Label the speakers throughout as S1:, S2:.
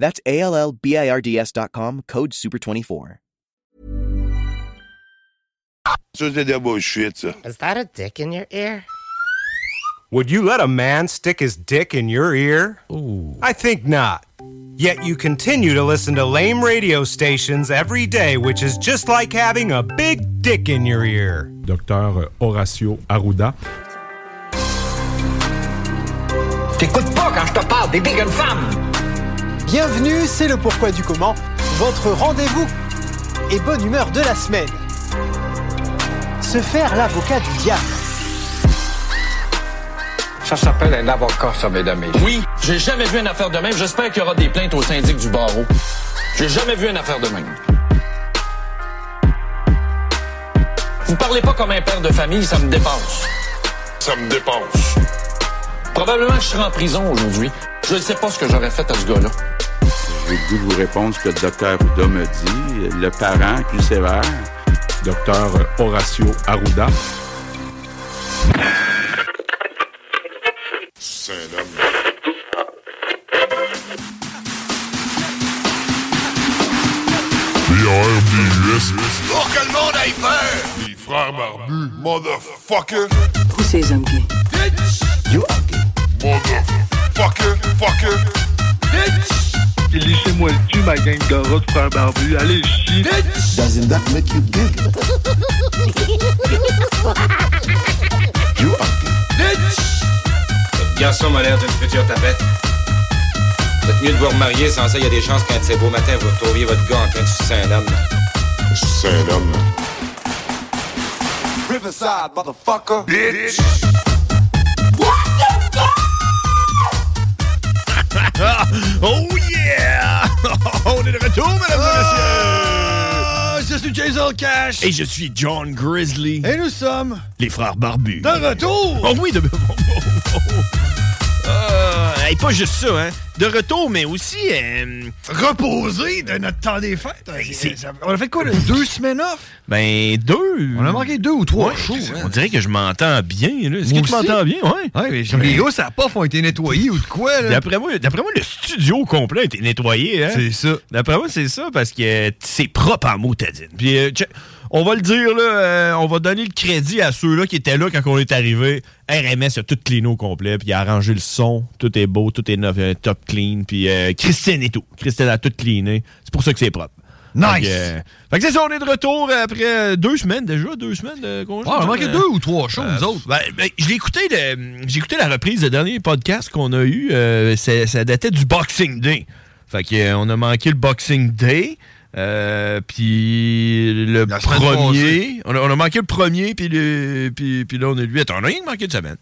S1: That's A L L B I R D S dot com, code SUPER24.
S2: Ça, c'est de la bullshit, ça.
S3: Is that a dick in your ear?
S4: Would you let a man stick his dick in your ear? I think not. Yet you continue to listen to lame radio stations every day, which is just like having a big dick in your ear.
S5: Docteur Horacio Arruda.
S6: T'écoutes pas quand je te parle des big and femmes.
S7: Bienvenue, c'est le pourquoi du comment, votre rendez-vous et bonne humeur de la semaine. Se faire l'avocat du diable.
S6: Ça s'appelle un avocat, ça, mesdames et
S8: Oui, j'ai jamais vu une affaire de même. J'espère qu'il y aura des plaintes au syndic du barreau. J'ai jamais vu une affaire de même. Vous parlez pas comme un père de famille, ça me dépasse.
S2: Ça me dépense.
S8: Probablement que je serai en prison aujourd'hui. Je ne sais pas ce que j'aurais fait à ce gars-là.
S2: J'ai le goût de vous répondre ce que le docteur Ouda me dit. Le parent plus sévère.
S5: Docteur Horacio Arruda.
S2: C'est un homme. Pour que le monde aille peur! Les frères barbus. Motherfucker!
S9: Who says I'm gay?
S2: Bitch!
S1: You
S2: Motherfucker! Fucker! Bitch!
S10: Laissez-moi le cul, ma gang de rats de frères barbus. Allez, chier.
S2: Bitch!
S11: Doesn't that make you gay? you are gay.
S2: Bitch!
S8: Votre garçon m'a l'air d'une future tapette. Faites mieux de vous remarier, sans ça, il y a des chances qu'un de ces beaux matins, vous retrouviez votre gars en train de sucer un homme.
S2: C'est un homme.
S11: Riverside, motherfucker.
S2: Bitch!
S12: Oh yeah! On est de retour, mesdames
S10: Ah,
S12: et messieurs! Je suis Jason Cash. Et je suis John Grizzly. Et nous sommes les frères barbus. De retour! Oh oui, de... Euh, et pas juste ça, hein. De retour, mais aussi... euh,
S10: Reposer de notre temps des fêtes.
S12: c'est-
S10: Ça- On a fait quoi, là? Deux semaines off?
S12: ben, deux...
S10: On a manqué deux ou trois
S12: Ouais,
S10: shows. hein.
S12: On dirait que je m'entends bien, là. Est-ce que
S10: Moi
S12: tu m'entends bien? Ouais.
S10: Ouais, mais les gars, ça a pas ont été nettoyés ou de quoi, là?
S12: D'après moi, d'après moi, le studio complet a été nettoyé, hein.
S10: C'est ça.
S12: D'après moi, c'est ça, parce que euh, c'est propre en motadine. Puis, euh, tch- on va le dire, là, euh, on va donner le crédit à ceux-là qui étaient là quand on est arrivé. RMS a tout cleané au complet, puis il a arrangé le son. Tout est beau, tout est neuf, euh, top clean. Puis, euh, Christine et tout. Christine a tout cleané. C'est pour ça que c'est propre. Fait que,
S10: Nice!
S12: euh, fait que c'est ça, on est de retour après euh, deux semaines déjà, deux semaines de congé.
S10: Ouais, on a manqué
S12: Euh,
S10: deux ou trois shows, nous
S12: euh,
S10: autres.
S12: ben, ben, je l'ai écouté, le- j'ai écouté la reprise du dernier podcast qu'on a eu. euh, ça, ça datait du Boxing Day. Fait que, euh, on a manqué le Boxing Day. euh, puis le
S10: La semaine
S12: premier.
S10: passée.
S12: On a, on a manqué le premier, puis, le, puis, puis là, on est lui. Attends, on a rien manqué de semaine.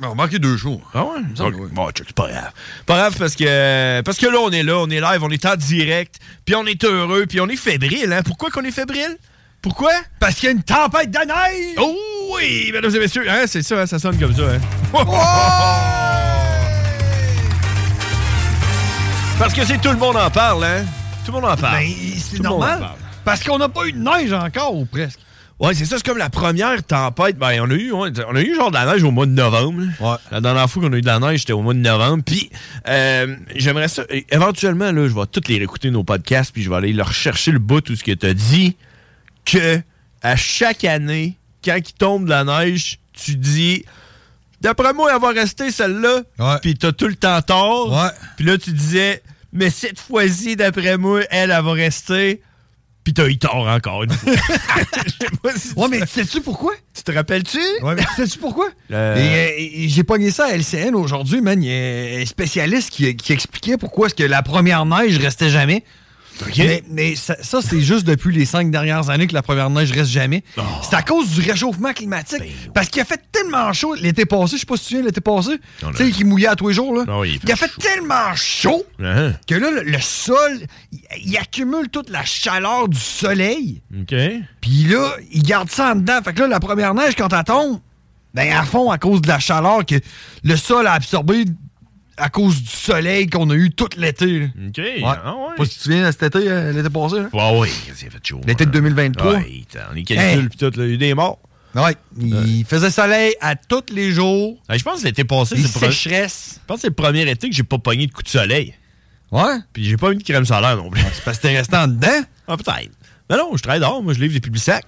S10: On a manqué deux shows.
S12: Ah ouais?
S10: me semble,
S12: Ok.
S10: oui.
S12: Bon, check, c'est pas grave. Pas grave parce que, parce que là, on est là, on est live, on est en direct, puis on est heureux, puis on est fébrile. Hein? Pourquoi qu'on est fébrile? Pourquoi?
S10: Parce qu'il y a une tempête de neige!
S12: Oh oui, mesdames et messieurs, hein, c'est ça, hein, ça sonne comme ça. Hein? Parce que c'est tout le monde en parle, hein? Tout le monde en parle.
S8: Ben,
S12: Tout
S8: c'est
S12: le monde
S8: normal.
S12: en parle.
S8: Parce qu'on n'a pas eu de neige encore, ou presque.
S12: Ouais, c'est ça, c'est comme la première tempête. Ben, on a eu, ouais, on a eu genre de la neige au mois de novembre. Ouais. La dernière fois qu'on a eu de la neige, c'était au mois de novembre. Puis, euh, j'aimerais ça. é- Éventuellement, là, je vais tous les réécouter nos podcasts, puis je vais aller leur chercher le bout tout ce que t'as dit. Que, à chaque année, quand il tombe de la neige, tu dis. D'après moi, elle va rester celle-là. Puis t'as tout le temps tort. Puis là, tu disais, mais cette fois-ci, d'après moi, elle, elle va rester. Puis t'as eu tort encore une fois.
S8: Ouais, mais sais-tu pourquoi?
S12: Tu te rappelles-tu?
S8: Ouais, mais sais-tu pourquoi?
S12: Euh.
S8: Et, euh, J'ai pogné ça à LCN aujourd'hui, man. Il y a un spécialiste qui, qui expliquait pourquoi est-ce que la première neige restait jamais. Mais, mais ça, ça, c'est juste depuis les cinq dernières années que la première neige reste jamais.
S12: Oh.
S8: C'est à cause du réchauffement climatique.
S12: Ben
S8: parce qu'il a fait tellement chaud l'été passé. Je sais pas si tu te souviens l'été passé.
S12: On a-
S8: Tu sais, qui mouillait à tous les jours. Là.
S12: Non, il
S8: il,
S12: fait
S8: a fait tellement chaud
S12: Hein?
S8: que là, le, le sol, il, il accumule toute la chaleur du soleil.
S12: OK.
S8: Puis là, il garde ça en dedans. Fait que là, la première neige, quand elle tombe, ben, à fond, à cause de la chaleur que le sol a absorbé à cause du soleil qu'on a eu tout l'été. là.
S12: OK.
S8: Ouais.
S12: Ah ouais.
S8: Pas si tu te souviens, cet été, euh, l'été passé. là.
S12: Ah oui, qu'est-ce qu'il a fait chaud. hein.
S8: L'été de 2023.
S12: Ouais, t'as- on est calcul,
S8: Hey.
S12: puis tout, là, il y a eu des morts.
S8: Ouais, il faisait soleil à tous les jours.
S12: je pense que l'été passé,
S8: Les
S12: c'est le pre-
S8: sécheresses.
S12: Je pense que c'est le premier été que j'ai pas pogné de coup de soleil.
S8: Ouais. Ah,
S12: Puis j'ai pas mis de crème solaire non plus. C'est parce que t'es resté en
S8: dedans?
S12: Ah, peut-être. Mais non, je travaille dehors. Moi, je livre des publics sacs.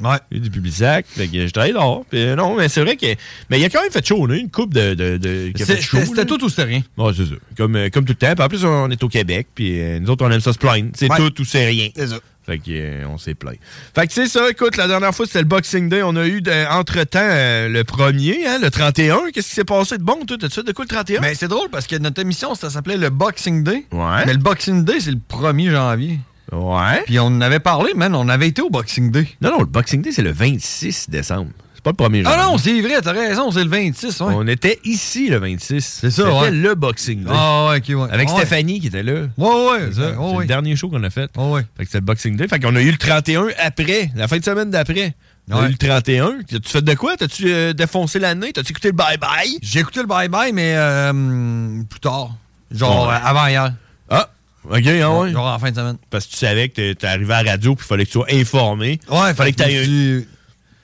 S8: Ouais.
S12: Je livre des publics sacs. Fait que je travaille dehors. Puis euh, non, mais c'est vrai que. Mais il a quand même fait chaud, on a eu une coupe de. de, de qui a
S8: C'est-
S12: fait chaud,
S8: C'était c'était
S12: là.
S8: tout ou c'était rien?
S12: Ouais, c'est ça. Comme, euh, comme tout le temps. Puis en plus, on est au Québec. Puis euh, nous autres, on aime ça se plaindre. C'est
S8: Ouais.
S12: tout ou c'est rien.
S8: C'est ça.
S12: Fait que, euh, on s'est plaint. Fait que c'est ça. Écoute, la dernière fois, c'était le Boxing Day. On a eu, de- entre-temps, euh, le premier, hein, le 31. Qu'est-ce qui s'est passé de bon, toi? T'as-tu fait de quoi le 31?
S8: Mais Ben, c'est drôle parce que notre émission, ça s'appelait le Boxing Day.
S12: Ouais.
S8: Mais le Boxing Day, c'est le 1er janvier.
S12: Ouais.
S8: Puis on en avait parlé, man. On avait été au Boxing Day.
S12: Non, non, le Boxing Day, c'est le 26 décembre. C'est pas le premier jour.
S8: Ah non, c'est vrai, t'as raison, c'est le 26. Ouais.
S12: On était ici le 26. C'est
S8: ça,
S12: C'était
S8: ouais.
S12: le Boxing Day.
S8: Ah ouais, ok, ouais.
S12: Avec
S8: Ouais.
S12: Stéphanie qui était là.
S8: Ouais, ouais,
S12: C'est
S8: ça,
S12: ça.
S8: ouais,
S12: C'est
S8: ouais.
S12: le dernier show qu'on a fait.
S8: ouais.
S12: Fait que c'était le Boxing Day. Fait qu'on a eu le 31 après, la fin de semaine d'après. On a
S8: Ouais.
S12: eu le 31. T'as-tu fait de quoi? T'as-tu euh, défoncé l'année? T'as-tu écouté le bye-bye?
S8: J'ai écouté le bye-bye, mais euh, hum, plus tard. Genre euh, avant hier.
S12: Ah, ok, ah ouais.
S8: Genre en fin de semaine.
S12: Parce que tu savais que t'es- t'es arrivé à la radio puis il fallait que tu sois informé.
S8: Ouais,
S12: Fallait que
S8: fait que
S12: t'aies une...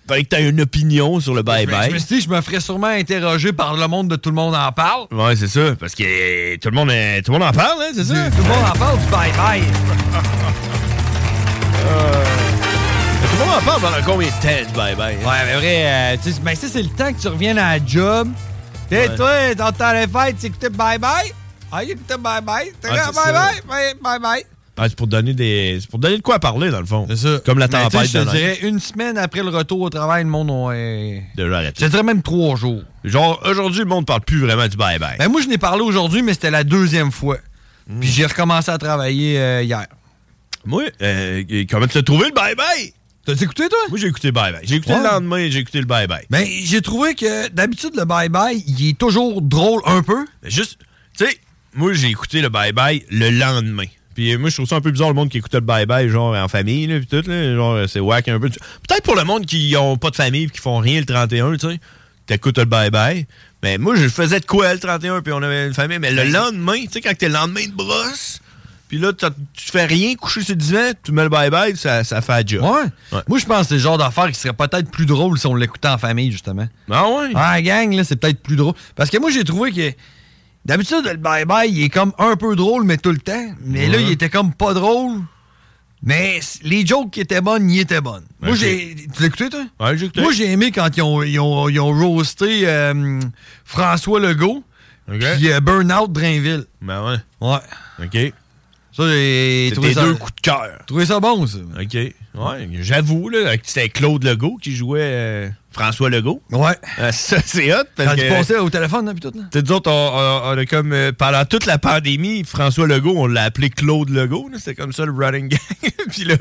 S12: Fallait que t'aies une opinion sur le
S8: Je
S12: bye-bye.
S8: me suis dit, je me ferais sûrement interroger par le monde de tout le monde en parle.
S12: Ouais, c'est ça. Parce que euh, tout le monde, euh, tout le monde en parle, hein, c'est ça?
S8: Tout le monde en parle du bye-bye. Euh.
S12: Tout le monde en parle pendant combien de temps, ben, hein? bye-bye?
S8: Ouais, mais vrai, euh, tu sais, ben, ça, c'est le temps que tu reviennes à la job. Tu sais,
S12: Ouais.
S8: toi, dans ta fête, tu écoutais bye-bye. Ah, j'écoutais bye-bye. T'as
S12: Ouais,
S8: regardé
S12: c'est ça.
S8: bye-bye, bye- bye-bye.
S12: Ah, c'est pour donner des. C'est pour donner de quoi parler, dans le fond. C'est ça. Comme la
S8: Mais Ben, tu sais,
S12: tempête
S8: Je
S12: de
S8: te
S12: neige.
S8: dirais, une semaine après le retour au travail, le monde, on est...
S12: Déjà arrêté.
S8: Je te dirais même trois jours.
S12: Genre, aujourd'hui, le monde parle plus vraiment du bye-bye.
S8: Ben moi, je n'ai parlé aujourd'hui, mais c'était la deuxième fois.
S12: Hmm.
S8: Puis j'ai recommencé à travailler euh, hier.
S12: Moi, euh, et comment tu as trouvé le bye-bye?
S8: T'as écouté, toi?
S12: Moi, j'ai écouté bye-bye. J'ai écouté
S8: Ouais.
S12: le lendemain, j'ai écouté le bye-bye.
S8: Ben, j'ai trouvé que d'habitude, le bye-bye, il est toujours drôle un peu.
S12: Mais juste, tu sais, moi, j'ai écouté le bye-bye le lendemain. Puis euh, moi, je trouve ça un peu bizarre, le monde qui écoutait le bye-bye, genre en famille, là, puis tout, là. Genre, euh, c'est whack un peu. Peut-être pour le monde qui ont pas de famille puis qui font rien le 31, tu sais. T'écoutes le bye-bye. Mais moi, je faisais de quoi le 31, puis on avait une famille. Mais le
S8: Ben,
S12: lendemain, tu sais, quand t'es le lendemain de brosse, puis là, t'as- tu fais rien, coucher sur le divan, tu mets le bye-bye, ça, ça fait la job.
S8: Ouais. Moi, je pense que c'est le genre d'affaire qui serait peut-être plus drôle si on l'écoutait en famille, justement.
S12: Ah ouais?
S8: Ah, gang, là, c'est peut-être plus drôle. Parce que moi, j'ai trouvé que d'habitude, le bye-bye, il est comme un peu drôle, mais tout le temps. Mais là, il était comme pas drôle. Mais c- les jokes qui étaient bonnes, ils étaient bonnes. Moi,
S12: Ok.
S8: j'ai. Tu l'as écouté, toi?
S12: Ouais, j'ai écouté.
S8: Moi, j'ai aimé quand ils ont, ils ont, ils ont roasté euh, François Legault
S12: Ok.
S8: puis euh, Burnout Drainville.
S12: Ben ouais.
S8: Ouais.
S12: OK.
S8: Ça, j'ai
S12: C'était
S8: trouvé
S12: tes
S8: ça,
S12: deux coups de cœur.
S8: trouvé ça bon, ça.
S12: OK. Ouais, j'avoue, là, que c'était Claude Legault qui jouait euh, François Legault.
S8: Ouais.
S12: Euh, ça, c'est hot. Parce
S8: Quand tu
S12: que,
S8: passais au téléphone, là, puis tout, là.
S12: tu sais, nous autres, on, on- on a comme, euh, pendant toute la pandémie, François Legault, on l'a appelé Claude Legault. là, C'était comme ça le running gang. Puis là,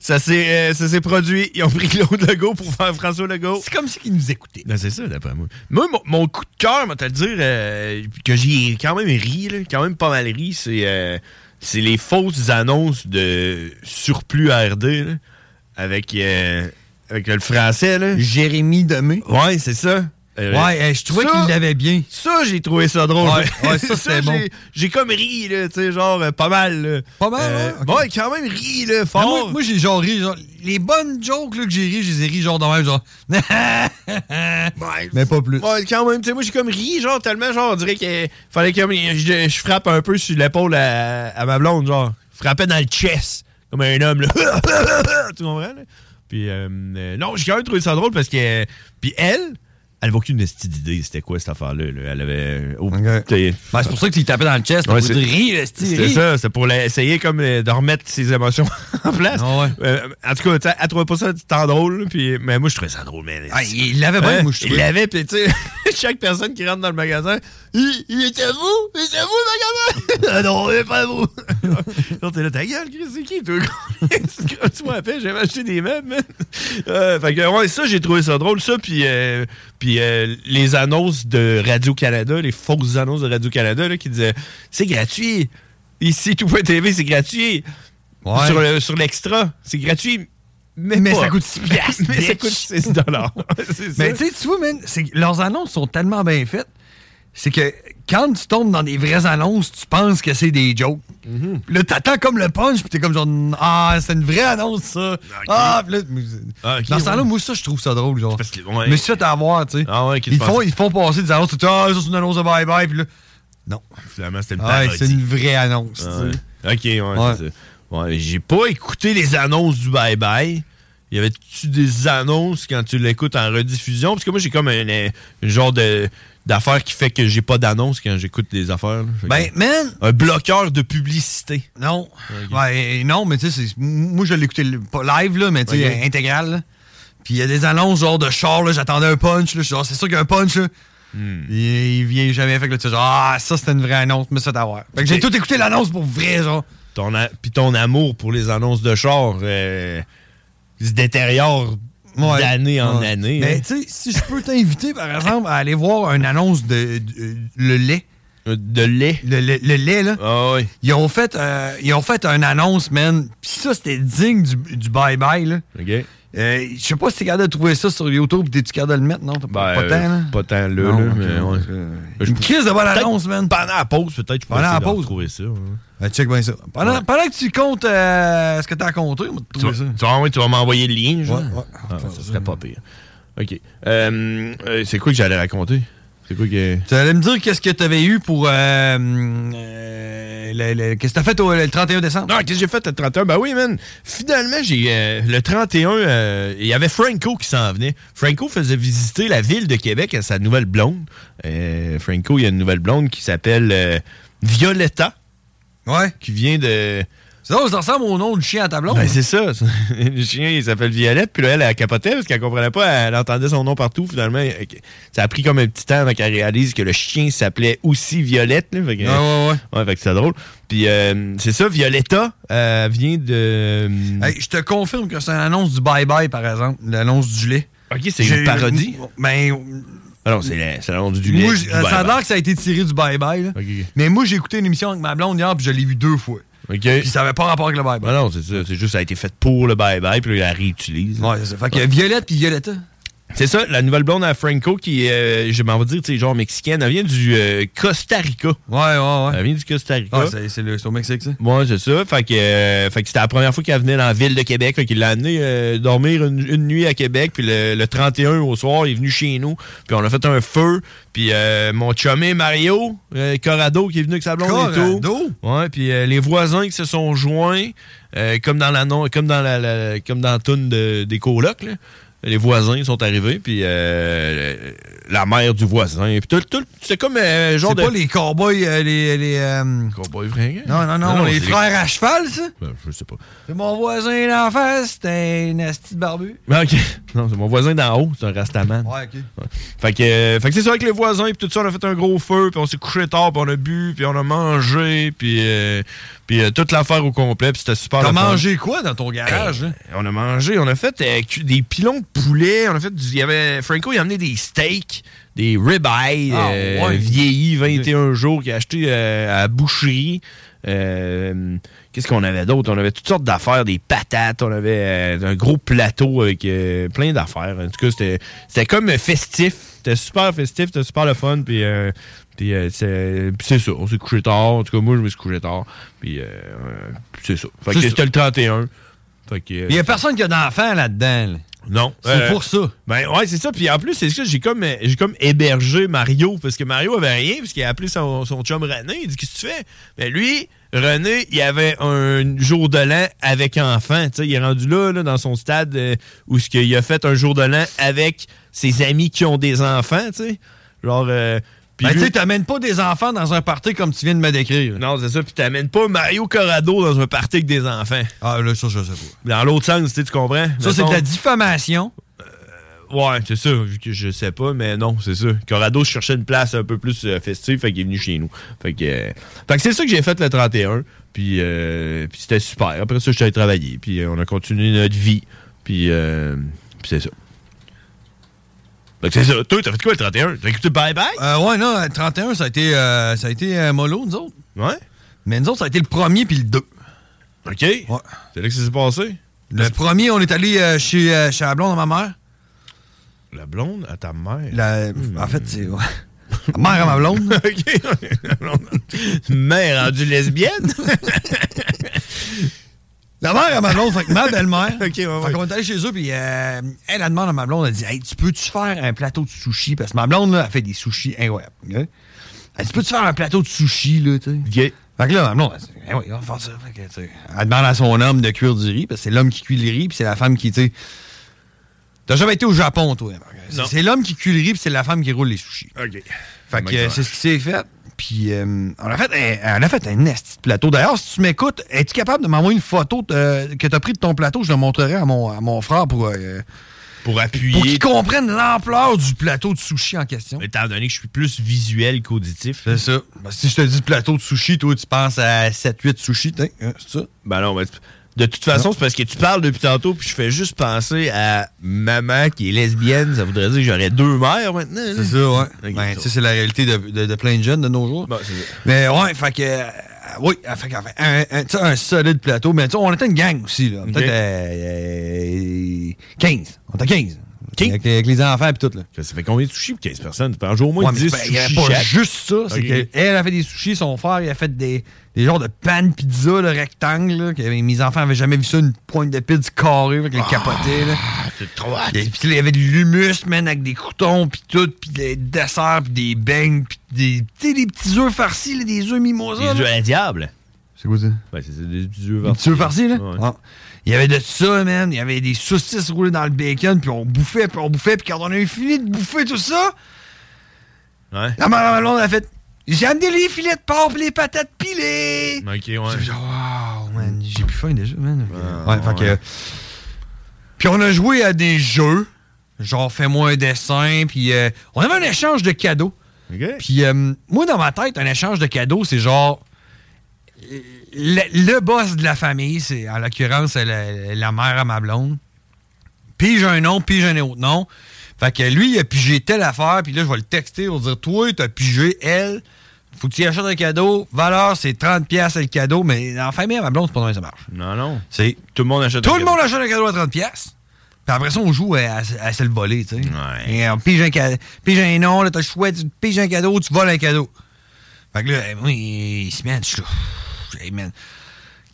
S12: ça s'est euh, ça s'est produit. Ils ont pris Claude Legault pour faire François Legault.
S8: C'est comme si ils nous écoutaient.
S12: Ben, c'est ça, d'après moi. Moi, mon, mon coup de cœur, moi, t'as dire, euh, que j'ai quand même ri, là, quand même pas mal ri, c'est euh, c'est les fausses annonces de surplus ARD, là, avec, euh, avec le français, là.
S8: Jérémy Demé.
S12: Ouais, c'est ça. Euh,
S8: ouais, euh, je trouvais
S12: ça,
S8: qu'il l'avait bien.
S12: Ça, j'ai trouvé ça drôle.
S8: Ouais, ouais, ça, c'était bon.
S12: j'ai- J'ai comme ri, là, tu sais, genre, euh, pas mal. là.
S8: Pas mal,
S12: Euh,
S8: ouais. ok.
S12: ouais, quand même ri, là, fort.
S8: Ah, moi, moi, j'ai genre ri. genre, les bonnes jokes là, que j'ai ri, je les ai ri genre dans même genre. Mais pas plus.
S12: Ouais, quand même, tu sais, moi, j'ai comme ri, genre, tellement, genre, on dirait qu'il fallait que je, je frappe un peu sur l'épaule à, à ma blonde, genre. Frappais dans le chest, comme un homme, là. tu comprends, là? Puis, euh, euh, non, j'ai quand même trouvé ça drôle parce que. Puis, elle, elle avait aucune esti d'idée, c'était quoi cette affaire-là, là. Elle avait. oh, t'es-
S8: Ben, c'est pour ça que tu tapais dans le chest.
S12: Ouais,
S8: pour
S12: c'est-
S8: dire, ri, là, c'est-tu,
S12: C'était
S8: ri.
S12: ça, c'est pour la- essayer comme euh, de remettre ses émotions en place.
S8: Ah
S12: Euh, en tout cas, tu sais, elle trouvait pas ça tant drôle, là, puis, mais moi je trouvais ça drôle, mais Hein?
S8: Ah, il l'avait bien, moi, je
S12: Il
S8: trouvais.
S12: l'avait, puis tu sais, chaque personne qui rentre dans le magasin, il, il était vous, il était vous, le magasin! Ah non, il est pas vous! non, t'es là, ta gueule, Chris, c'est qui, toi? Comme tu m'as fait, j'avais acheté des meubles, man. Euh, fait que, ouais, ça, j'ai trouvé ça drôle, ça, puis, euh, puis euh, les annonces de Radio-Canada, les fausses annonces de Radio-Canada, là, qui disaient, c'est gratuit! Ici, tout point TV, c'est gratuit!
S8: Ouais.
S12: Sur, le- sur l'extra, c'est gratuit! Mais,
S8: Mais
S12: pas.
S8: ça coûte 6 piastres,
S12: Mais ça
S8: bitch.
S12: coûte 6 dollars. C'est ça.
S8: Mais tu sais, tu vois, man, c'est que leurs annonces sont tellement bien faites, c'est que quand tu tombes dans des vraies annonces, tu penses que c'est des jokes. Là, t'attends comme le punch, puis t'es comme genre, ah, c'est une vraie annonce, ça. Ah, puis là,
S12: Ah, ok,
S8: dans ce temps-là,
S12: ouais.
S8: moi, ça, je trouve ça drôle, genre.
S12: Parce que, ouais.
S8: Je me suis fait avoir, tu sais.
S12: Ah ouais, qu'ils
S8: ils,
S12: te
S8: font,
S12: pensent-
S8: ils font passer des annonces, tu dis, ah, ça, c'est une annonce de bye-bye, puis là, non.
S12: Finalement, c'était une
S8: Ah,
S12: parodie.
S8: c'est une vraie annonce,
S12: Ah,
S8: tu sais.
S12: ouais. Ok, ouais, c'est ça. Ouais, j'ai pas écouté les annonces du Bye Bye. Y avait-tu des annonces quand tu l'écoutes en rediffusion? Parce que moi, j'ai comme un, euh, un genre de d'affaire qui fait que j'ai pas d'annonce quand j'écoute des affaires. là. Fait que-
S8: Ben, man,
S12: un bloqueur de publicité.
S8: Non. Ouais, non, mais tu sais, c'est- moi, je l'ai écouté le- pas live, là, mais tu sais,
S12: Ok.
S8: intégral. là. Puis il y a des annonces, genre de char, là, j'attendais un punch, là, je suis genre, c'est sûr qu'il y a un punch, là.
S12: Hmm.
S8: Il, il vient jamais. Fait que là, tu sais, genre, ah, ça, c'était une vraie annonce, mais ça t'avoir. Fait que j'ai tout écouté l'annonce pour vrai, genre.
S12: Ton a- Puis ton amour pour les annonces de char euh, se détériore
S8: Ouais.
S12: d'année en
S8: Ouais. Ben,
S12: année.
S8: Mais
S12: hein.
S8: tu sais, si je peux t'inviter, par exemple, à aller voir une annonce de, de- le lait.
S12: Euh, De lait? Ah
S8: Le, le- le lait, là. Ils ont fait, euh, ils ont fait une annonce, man. Puis ça, c'était digne du du bye-bye, là.
S12: OK.
S8: Euh, je sais pas si t'es capable de trouver ça sur YouTube, t'es-tu capable de le mettre, non? T'as pas,
S12: Ben,
S8: pas le temps, là?
S12: Pas tant là,
S8: Non,
S12: là,
S8: ok,
S12: mais ouais. Je-
S8: Une crise de bonne
S12: Peut-être
S8: annonce, man.
S12: Pendant la pause, peut-être, je peux
S8: Pendant la
S12: essayer de
S8: pause.
S12: retrouver ça. ouais.
S8: Ben, check bien ça. Pendant, pendant que tu comptes euh, ce que t'as compté, on va te
S12: Tu vas,
S8: trouver ça.
S12: tu vas- ouais, tu vas m'envoyer le lien, genre?
S8: Ouais, ouais.
S12: Ah, ça serait pas pire. OK. Euh, euh, c'est quoi que j'allais raconter? C'est quoi que...
S8: Tu allais me dire qu'est-ce que t'avais eu pour. euh, euh, le- le- qu'est-ce que t'as fait au, le 31 décembre?
S12: Non, qu'est-ce que j'ai fait le 31? Ben oui, man. Finalement, j'ai euh, le 31, euh, il y avait Franco qui s'en venait. Franco faisait visiter la ville de Québec à sa nouvelle blonde. Euh, Franco, il y a une nouvelle blonde qui s'appelle euh, Violetta.
S8: Ouais.
S12: Qui vient de...
S8: C'est drôle, ça ressemble au nom du chien à ta blonde.
S12: Ben, c'est ça. Le chien, il s'appelle Violette, puis là, elle, elle capotait parce qu'elle comprenait pas. Elle entendait son nom partout, finalement. Ça a pris comme un petit temps avant qu'elle réalise que le chien s'appelait aussi Violette. Là, fait que,
S8: Ah, ouais,
S12: ouais. fait que c'est drôle. Puis, euh, c'est ça, Violetta euh, vient de...
S8: Hey, je te confirme que c'est une annonce du bye-bye, par exemple, l'annonce du lait.
S12: OK, c'est
S8: J'ai-
S12: une parodie?
S8: Ben,
S12: Ah non, c'est la- c'est l'annonce du lait.
S8: Moi,
S12: du
S8: j- euh, ça a
S12: bye-bye.
S8: l'air que ça a été tiré du bye-bye. là. Mais moi, j'ai écouté une émission avec ma blonde hier, puis je l'ai vu deux fois. Puis ça avait pas rapport avec le bye-bye.
S12: Ah non, c'est ça. C'est juste, ça a été fait pour le bye-bye, puis là, il la réutilise.
S8: Ouais, c'est ça. Fait que Violette puis Violetta.
S12: C'est ça, la nouvelle blonde à Franco qui, euh, je m'en vais dire, tu sais, genre mexicaine, elle vient du euh, Costa Rica.
S8: Ouais, ouais, ouais.
S12: Elle vient du Costa Rica.
S8: Ah, c'est c'est le- c'est au Mexique, ça.
S12: Ouais, c'est ça. Fait que, euh, fait que c'était la première fois qu'elle venait dans la ville de Québec. Fait qu'il l'a amené euh, dormir une, une nuit à Québec. Puis le, le 31 au soir, il est venu chez nous. Puis on a fait un feu. Puis euh, mon chumé Mario euh, Corrado qui est venu avec sa blonde et
S8: Corrado?
S12: tout. Ouais, puis euh, les voisins qui se sont joints, euh, comme dans la non- comme dans la, la- comme dans la toune de- des colocs, là. Les voisins sont arrivés, puis euh, la mère du voisin. Puis tout, tout, c'est comme euh, genre
S8: C'est
S12: de...
S8: pas les cowboys, euh, les. les euh,
S12: Cowboys fringants?
S8: Non, non, non,
S12: Non, non,
S8: les
S12: c'est-
S8: frères à cheval, ça.
S12: Ben, je sais pas.
S8: C'est mon voisin d'en face, c'est un asti de barbu.
S12: Ah, ok. Non, c'est mon voisin d'en haut, c'est un rastaman.
S8: Ouais, ok.
S12: Fait que, euh, fait que c'est ça avec les voisins, puis tout ça, on a fait un gros feu, puis on s'est couché tard, puis on a bu, puis on a mangé, puis euh, puis euh, toute l'affaire au complet, puis c'était super.
S8: T'as
S12: le fun.
S8: mangé quoi dans ton garage, hein? là?
S12: On a mangé, on a fait euh, cu- des pilons de poulet, on a fait du- il y avait Franco il a amené des steaks, des ribeyes
S8: Ah,
S12: euh,
S8: ouais.
S12: vieillis 21 jours qu'il a acheté euh, à la boucherie. Euh, Qu'est-ce qu'on avait d'autre? On avait toutes sortes d'affaires, des patates, on avait euh, un gros plateau avec euh, plein d'affaires. En tout cas, c'était c'était comme festif. C'était super festif, c'était super le fun. Puis, euh, puis, euh, c'est puis c'est ça. On s'est couché tard. En tout cas, moi, je me suis couché tard. Puis, euh, euh, puis c'est ça. Fait que
S8: C'est
S12: c'était
S8: ça.
S12: le 31. Fait que, euh,
S8: Il n'y a personne qui a d'enfant là-dedans. là.
S12: non.
S8: C'est pour ça.
S12: Ben ouais, c'est ça. Puis en plus, c'est ça, j'ai comme, euh, j'ai comme hébergé Mario parce que Mario avait rien, parce qu'il a appelé son, son chum René. Il dit Qu'est-ce que tu fais Ben lui, René, il avait un jour de l'an avec enfant. Tu sais, il est rendu là, là, dans son stade euh, où ce qu'il a fait un jour de l'an avec ses amis qui ont des enfants. Tu sais, genre. euh, puis
S8: Ben,
S12: lui-
S8: tu sais, t'amènes pas des enfants dans un party comme tu viens de me décrire.
S12: Non, c'est ça. Puis t'amènes pas Mario Corrado dans un party avec des enfants.
S8: Ah, là, ça, je sais pas.
S12: Dans l'autre sens, tu sais, tu comprends
S8: Ça, c'est
S12: Mettons-
S8: de la diffamation.
S12: Ouais, c'est ça. vu que Je sais pas, mais non, c'est ça. Corrado cherchait une place un peu plus euh, festive, fait qu'il est venu chez nous. Fait que, euh, fait que c'est ça que j'ai fait le 31. Puis, euh, puis c'était super. Après ça, je suis allé travailler. Puis euh, on a continué notre vie. Puis, euh, puis c'est ça. Fait que c'est ça. Toi, t'as fait quoi le 31? T'as écouté Bye Bye?
S8: Euh, ouais, non, euh, 31, ça a été, euh, ça a été euh, mollo, nous autres.
S12: Ouais.
S8: Mais nous autres, ça a été le premier puis le deux.
S12: OK. C'est là que ça s'est passé?
S8: Le premier, on est allé euh, chez, euh, chez la blonde à ma mère.
S12: La blonde à ta mère? Hmm.
S8: La- En fait, c'est. ouais. La mère à ma blonde.
S12: OK. La blonde. Mère rendue lesbienne?
S8: La mère à ma blonde, fait que ma belle-mère.
S12: fait
S8: qu'on est allé chez eux, puis euh, elle a demandé à ma blonde, elle dit Hey, tu peux-tu faire un plateau de sushi Parce que ma blonde, là, elle fait des sushis incroyables. ok? Elle dit Tu peux-tu faire un plateau de sushi, là, tu sais Fait que là, ma blonde, elle dit Eh oui, on va faire ça. Fait que, tu sais, elle demande à son homme de cuire du riz, parce que c'est l'homme qui cuit le riz, puis c'est la femme qui, tu sais. T'as jamais été au Japon, toi. C'est-
S12: Non.
S8: C'est l'homme qui cuit le riz, puis c'est la femme qui roule les sushis.
S12: OK.
S8: Fait que euh, c'est ce qui s'est fait. Puis euh, on, a fait un, on a fait un esti de plateau. D'ailleurs, si tu m'écoutes, es-tu capable de m'envoyer une photo euh, que tu as prise de ton plateau? Je le montrerai à mon, à mon frère pour, euh,
S12: Pour appuyer.
S8: pour qu'il comprenne l'ampleur du plateau de sushi en question.
S12: Étant donné que je suis plus visuel qu'auditif.
S8: C'est ça. Ben, si je te dis plateau de sushi, toi, tu penses à 7-8 sushis. t'es, hein, c'est ça?
S12: Ben non, mais tu- de toute façon, c'est parce que tu parles depuis tantôt, puis je fais juste penser à maman qui est lesbienne. Ça voudrait dire que j'aurais deux mères maintenant. là.
S8: C'est ça, ouais. Ben, tu sais, c'est la réalité de, de- de plein de jeunes de nos jours. Mais ouais, fait que. euh, oui, fait qu'en fait, un, un, tu sais, un solide plateau. Mais tu sais, on était une gang aussi, là. Peut-être euh, euh, 15. On était 15. Avec, les- avec les enfants et tout, là.
S12: Ça fait combien de sushis pour 15 personnes? Tu peux en jouer au moins
S8: Ouais, mais
S12: 10
S8: c'est pas- il y avait
S12: sushis
S8: pas
S12: chaque.
S8: juste ça. C'est
S12: Ok.
S8: qu'elle, elle a fait des sushis, son frère, il a fait des, des genres de pan pizza, le rectangle, là, que mes enfants n'avaient jamais vu ça, une pointe de pizza carrée, avec les
S12: Ah.
S8: capotés, là.
S12: C'est trop
S8: Et puis il y avait de l'humus, man, avec des croutons, puis tout, puis des desserts, puis des beignes, puis des, tu sais, des petits œufs farcis, là, des œufs mimosa.
S12: Des
S8: là.
S12: yeux à la diable.
S8: C'est quoi ça?
S12: Ben, c'est c'est des petits yeux
S8: Des
S12: verts.
S8: petits œufs farcis, là?
S12: Ouais.
S8: Ah. Il y avait de ça, man. Il y avait des saucisses roulées dans le bacon, puis on bouffait, puis on bouffait, puis quand on a eu fini de bouffer tout ça,
S12: Ouais.
S8: la mère à ma blonde a fait J'ai amené les filets de porc, puis les patates pilées.
S12: Ok, ouais.
S8: Wow, man, j'ai plus faim déjà, man. Ouais, fait que. Puis on a joué à des jeux, genre fais-moi un dessin, puis euh, on avait un échange de cadeaux. Puis euh, moi, dans ma tête, un échange de cadeaux, c'est genre. euh, Le, le boss de la famille, c'est en l'occurrence la, la mère à ma blonde. Puis j'ai un nom, puis j'ai un autre nom. Fait que lui, il a pigé telle affaire, puis là, je vais le texter pour dire Toi, t'as pigé elle, faut que tu y achètes un cadeau. Valeur, c'est 30$ piastres, le cadeau, mais en famille à ma blonde, c'est pas normal, ça marche.
S12: Non, non.
S8: C'est
S12: tout le monde achète
S8: Tout
S12: un
S8: le
S12: cadeau.
S8: monde achète un cadeau à 30$. piastres. Puis après ça, on joue à, à- à se le voler, tu sais. Et on pige un, ca- pige un nom, là, t'as le choix, tu piges un cadeau, tu voles un cadeau. Fait que là, eh, moi, il se met, je suis là. pff, hey, man.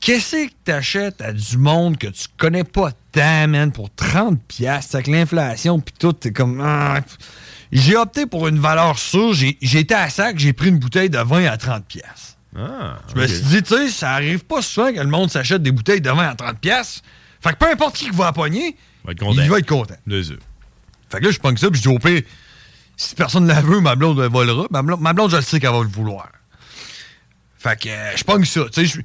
S8: Qu'est-ce que t'achètes à du monde que tu connais pas tant, man, pour 30$? piastres, Avec l'inflation, puis tout, t'es comme. ah. J'ai opté pour une valeur sûre. J'ai- J'étais à sac, j'ai pris une bouteille de vin à 30$. piastres.
S12: Ah,
S8: Je me
S12: ok.
S8: suis dit, tu sais, ça arrive pas souvent que le monde s'achète des bouteilles de vin à 30$. piastres. Fait que peu importe qui qui va la pogner,
S12: va être content.
S8: il va être content.
S12: Deux œufs.
S8: Fait que là, je pogne ça, puis je dis au pire, si personne ne la veut, ma blonde, elle volera. Ma blonde, ma blonde, je le sais qu'elle va le vouloir. Fait que euh, je pogne ça. Tu sais, je-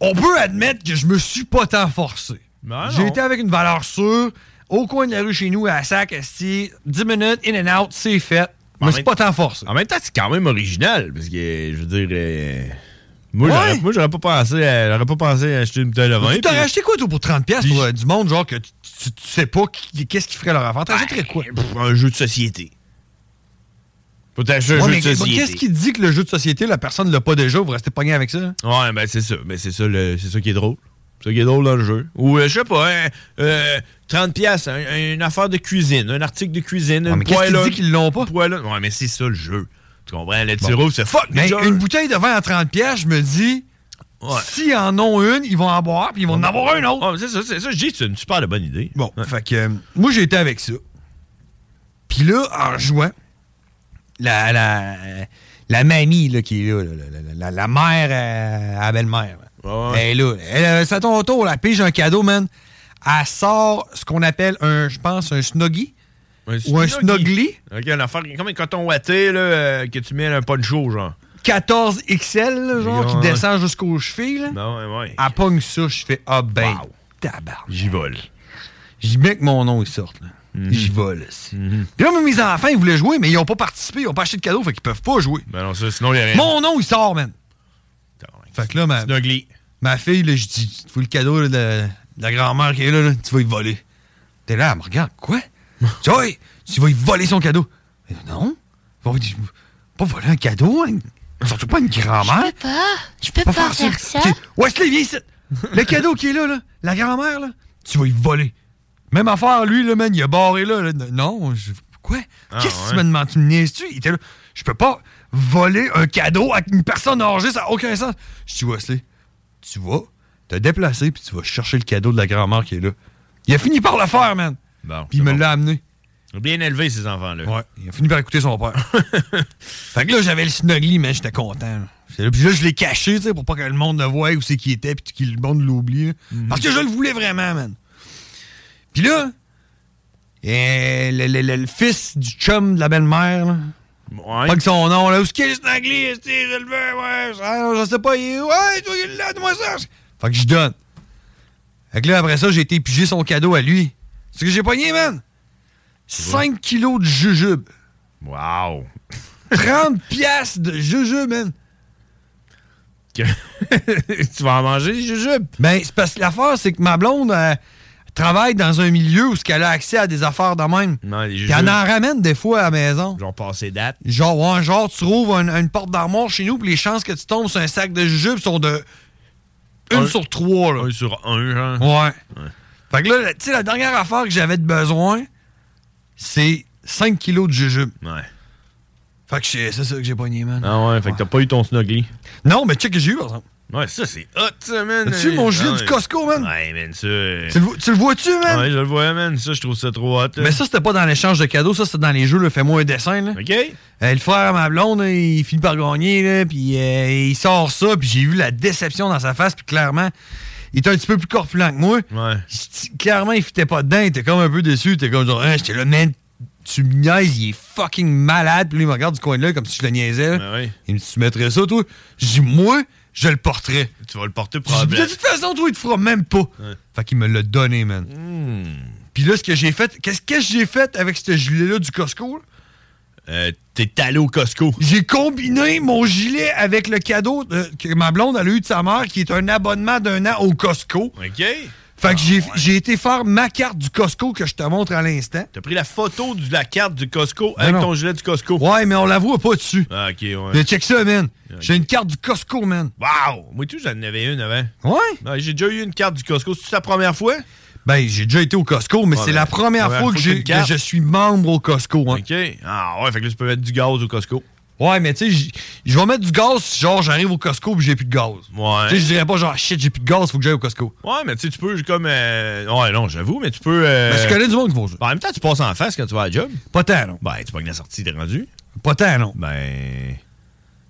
S8: On peut admettre que je me suis pas tant forcé.
S12: Ben
S8: J'ai
S12: non.
S8: été avec une valeur sûre, au coin de la rue chez nous, à sac, esti, 10 minutes, in and out, c'est fait.
S12: En
S8: Mais c'est
S12: même-
S8: pas tant forcé.
S12: En même temps, c'est quand même original, parce que, euh, je veux dire, euh, moi,
S8: Ouais.
S12: j'aurais- moi, j'aurais pas pensé à, j'aurais pas pensé à acheter une bouteille de vin.
S8: Tu t'aurais
S12: puis-
S8: acheté quoi, toi, pour 30$ piastres pour euh, du monde, genre, que tu, tu- tu sais pas qui- qu'est-ce qui ferait leur affaire? T'achèterais quoi?
S12: un jeu de société. Faut t'acheter un
S8: Ouais,
S12: jeu
S8: mais
S12: de société.
S8: Qu'est-ce qui dit que le jeu de société, la personne l'a pas déjà, vous restez pogné avec ça?
S12: Ben, Ouais, ben c'est ça. Mais c'est ça, le- c'est ça qui est drôle. C'est ça qui est drôle dans le jeu. Ou, euh, je sais pas, hein, euh, 30 pièces, une affaire de cuisine, un article de cuisine, une
S8: mais qu'est-ce qu'il
S12: poêle-
S8: dit qu'ils l'ont pas?
S12: Ouais, mais c'est ça le jeu. Tu comprends? Le tiro, c'est fuck,
S8: Mais
S12: déjà.
S8: une bouteille de vin à 30 pièces, je me dis, s'ils en ont une, ils vont en boire, puis ils vont en avoir une autre.
S12: Ah, c'est ça, c'est ça. Je dis, c'est une super de bonne idée.
S8: Bon, fait que euh, moi, j'ai été avec ça. Puis là, en jouant, la, la, la mamie là, qui est là, là, la, la- la- la mère à, à belle-mère, là, elle est là. Elle, euh, c'est à ton tour, la pige un cadeau, man. Elle sort ce qu'on appelle, un, je pense, un snoggy ou un snuggly.
S12: Ok, une affaire comme un coton ouaté, là, euh, que tu mets un poncho, genre.
S8: 14 XL, là, genre, qui
S12: Ouais.
S8: descend jusqu'aux chevilles. Là.
S12: Non, Ben, ouais.
S8: Elle pogne ça, je fais Ah ben, tabarnak. J'y vole. Mm. J'y mets que mon nom il sorte. là. J'y vole. aussi.
S12: Mhm.
S8: Puis là, même mes enfants, ils voulaient jouer, mais ils n'ont pas participé, ils n'ont pas acheté de cadeau, fait qu'ils peuvent pas jouer.
S12: Ben non, ça, sinon, il y a rien.
S8: Mon nom, il sort, man. Fait que là, ma, ma fille, là, je dis Tu veux le cadeau là, de, de la grand-mère qui est là, là, tu vas y voler. T'es là, elle me regarde, quoi Joy, tu vas y voler son cadeau. Mais non. Bon, je- pas voler un cadeau, hein. surtout pas une grand-mère.
S13: Je peux pas. Je peux pas, faire ça.
S8: Ok, Wesley, viens ici. Le cadeau qui est là, là, la grand-mère, là, tu vas y voler. Même affaire, lui, là, man, il a barré là. là. Non, je- quoi?
S12: Ah,
S8: Qu'est-ce que tu
S12: ouais.
S8: me demandes? Tu me niaises-tu? Il était là. Je peux pas voler un cadeau à une personne âgée, ça n'a aucun sens. Je dis, Wesley, tu vas te déplacer puis tu vas chercher le cadeau de la grand-mère qui est là. Il a fini par le faire, man.
S12: Bon.
S8: Puis il me l'a amené.
S12: Bien élevé, ces enfants-là.
S8: Ouais. Il a fini par écouter son père. fait que là, j'avais le snuggly, mais j'étais content. là. J'étais là, Puis là, je l'ai caché, tu sais, pour pas que le monde le voie où c'est qu'il était, puis que le monde l'oublie. là.
S12: Mm-hmm.
S8: Parce que je le voulais vraiment, man. Puis là, euh, le, le- le- le fils du chum de la belle-mère, là. Pas que son nom, là. Où est-ce qu'il est, le snuggly? est-ce que je le veux? Ouais, je- je sais pas, il est où? Ouais, toi, il est là, donne-moi ça. Fait que je donne. Fait que là, après ça, j'ai été piger son cadeau à lui. C'est ce que j'ai pogné, man. 5 kilos de jujube.
S12: Wow.
S8: 30 piastres de jujube, man.
S12: tu vas en manger des jujubes?
S8: Ben, c'est parce que l'affaire, c'est que ma blonde elle travaille dans un milieu où ce qu'elle a accès à des affaires de même.
S12: Non, les
S8: Puis
S12: jujubes.
S8: elle en ramène des fois à la maison.
S12: Genre passé date.
S8: Genre, ouais, genre, tu trouves un- une porte d'armoire chez nous, puis les chances que tu tombes sur un sac de jujubes sont de une
S12: Un-
S8: sur trois, là.
S12: Un sur un, genre.
S8: Ouais. Fait que là, la- tu sais, la dernière affaire que j'avais de besoin, c'est 5 kilos de jujube.
S12: Ouais.
S8: Fait que j'ai- c'est ça que j'ai pogné, man.
S12: Ah ouais, fait que t'as pas eu ton snuggly.
S8: Non, mais check que j'ai eu, par exemple.
S12: Ouais, ça, c'est hot, ça, man.
S8: As-tu
S12: Euh,
S8: mon gilet
S12: ah,
S8: du
S12: ouais.
S8: Costco, man?
S12: Ouais, man, ça. euh,
S8: Tu le, vo- tu le vois-tu, man?
S12: Ouais, je le vois, man. Ça, je trouve ça trop hot. là.
S8: Mais ça, c'était pas dans l'échange de cadeaux, ça, c'était dans les jeux, là. Fais-moi un dessin, là. Euh,
S12: OK.
S8: le frère à ma blonde, là, il finit par gagner, là, puis euh, il sort ça, puis j'ai vu la déception dans sa face, puis clairement, il était un petit peu plus corpulent que moi. Sti- Clairement, il fitait pas dedans, il était comme un peu déçu, il était comme genre, Hein, j'étais là, man, tu me niaises, il est fucking malade, puis lui, il me regarde du coin de là, comme si je le niaisais, là.
S12: Ben
S8: Il me dit, tu mettrais ça, toi? Je dis, moi, je le porterais.
S12: Tu vas le porter
S8: De
S12: probablement.
S8: toute façon, toi, il te fera même pas. Fait qu'il me l'a donné, man.
S12: Hmm.
S8: Puis là, ce que j'ai fait, qu'est-ce que j'ai fait avec ce gilet-là du Costco? là?
S12: Euh, T'es allé au Costco.
S8: J'ai combiné mon gilet avec le cadeau euh, que ma blonde elle a eu de sa mère, qui est un abonnement d'un an au Costco.
S12: OK. Ah,
S8: Fait que j'ai j'ai été faire ma carte du Costco que je te montre à l'instant.
S12: T'as pris la photo de la carte du Costco
S8: Ben
S12: avec
S8: non.
S12: ton gilet du Costco.
S8: Ouais, mais on la voit pas dessus.
S12: Ah, OK, ouais.
S8: Mais check ça, man. J'ai une carte du Costco, man.
S12: Wow! Moi, tout, j'en avais une avant. Ah,
S8: Ouais?
S12: j'ai déjà eu une carte du Costco. C'est-tu ta première fois?
S8: Ben, j'ai déjà été au Costco, mais
S12: Ouais,
S8: c'est
S12: ben,
S8: la première
S12: première
S8: fois
S12: fois
S8: que,
S12: que
S8: j'ai-
S12: t'as une carte.
S8: que je suis membre au Costco. hein.
S12: OK. Ah, ouais, fait que là, tu peux mettre du gaz au Costco.
S8: Ouais, mais tu sais, j- je vais mettre du gaz si genre j'arrive au Costco puis j'ai plus de gaz.
S12: Ouais.
S8: Tu sais, je dirais pas genre shit, j'ai plus de gaz, faut que j'aille au Costco.
S12: Ouais, mais tu sais, tu peux comme. euh, Ouais, non, j'avoue, mais tu peux. euh,
S8: Mais je connais du monde qui font ça.
S12: Ben, en même temps, tu passes en face quand tu vas à la job.
S8: Pas tant, non.
S12: Ben, tu pognes la sortie, t'es rendu.
S8: Pas tant, non.
S12: Ben.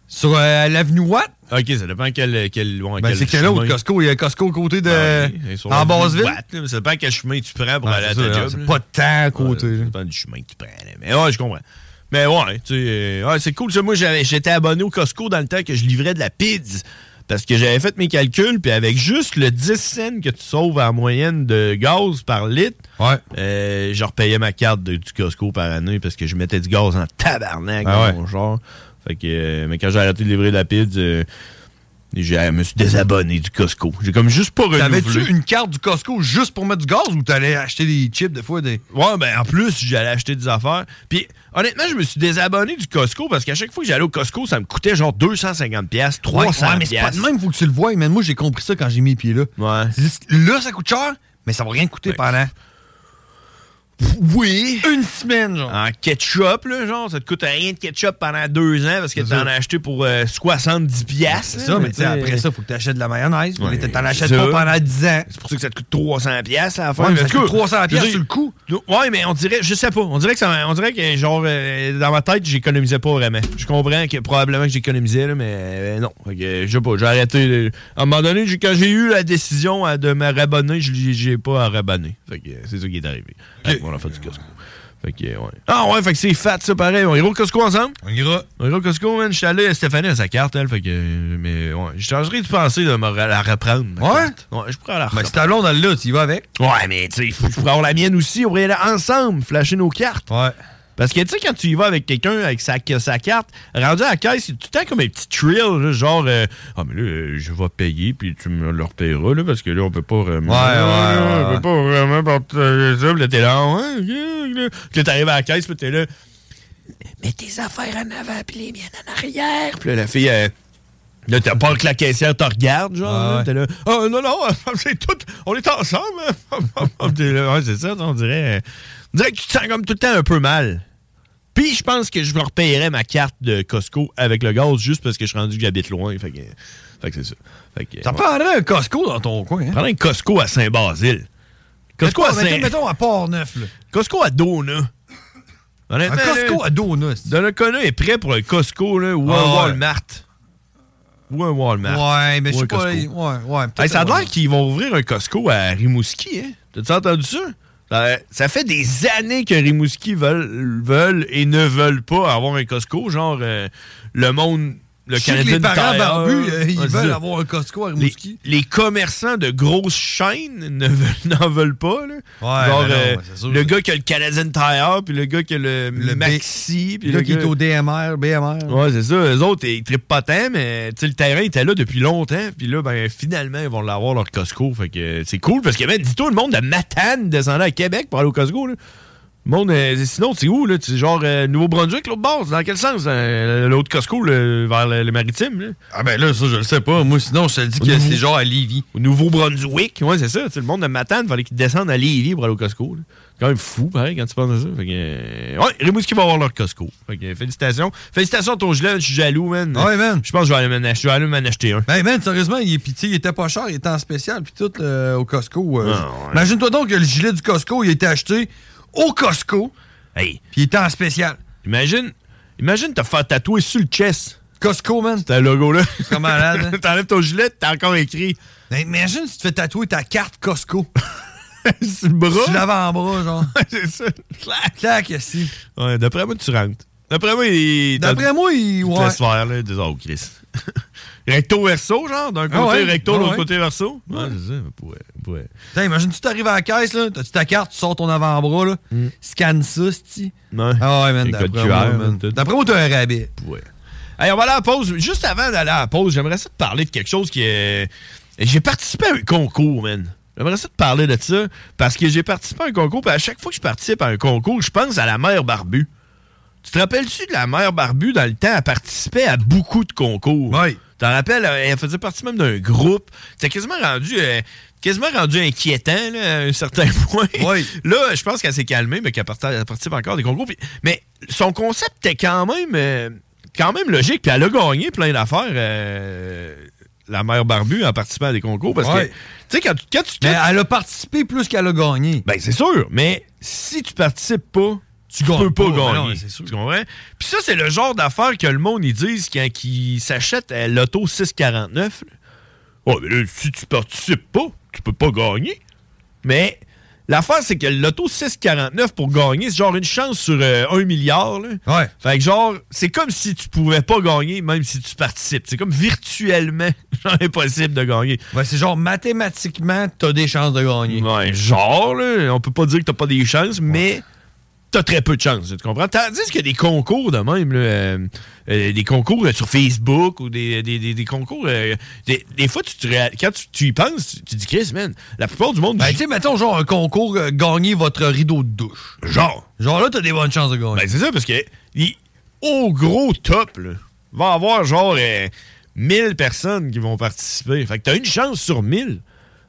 S8: Sur euh, l'avenue Watt,
S12: Ok, ça dépend quel. quel, ouais,
S8: ben,
S12: quel
S8: c'est quel autre
S12: chemin. Ben
S8: Costco Il y a un Costco à côté de.
S12: Et sur
S8: en
S12: l'avenue
S8: Basse-Ville.
S12: Watt, là, mais ça dépend quel chemin tu prends pour
S8: Ouais,
S12: aller à
S8: c'est
S12: ta
S8: ça,
S12: job.
S8: c'est
S12: là.
S8: pas tant à côté,
S12: Ouais, ça dépend du chemin que tu prends. là. Mais ouais, je comprends. Mais ouais, tu sais, euh, ouais, c'est cool. Ça, moi, j'avais- j'étais abonné au Costco dans le temps que je livrais de la pizza. Parce que j'avais fait mes calculs, puis avec juste le 10 cents que tu sauves en moyenne de gaz par litre, euh, je repayais ma carte de- du Costco par année parce que je mettais du gaz en tabarnak
S8: Ah
S12: dans
S8: ouais.
S12: mon genre. Fait que, euh, mais quand j'ai arrêté de livrer de la pizza, euh, Et j'ai- je me suis désabonné du Costco. J'ai comme juste pas renouvelé.
S8: T'avais-tu une carte du Costco juste pour mettre du gaz ou t'allais acheter des chips des fois? Des...
S12: Ouais, ben en plus, j'allais acheter des affaires. Puis honnêtement, je me suis désabonné du Costco parce qu'à chaque fois que j'allais au Costco, ça me coûtait genre 250 pièces, 300
S8: Ouais, mais c'est pas de même, faut que tu le vois. Man, moi, j'ai compris ça quand j'ai mis les pieds là. C'est juste, Là, ça coûte cher, mais ça va rien coûter pendant.
S12: Oui.
S8: Une semaine, genre.
S12: En ketchup, là, genre, ça te coûte rien de ketchup pendant deux ans parce que t'en as acheté pour euh, 70 pièces.
S8: C'est ça, mais tu sais, après ça, faut que tu achètes de la mayonnaise. mais T'en achètes pas pendant 10 ans.
S12: C'est pour ça que ça te coûte 300 pièces à la fin.
S8: Ouais, mais ça
S12: En
S8: te
S12: tout
S8: coûte
S12: cas,
S8: 300
S12: je veux
S8: piastres
S12: dire,
S8: sur le coup.
S12: Ouais, mais on dirait, je sais pas, on dirait que ça, on dirait que genre euh, dans ma tête, j'économisais pas vraiment. Je comprends que probablement que j'économisais là, mais euh, non, Fait que, euh, je sais pas, j'ai arrêté. là. À un moment donné, j'ai- quand j'ai eu la décision euh, de me rabonner, je l'ai- j'ai pas à rabonner. Fait que euh, c'est ça qui est arrivé. Fait que, on a fait du Costco. Fait que, euh, ouais. Ah ouais, fait que c'est fat ça pareil. On ira au Costco ensemble. On ira. On ira au Costco, man. J'étais allé, Stéphanie a sa carte, elle. Fait que. euh, Mais ouais. Je changerais de pensée de me re- la reprendre. Ouais? Ouais, je pourrais la
S8: Ah,
S12: reprendre. Mais
S8: Ben,
S12: c'est à Londres, là, tu y vas avec. Ouais, mais tu sais, faut- je pourrais avoir la mienne aussi. On pourrait aller ensemble, flasher nos cartes. Ouais. Parce que tu sais, quand tu y vas avec quelqu'un avec sa, que sa carte, rendu à la caisse, c'est tout le temps comme un petit thrill, là, genre euh, Ah mais là, euh, je vais payer, puis tu me le repayeras, là, parce que là, on peut pas vraiment.
S8: Ouais, ouais,
S12: on
S8: ouais.
S12: peut pas vraiment partager ça, puis là, t'es là, ouais, ok, là. Puis là, t'arrives à la caisse, puis t'es là. Mets tes affaires en avant, puis les miennes en arrière. Puis là, la fille, euh, là, t'as peur que la caissière te regarde, genre.
S8: Ah
S12: là, T'es là, oh non, non, c'est tout, on est ensemble. hein. T'es là, ouais, c'est ça, on dirait. euh, on dirait que tu te sens comme tout le temps un peu mal. Puis je pense que je me repayerais ma carte de Costco avec le gaz juste parce que je suis rendu que j'habite loin. Fait que, fait que c'est ça. Fait que,
S8: Ça prendrait un Costco dans ton coin. Hein?
S12: Prends un Costco à Saint-Basile. Costco à
S8: Mettons-
S12: Saint...
S8: mettons, mettons à Port-Neuf, là.
S12: Costco à Dona. Honnêtement,
S8: Un Costco
S12: à Dona. Donnacona est prêt pour un Costco là, ou un
S8: Ah ouais.
S12: Walmart. Ou un Walmart.
S8: Ouais, mais je
S12: Ou
S8: sais
S12: un
S8: pas. Ouais,
S12: Ah. Costco.
S8: ouais. peut-être
S12: Hey, ça a
S8: un
S12: l'air qu'ils vont ouvrir un Costco à Rimouski. Hein? T'as-tu entendu ça? ça? ça fait des années que Rimouski veulent, veulent et ne veulent pas avoir un Costco. Genre, euh, le monde, le
S8: Je sais que
S12: Canadien
S8: les parents
S12: Tire,
S8: barbus, euh, ils
S12: ouais, c'est
S8: veulent
S12: ça.
S8: avoir un Costco à
S12: les,
S8: Rimouski.
S12: les commerçants de grosses chaînes ne veulent- n'en veulent pas. là.
S8: Ouais,
S12: Genre,
S8: ben non,
S12: euh,
S8: ouais, c'est sûr,
S12: le
S8: c'est-
S12: gars qui a le Canadian Tire, puis le gars qui a le,
S8: Le B-
S12: Maxi. puis
S8: Le gars qui est au DMR, BMR.
S12: Ouais, c'est ça. Eux autres, ils trippent pas tant, mais tu sais, le terrain était là depuis longtemps. Puis là, ben, finalement, ils vont l'avoir, leur Costco. Fait que euh, c'est cool parce que, ben, dis-toi, le monde de Matane descendait à Québec pour aller au Costco. Là. Le monde, euh, sinon, c'est où, là? C'est genre euh, Nouveau-Brunswick, l'autre base? Dans quel sens? euh, l'autre Costco, là, vers le, le maritime? Là?
S8: Ah ben là, ça, je le sais pas. Moi, sinon, je te le dis que c'est genre à Lévis.
S12: Au Nouveau-Brunswick, ouais, c'est ça. Tu sais, le monde de Matane, il fallait qu'ils descendent à Lévis pour aller au Costco. là. C'est quand même fou, pareil, quand tu penses à ça. Fait que, euh, ouais, Rimouski va avoir leur Costco. Fait que, euh, félicitations. Félicitations à ton gilet, je suis jaloux, man.
S8: Ouais, man.
S12: Je pense que je vais aller m'en acheter- je vais aller m'en acheter un.
S8: Ben, man, sérieusement, il, est- puis, tu sais, il était pas cher, il était en spécial, puis tout euh, au Costco. euh,
S12: Ah, ouais.
S8: Imagine-toi donc que le gilet du Costco, il était acheté au Costco,
S12: Hey.
S8: puis il était en spécial.
S12: Imagine, imagine te faire tatouer sur le chest.
S8: Costco, man.
S12: C'est un logo, là.
S8: C'est malade. hein?
S12: T'enlèves ton gilet, t'as encore écrit.
S8: Ben, imagine si tu te fais tatouer ta carte Costco.
S12: sur le bras.
S8: Sur l'avant-bras, genre.
S12: c'est ça. Clac.
S8: Clac, si.
S12: Ouais, d'après moi, tu rentres. D'après moi, il.
S8: D'après moi, il.
S12: Il te
S8: Ouais.
S12: laisse faire, là. Il dit, oh, Chris. recto verso, genre. D'un
S8: Ah
S12: côté
S8: ouais.
S12: recto,
S8: Ah
S12: l'autre
S8: ouais.
S12: côté verso. Ouais, c'est ça. mais Pour, pour,
S8: Putain, imagine, tu t'arrives à la caisse, là, t'as-tu ta carte, tu sors ton avant-bras, là, scanne ça, c'ti.
S12: Mm. Ouais.
S8: Ah ouais, man,
S12: Les codes
S8: d'après
S12: QR,
S8: moi,
S12: man,
S8: man.
S12: tout.
S8: D'après moi, t'as un rabais.
S12: Ouais. Hey, on va aller à la pause. Juste avant d'aller à la pause, j'aimerais ça te parler de quelque chose qui est. J'ai participé à un concours, man. J'aimerais ça te parler de ça parce que j'ai participé à un concours. Puis à chaque fois que je participe à un concours, je pense à la mère Barbu. Tu te rappelles-tu de la mère Barbu dans le temps? Elle participait à beaucoup de concours. Oui. T'en rappelles? euh, Elle faisait partie même d'un groupe. C'était quasiment rendu. euh, Quasiment rendu inquiétant là, à un certain point. Là, je pense qu'elle s'est calmée, mais qu'elle parta- elle participe encore à des concours. Puis- mais son concept était quand même, euh, quand même logique. Puis elle a gagné plein d'affaires, euh, la mère Barbu, en participant à des concours. Parce
S8: Ouais.
S12: que, tu sais, quand tu. Quand tu mais
S8: elle a participé plus qu'elle a gagné.
S12: Ben, c'est sûr. Mais si tu participes pas, tu, peux pas, Ben
S8: pas, mais non,
S12: gagner. Tu comprends? Puis ça, c'est le genre d'affaires que le monde, ils disent quand ils s'achètent à l'auto 649. là. Ouais, mais là, si tu participes pas, tu peux pas gagner. Mais l'affaire, c'est que l'auto 649 pour gagner, c'est genre une chance sur euh, un milliard. là. Fait que genre, c'est comme si tu pouvais pas gagner même si tu participes. C'est comme virtuellement genre impossible de gagner.
S8: Ouais, c'est genre mathématiquement, t'as des chances de gagner.
S12: Ouais, genre, là, on peut pas dire que t'as pas des chances, mais t'as très peu de chance, tu comprends? Tandis qu'il y a des concours de même, là, euh, euh, des concours euh, sur Facebook ou des, des, des- des concours. euh, des, des fois, tu te réa- quand tu, tu y penses, tu, tu dis, Chris, man, la plupart du monde. Ben, tu sais, mettons, genre, un concours,
S8: euh,
S12: gagner votre rideau de douche. Genre. Genre là, t'as des bonnes chances de gagner. Ben, c'est ça, parce que il- au gros top, là, va avoir genre euh, 1000 personnes qui vont participer. Fait que t'as une chance sur 1000.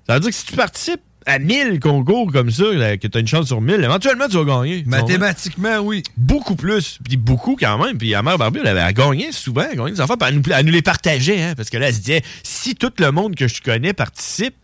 S12: Ça veut dire que si tu participes à 1000 concours comme ça, là, que tu as une chance sur 1000, éventuellement tu vas gagner. Mathématiquement, oui. Beaucoup plus. Puis beaucoup quand même. Puis la mère Barbie, elle, avait- elle gagnait souvent, elle gagnait des enfants. Puis elle nous, elle nous les partageait. hein, parce que là, elle se disait, si tout le monde que je connais participe,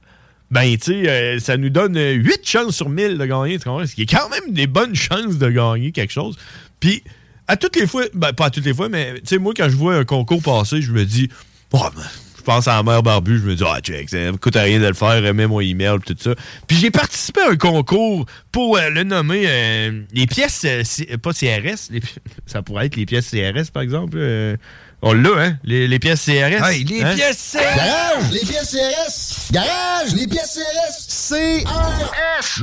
S12: ben, tu sais, euh, ça nous donne 8 chances sur 1000 de gagner. Tu comprends? Ce qui est quand même des bonnes chances de gagner quelque chose. Puis à toutes les fois, ben, pas à toutes les fois, mais tu sais, moi, quand je vois un concours passer, je me dis, oh, ben, je pense à la mère Barbu, je me dis, ah, check, ça me coûte rien de le faire, mets mon email, tout ça. Puis j'ai participé à un concours pour euh, le nommer euh, les pièces, euh, C- euh, pas CRS, les pi- ça pourrait être les pièces CRS, par exemple. euh, on l'a, hein, les, les pièces CRS.
S8: Hey, les
S12: hein?
S8: pièces
S14: Garage, les pièces CRS. Garage, les pièces CRS. C'est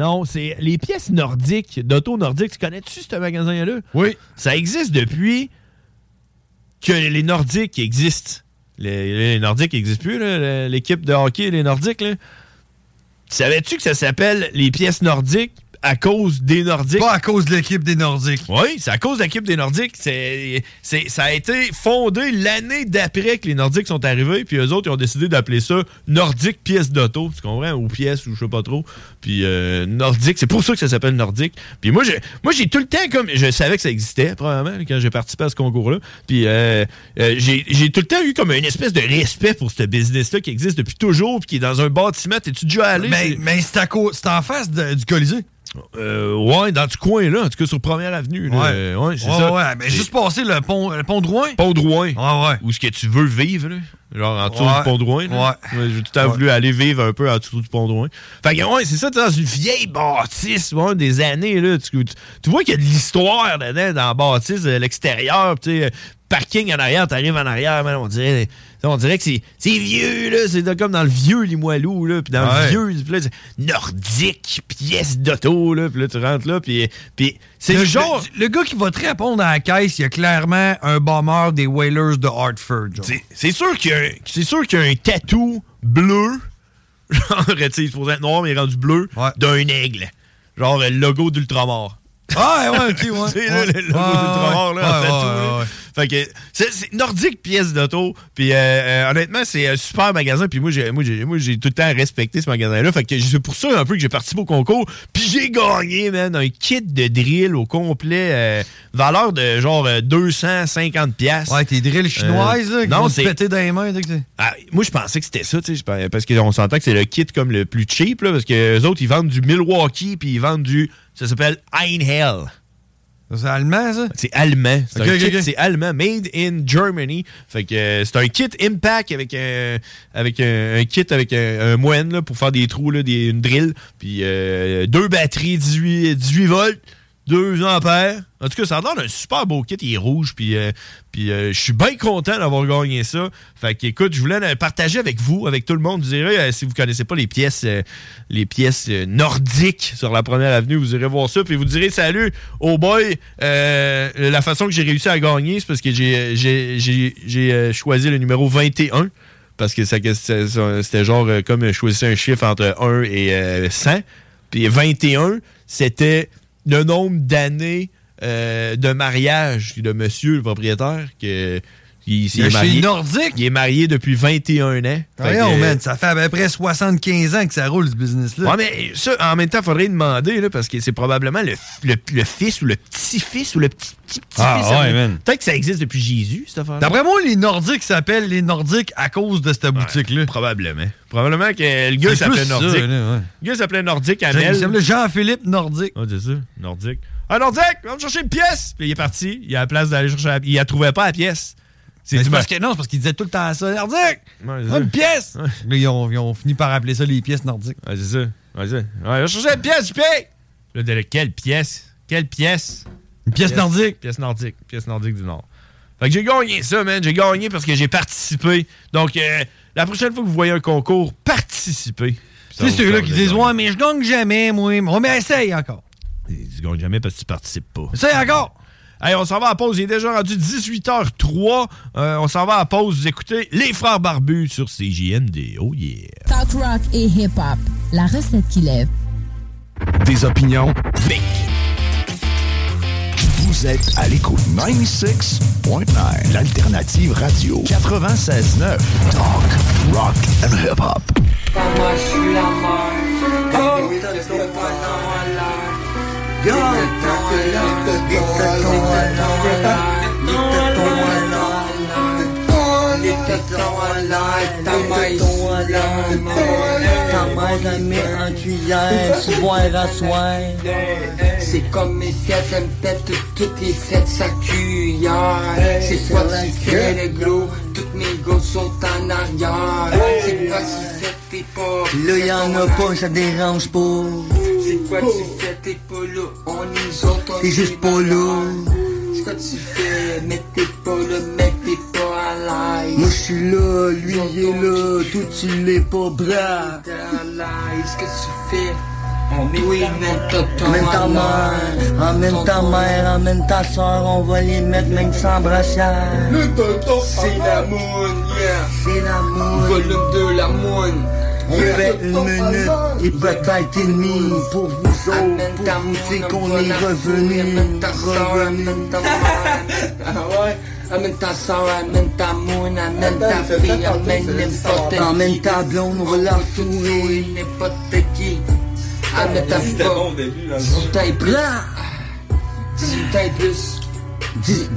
S12: Non, c'est les pièces nordiques, d'auto nordique. Tu connais-tu ce magasin-là? Oui. Ça existe depuis que les Nordiques existent. Les, les Nordiques n'existent plus, là, le- l'équipe de hockey, les Nordiques. Là. Savais-tu que ça s'appelle les pièces nordiques à cause des Nordiques? Pas à cause de l'équipe des Nordiques. Oui, c'est à cause de l'équipe des Nordiques. C'est, c'est- ça a été fondé l'année d'après que les Nordiques sont arrivés, puis eux autres, ils ont décidé d'appeler ça Nordique pièce d'auto, tu comprends? Ou pièce, ou je sais pas trop. Puis euh, Nordique, c'est pour ça que ça s'appelle Nordique. Puis moi, j'ai, moi, j'ai tout le temps comme. Je savais que ça existait, probablement, quand j'ai participé à ce concours-là. Puis euh, euh, j'ai, j'ai tout le temps eu comme une espèce de respect pour ce business-là qui existe depuis toujours, puis qui est dans un bâtiment. T'es-tu déjà allé?
S8: Mais, mais c'est à cause- c'est en face de- du Colisée.
S12: Euh, ouais, dans ce coin-là, en tout cas sur Première Avenue. là.
S8: Ouais.
S12: Euh, ouais, c'est
S8: Ouais,
S12: ça.
S8: ouais, mais juste passer le pont, le pont de Rouen.
S12: Pont de Rouen. Où ce que tu veux vivre, là. Genre en dessous
S8: Ouais.
S12: du pont de Rouen. là. Ouais, J'ai tout le temps voulu aller vivre un peu en dessous du pont de Rouen. Fait que, ouais, c'est ça, t'es dans une vieille bâtisse, ouais, des années, là. Tu, tu- tu vois qu'il y a de l'histoire dedans, dans la bâtisse, euh, l'extérieur, tu sais, euh, parking en arrière, t'arrives en arrière, man, on dirait. On dirait que c'est c'est vieux, là. C'est de- comme dans le vieux Limoilou, là. Puis dans le
S8: Ouais.
S12: vieux, puis là, c'est nordique, pièce d'auto, là. Puis là, tu rentres là, puis, puis c'est le genre.
S8: Le, le gars qui va te répondre à la caisse, il y a clairement un bomber des Whalers de Hartford. genre.
S12: C'est sûr qu'il y a un- c'est sûr qu'il y a un tatou bleu, genre, tu sais, il se posait être noir, mais il est rendu bleu, d'un aigle. Genre le logo d'Ultramar.
S8: Ah, ouais, ok, ouais.
S12: C'est là, le
S8: Ouais,
S12: logo
S8: ouais,
S12: d'Ultramar, là, en
S8: ouais,
S12: tatou,
S8: ouais,
S12: là. Fait que c'est, c'est nordique pièce d'auto. Puis euh, euh, honnêtement, c'est un super magasin. Puis moi j'ai, moi, j'ai, moi, j'ai tout le temps respecté ce magasin-là. Fait que c'est pour ça un peu que j'ai participé au concours. Puis j'ai gagné, man, un kit de drill au complet. euh, valeur de genre euh, 250$. piastres. Euh,
S8: Ouais, tes drills chinoises, là, qui
S12: non,
S8: vont te
S12: c'est-
S8: péter dans les mains. tu sais.
S12: ah, moi, je pensais que c'était ça, tu sais, je pensais- parce qu'on s'entend que c'est le kit comme le plus cheap, là, parce que les autres, ils vendent du Milwaukee, puis ils vendent du. Ça s'appelle Einhell.
S8: C'est allemand, ça?
S12: C'est allemand. C'est
S8: Ok,
S12: un
S8: ok,
S12: kit,
S8: ok.
S12: c'est allemand. Made in Germany. Fait que euh, c'est un kit impact avec un, avec euh, un, un kit avec un, un moine là, pour faire des trous, là, des, une drill. Puis euh, deux batteries, 18, 18 volts, 2 ampères. En tout cas, ça a l'air d'un super beau kit. Il est rouge. Puis, euh, puis euh, je suis bien content d'avoir gagné ça. Fait que, écoute, je voulais le partager avec vous, avec tout le monde. Vous irez, euh, si vous connaissez pas les pièces, euh, les pièces euh, nordiques sur la première avenue, vous irez voir ça. Puis vous direz salut au boy. Euh, la façon que j'ai réussi à gagner, c'est parce que j'ai, euh, j'ai, j'ai- j'ai, euh, choisi le numéro 21. Parce que ça- ça- ça- c'était genre euh, comme choisir un chiffre entre 1 et euh, 100. Puis 21, c'était le nombre d'années euh, de mariage de monsieur le propriétaire que il, s'est
S8: Le chez
S12: marié.
S8: Nordique?
S12: Il est marié depuis 21 ans. Fait que,
S8: Voyons, man, ça fait à peu près 75 ans que ça roule, ce business-là.
S12: Ouais, mais ça, en même temps, faudrait demander, là, parce que c'est probablement le, le- le fils ou le petit-fils ou le petit-petit-petit-fils.
S8: Ah, ouais, man.
S12: Peut-être que ça existe depuis Jésus, cette affaire
S8: D'après moi, les Nordiques s'appellent les Nordiques à cause de cette boutique-là.
S12: Probablement. Probablement que le gars
S8: C'est
S12: s'appelait
S8: plus ça,
S12: Nordique.
S8: là, ouais.
S12: Le gars s'appelait Nordique à
S8: Il s'appelait
S12: Mel.
S8: Jean-Philippe Nordique.
S12: Ah, c'est ça, Nordique. Ah, Nordique, va me chercher une pièce! Puis il est parti. Il a la place d'aller chercher la... Il la trouvait pas, la pièce.
S8: Mais
S12: du-
S8: C'est parce que non, c'est parce qu'ils disaient tout le temps ça. Nordique! Ah,
S12: ça.
S8: une pièce! Là, ils, ont, ils ont fini par appeler ça les pièces nordiques.
S12: Ouais, c'est ça. Ouais, c'est ça. Ouais, va chercher une pièce, je paye! Là, de- quelle pièce? Quelle pièce?
S8: Une pièce nordique.
S12: Pièce nordique. Pièce nordique du Nord. Fait que j'ai gagné ça, man. J'ai gagné parce que j'ai participé. Donc, euh, la prochaine fois que vous voyez un concours, participez. Puis ça
S8: C'est
S12: va
S8: ceux-là
S12: vous
S8: qui
S12: faire
S8: disent Ouais, mais je gagne jamais, moi. Ouais, mais essaye encore.
S12: des- tu gagnes jamais parce que tu participes pas.
S8: C'est encore!
S12: Hey, on s'en va à pause. Il est déjà rendu 18h03. Euh, on s'en va à pause. Vous écoutez Les Frères Barbus sur CJMD. Oh yeah!
S15: Talk rock et hip-hop, la recette qui lève.
S3: Des opinions. Vous êtes à l'écoute 96.9. L'alternative radio. 96.9. Talk, rock and hip-hop.
S2: T'as mis un tuyau, soir à soir. C'est comme mes fêtes, elles me pètent toutes les fêtes, sa cuillère. C'est soit tu fais le gros, toutes mes gosses sont en arrière. C'est quoi tu fais tes pas?
S16: Là, y'en a pas, ça dérange pas.
S2: C'est quoi tu fais tes pas là? On nous autres, on
S16: T'es juste pas là.
S2: C'est quoi tu fais? Mets tes pas là, mets tes pas à l'aise.
S16: Moi, je suis là, lui, il est là. Toi, tu l'es pas, bras.
S2: Qu'est-ce que tu fais? On met oui,
S16: Emmène ta mère, emmène ta mère, emmène ta soeur, on va les mettre même sans brassière.
S2: Le tonton, c'est la moune, yeah.
S16: C'est la moune.
S2: Volume de la moune.
S16: On fait une minute et peut-être une demie pour vous autres, pour vous dire qu'on est revenu,
S2: Amène ta soeur,
S16: revenu.
S2: amène ta mère. Ah ouais? Amène ta soeur, amène ta moune, amène ta fille, amène n'importe qui.
S16: Emmène ta blonde, on va la retrouver.
S2: n'importe qui.
S16: Ah,
S2: Amène ta forme. Si t'es blanc, si t'es plus,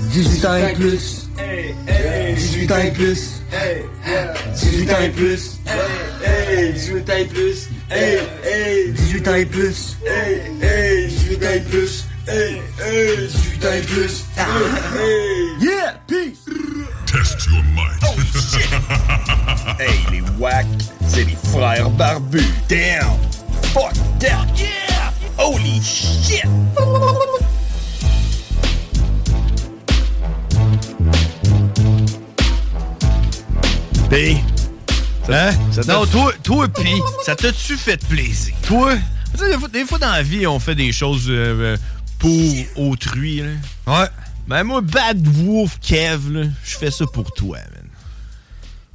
S16: 18 ans et plus. 18 ans et plus. 18 ans et plus.
S2: 18 ans et plus.
S16: 18 ans et plus.
S2: 18 ans et plus. 18 ans et plus.
S16: Ah. Yeah, peace. Oh,
S17: Test your might.
S3: Hey, les wack, c'est les frères barbus. Damn! Fuck that! Yeah! Holy shit!
S12: P. Hein?
S8: Non,
S12: toi, toi, P, ça t'a-tu fait plaisir? Toi? Tu sais, des, fois, des fois dans la vie, on fait des choses euh, euh, pour autrui. Ouais. Mais moi, Bad Wolf Kev, là, je fais ça pour toi, man.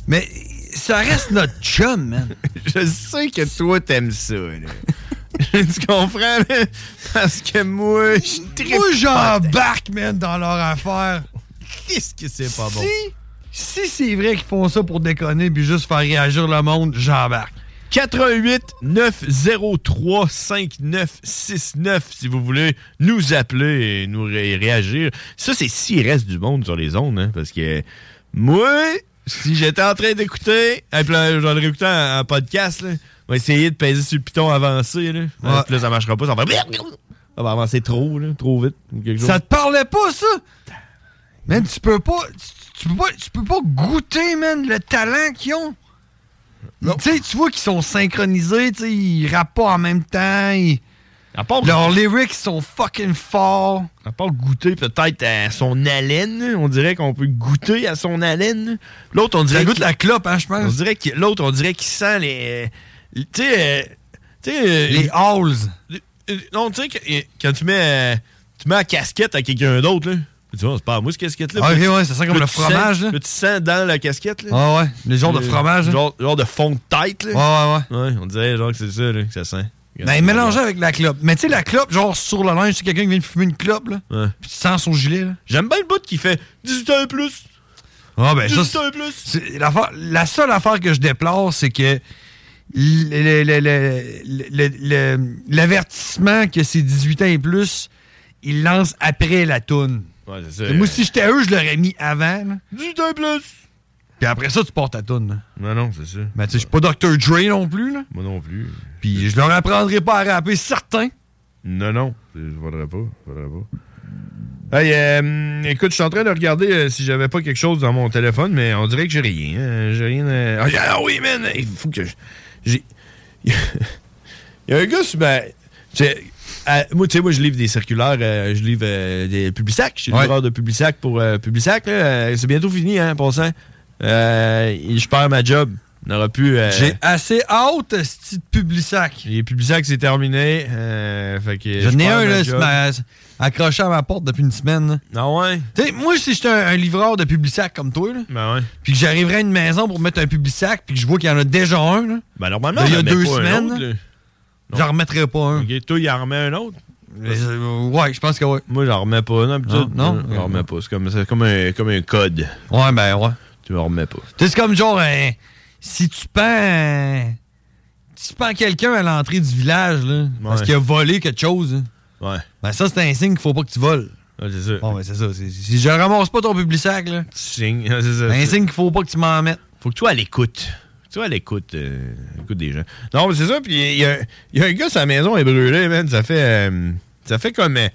S12: Mais ça reste notre chum, man. je sais que toi, t'aimes ça, là. tu comprends, là? Parce que moi, je tripe
S8: Moi,
S12: pas
S8: j'embarque, man, dans leur affaire.
S12: Qu'est-ce que c'est pas bon?
S8: Si, si c'est vrai qu'ils font ça pour déconner puis juste faire réagir le monde, j'embarque.
S12: 88 903 5969 si vous voulez nous appeler et nous ré- réagir. Ça, c'est s'il reste du monde sur les zones, hein, parce que moi, si j'étais en train d'écouter, et puis là, j'en ai réécouté en, en podcast, là, on va essayer de peser sur le piton avancé, là,
S8: Ouais.
S12: Puis là ça marchera pas, ça va, ça va avancer trop, là, trop vite. ou quelque chose.
S8: Ça te parlait pas, ça? Man, tu peux pas. Tu, tu peux pas, tu peux pas goûter, man, le talent qu'ils ont. Tu sais, tu vois qu'ils sont synchronisés, tu sais, ils rappent pas en même temps. ils- Leurs lyrics sont fucking forts.
S12: À part goûter peut-être à son haleine, on dirait qu'on peut goûter à son haleine. L'autre, on dirait.
S8: goûte
S12: qu'il-
S8: la clope, hein, je pense.
S12: On dirait que l'autre, on dirait qu'il sent les. les- Tu sais. euh, tu sais, euh,
S8: Les halls.
S12: euh, euh, Non, tu sais, que- euh, quand tu mets, euh, tu mets la casquette à quelqu'un d'autre, là. Tu vois, c'est pas à moi, cette casquette-là.
S8: Ah,
S12: Puis
S8: ok,
S12: tu-
S8: ouais, ça sent comme
S12: puis
S8: le
S12: tu
S8: fromage,
S12: sens-
S8: là.
S12: puis Tu sens dans la casquette, là.
S8: Ah ouais, le genre de fromage, hein. là.
S12: Genre, genre de fond de tête,
S8: là.
S12: Ouais, ouais, ouais. on dirait, genre, que c'est ça, là, que ça sent.
S8: Ben, mélangé avec la clope. Mais tu sais, la clope, genre sur le linge, c'est quelqu'un qui vient de fumer une clope, là.
S12: Ouais.
S8: Puis tu sens son gilet, là.
S12: J'aime bien le bout qui fait 18 ans et plus.
S8: Ah ben, ça,
S12: 18 ans et plus.
S8: c'est- l'affaire- la seule affaire que je déplore, c'est que le- le- le- le- le- le- l'avertissement que c'est 18 ans et plus, ils lancent après la toune.
S12: Ouais, c'est ça.
S8: Moi, si j'étais eux, je l'aurais mis avant. là.
S12: 18 ans et plus.
S8: Puis après ça, tu portes ta toune. là.
S12: Non, non, c'est ça.
S8: Ben, tu sais, je suis pas Dr. Dre non plus. Là.
S12: Moi non plus.
S8: Puis je leur apprendrai pas à rapper, certain.
S12: Non, non. Je voudrais pas. Je voudrais pas. Hey, euh, écoute, je suis en train de regarder euh, si j'avais pas quelque chose dans mon téléphone, mais on dirait que j'ai rien. hein. J'ai rien. euh, Ah, j'ai- ah oui, man! Il faut que je. J'ai. Il y a un gars sur ma. j'ai- à- moi, tu sais, moi, je livre des circulaires, euh, je livre euh, des Publisac. Je suis livreur de Publisac pour euh, Publisac. là. Euh, c'est bientôt fini, hein, en passant. Euh, je perds ma job. On aura pu. euh,
S8: J'ai assez hâte, ce petit Publisac.
S12: Les Publisac, c'est terminé. Euh, fait que
S8: J'en ai
S12: perds
S8: un,
S12: ma
S8: là,
S12: job.
S8: c'est ma- accroché à ma porte depuis une semaine.
S12: Ah ouais?
S8: moi, si j'étais un, un livreur de Publisac comme toi, là,
S12: Ben ouais.
S8: puis que j'arriverais à une maison pour mettre un Publisac, puis que je vois qu'il y en a déjà un, là,
S12: Ben normalement,
S8: il y
S12: on
S8: a
S12: en met
S8: deux
S12: pas un
S8: semaines,
S12: autre, là.
S8: j'en remettrais pas un. Euh,
S12: Ok, toi, il en remet un autre?
S8: ouais, je pense que ouais.
S12: Moi, j'en remets pas, non?
S8: Non, non?
S12: J'en remets pas. C'est comme, c'est comme, un, comme un code.
S8: Ouais, ben ouais.
S12: Tu m'en remets pas.
S8: Tu sais, C'est comme genre, euh, si tu pends, euh, si tu pends quelqu'un à l'entrée du village, là, parce qu'il a volé quelque chose,
S12: là,
S8: ben ça, c'est un signe qu'il faut pas que tu voles.
S12: c'est ça.
S8: Bon, ben c'est ça. C'est- Si je ramasse pas ton public sac, là,
S12: Signe, c'est ça.
S8: c'est un
S12: c'est-
S8: signe qu'il faut pas que tu m'en mettes.
S12: Faut que tu sois à l'écoute. Tu vois, à l'écoute euh, écoute des gens. Non, mais c'est ça. Puis il y a, il y a un gars, sa maison est brûlée, man. Ça fait, euh, ça fait comme. euh,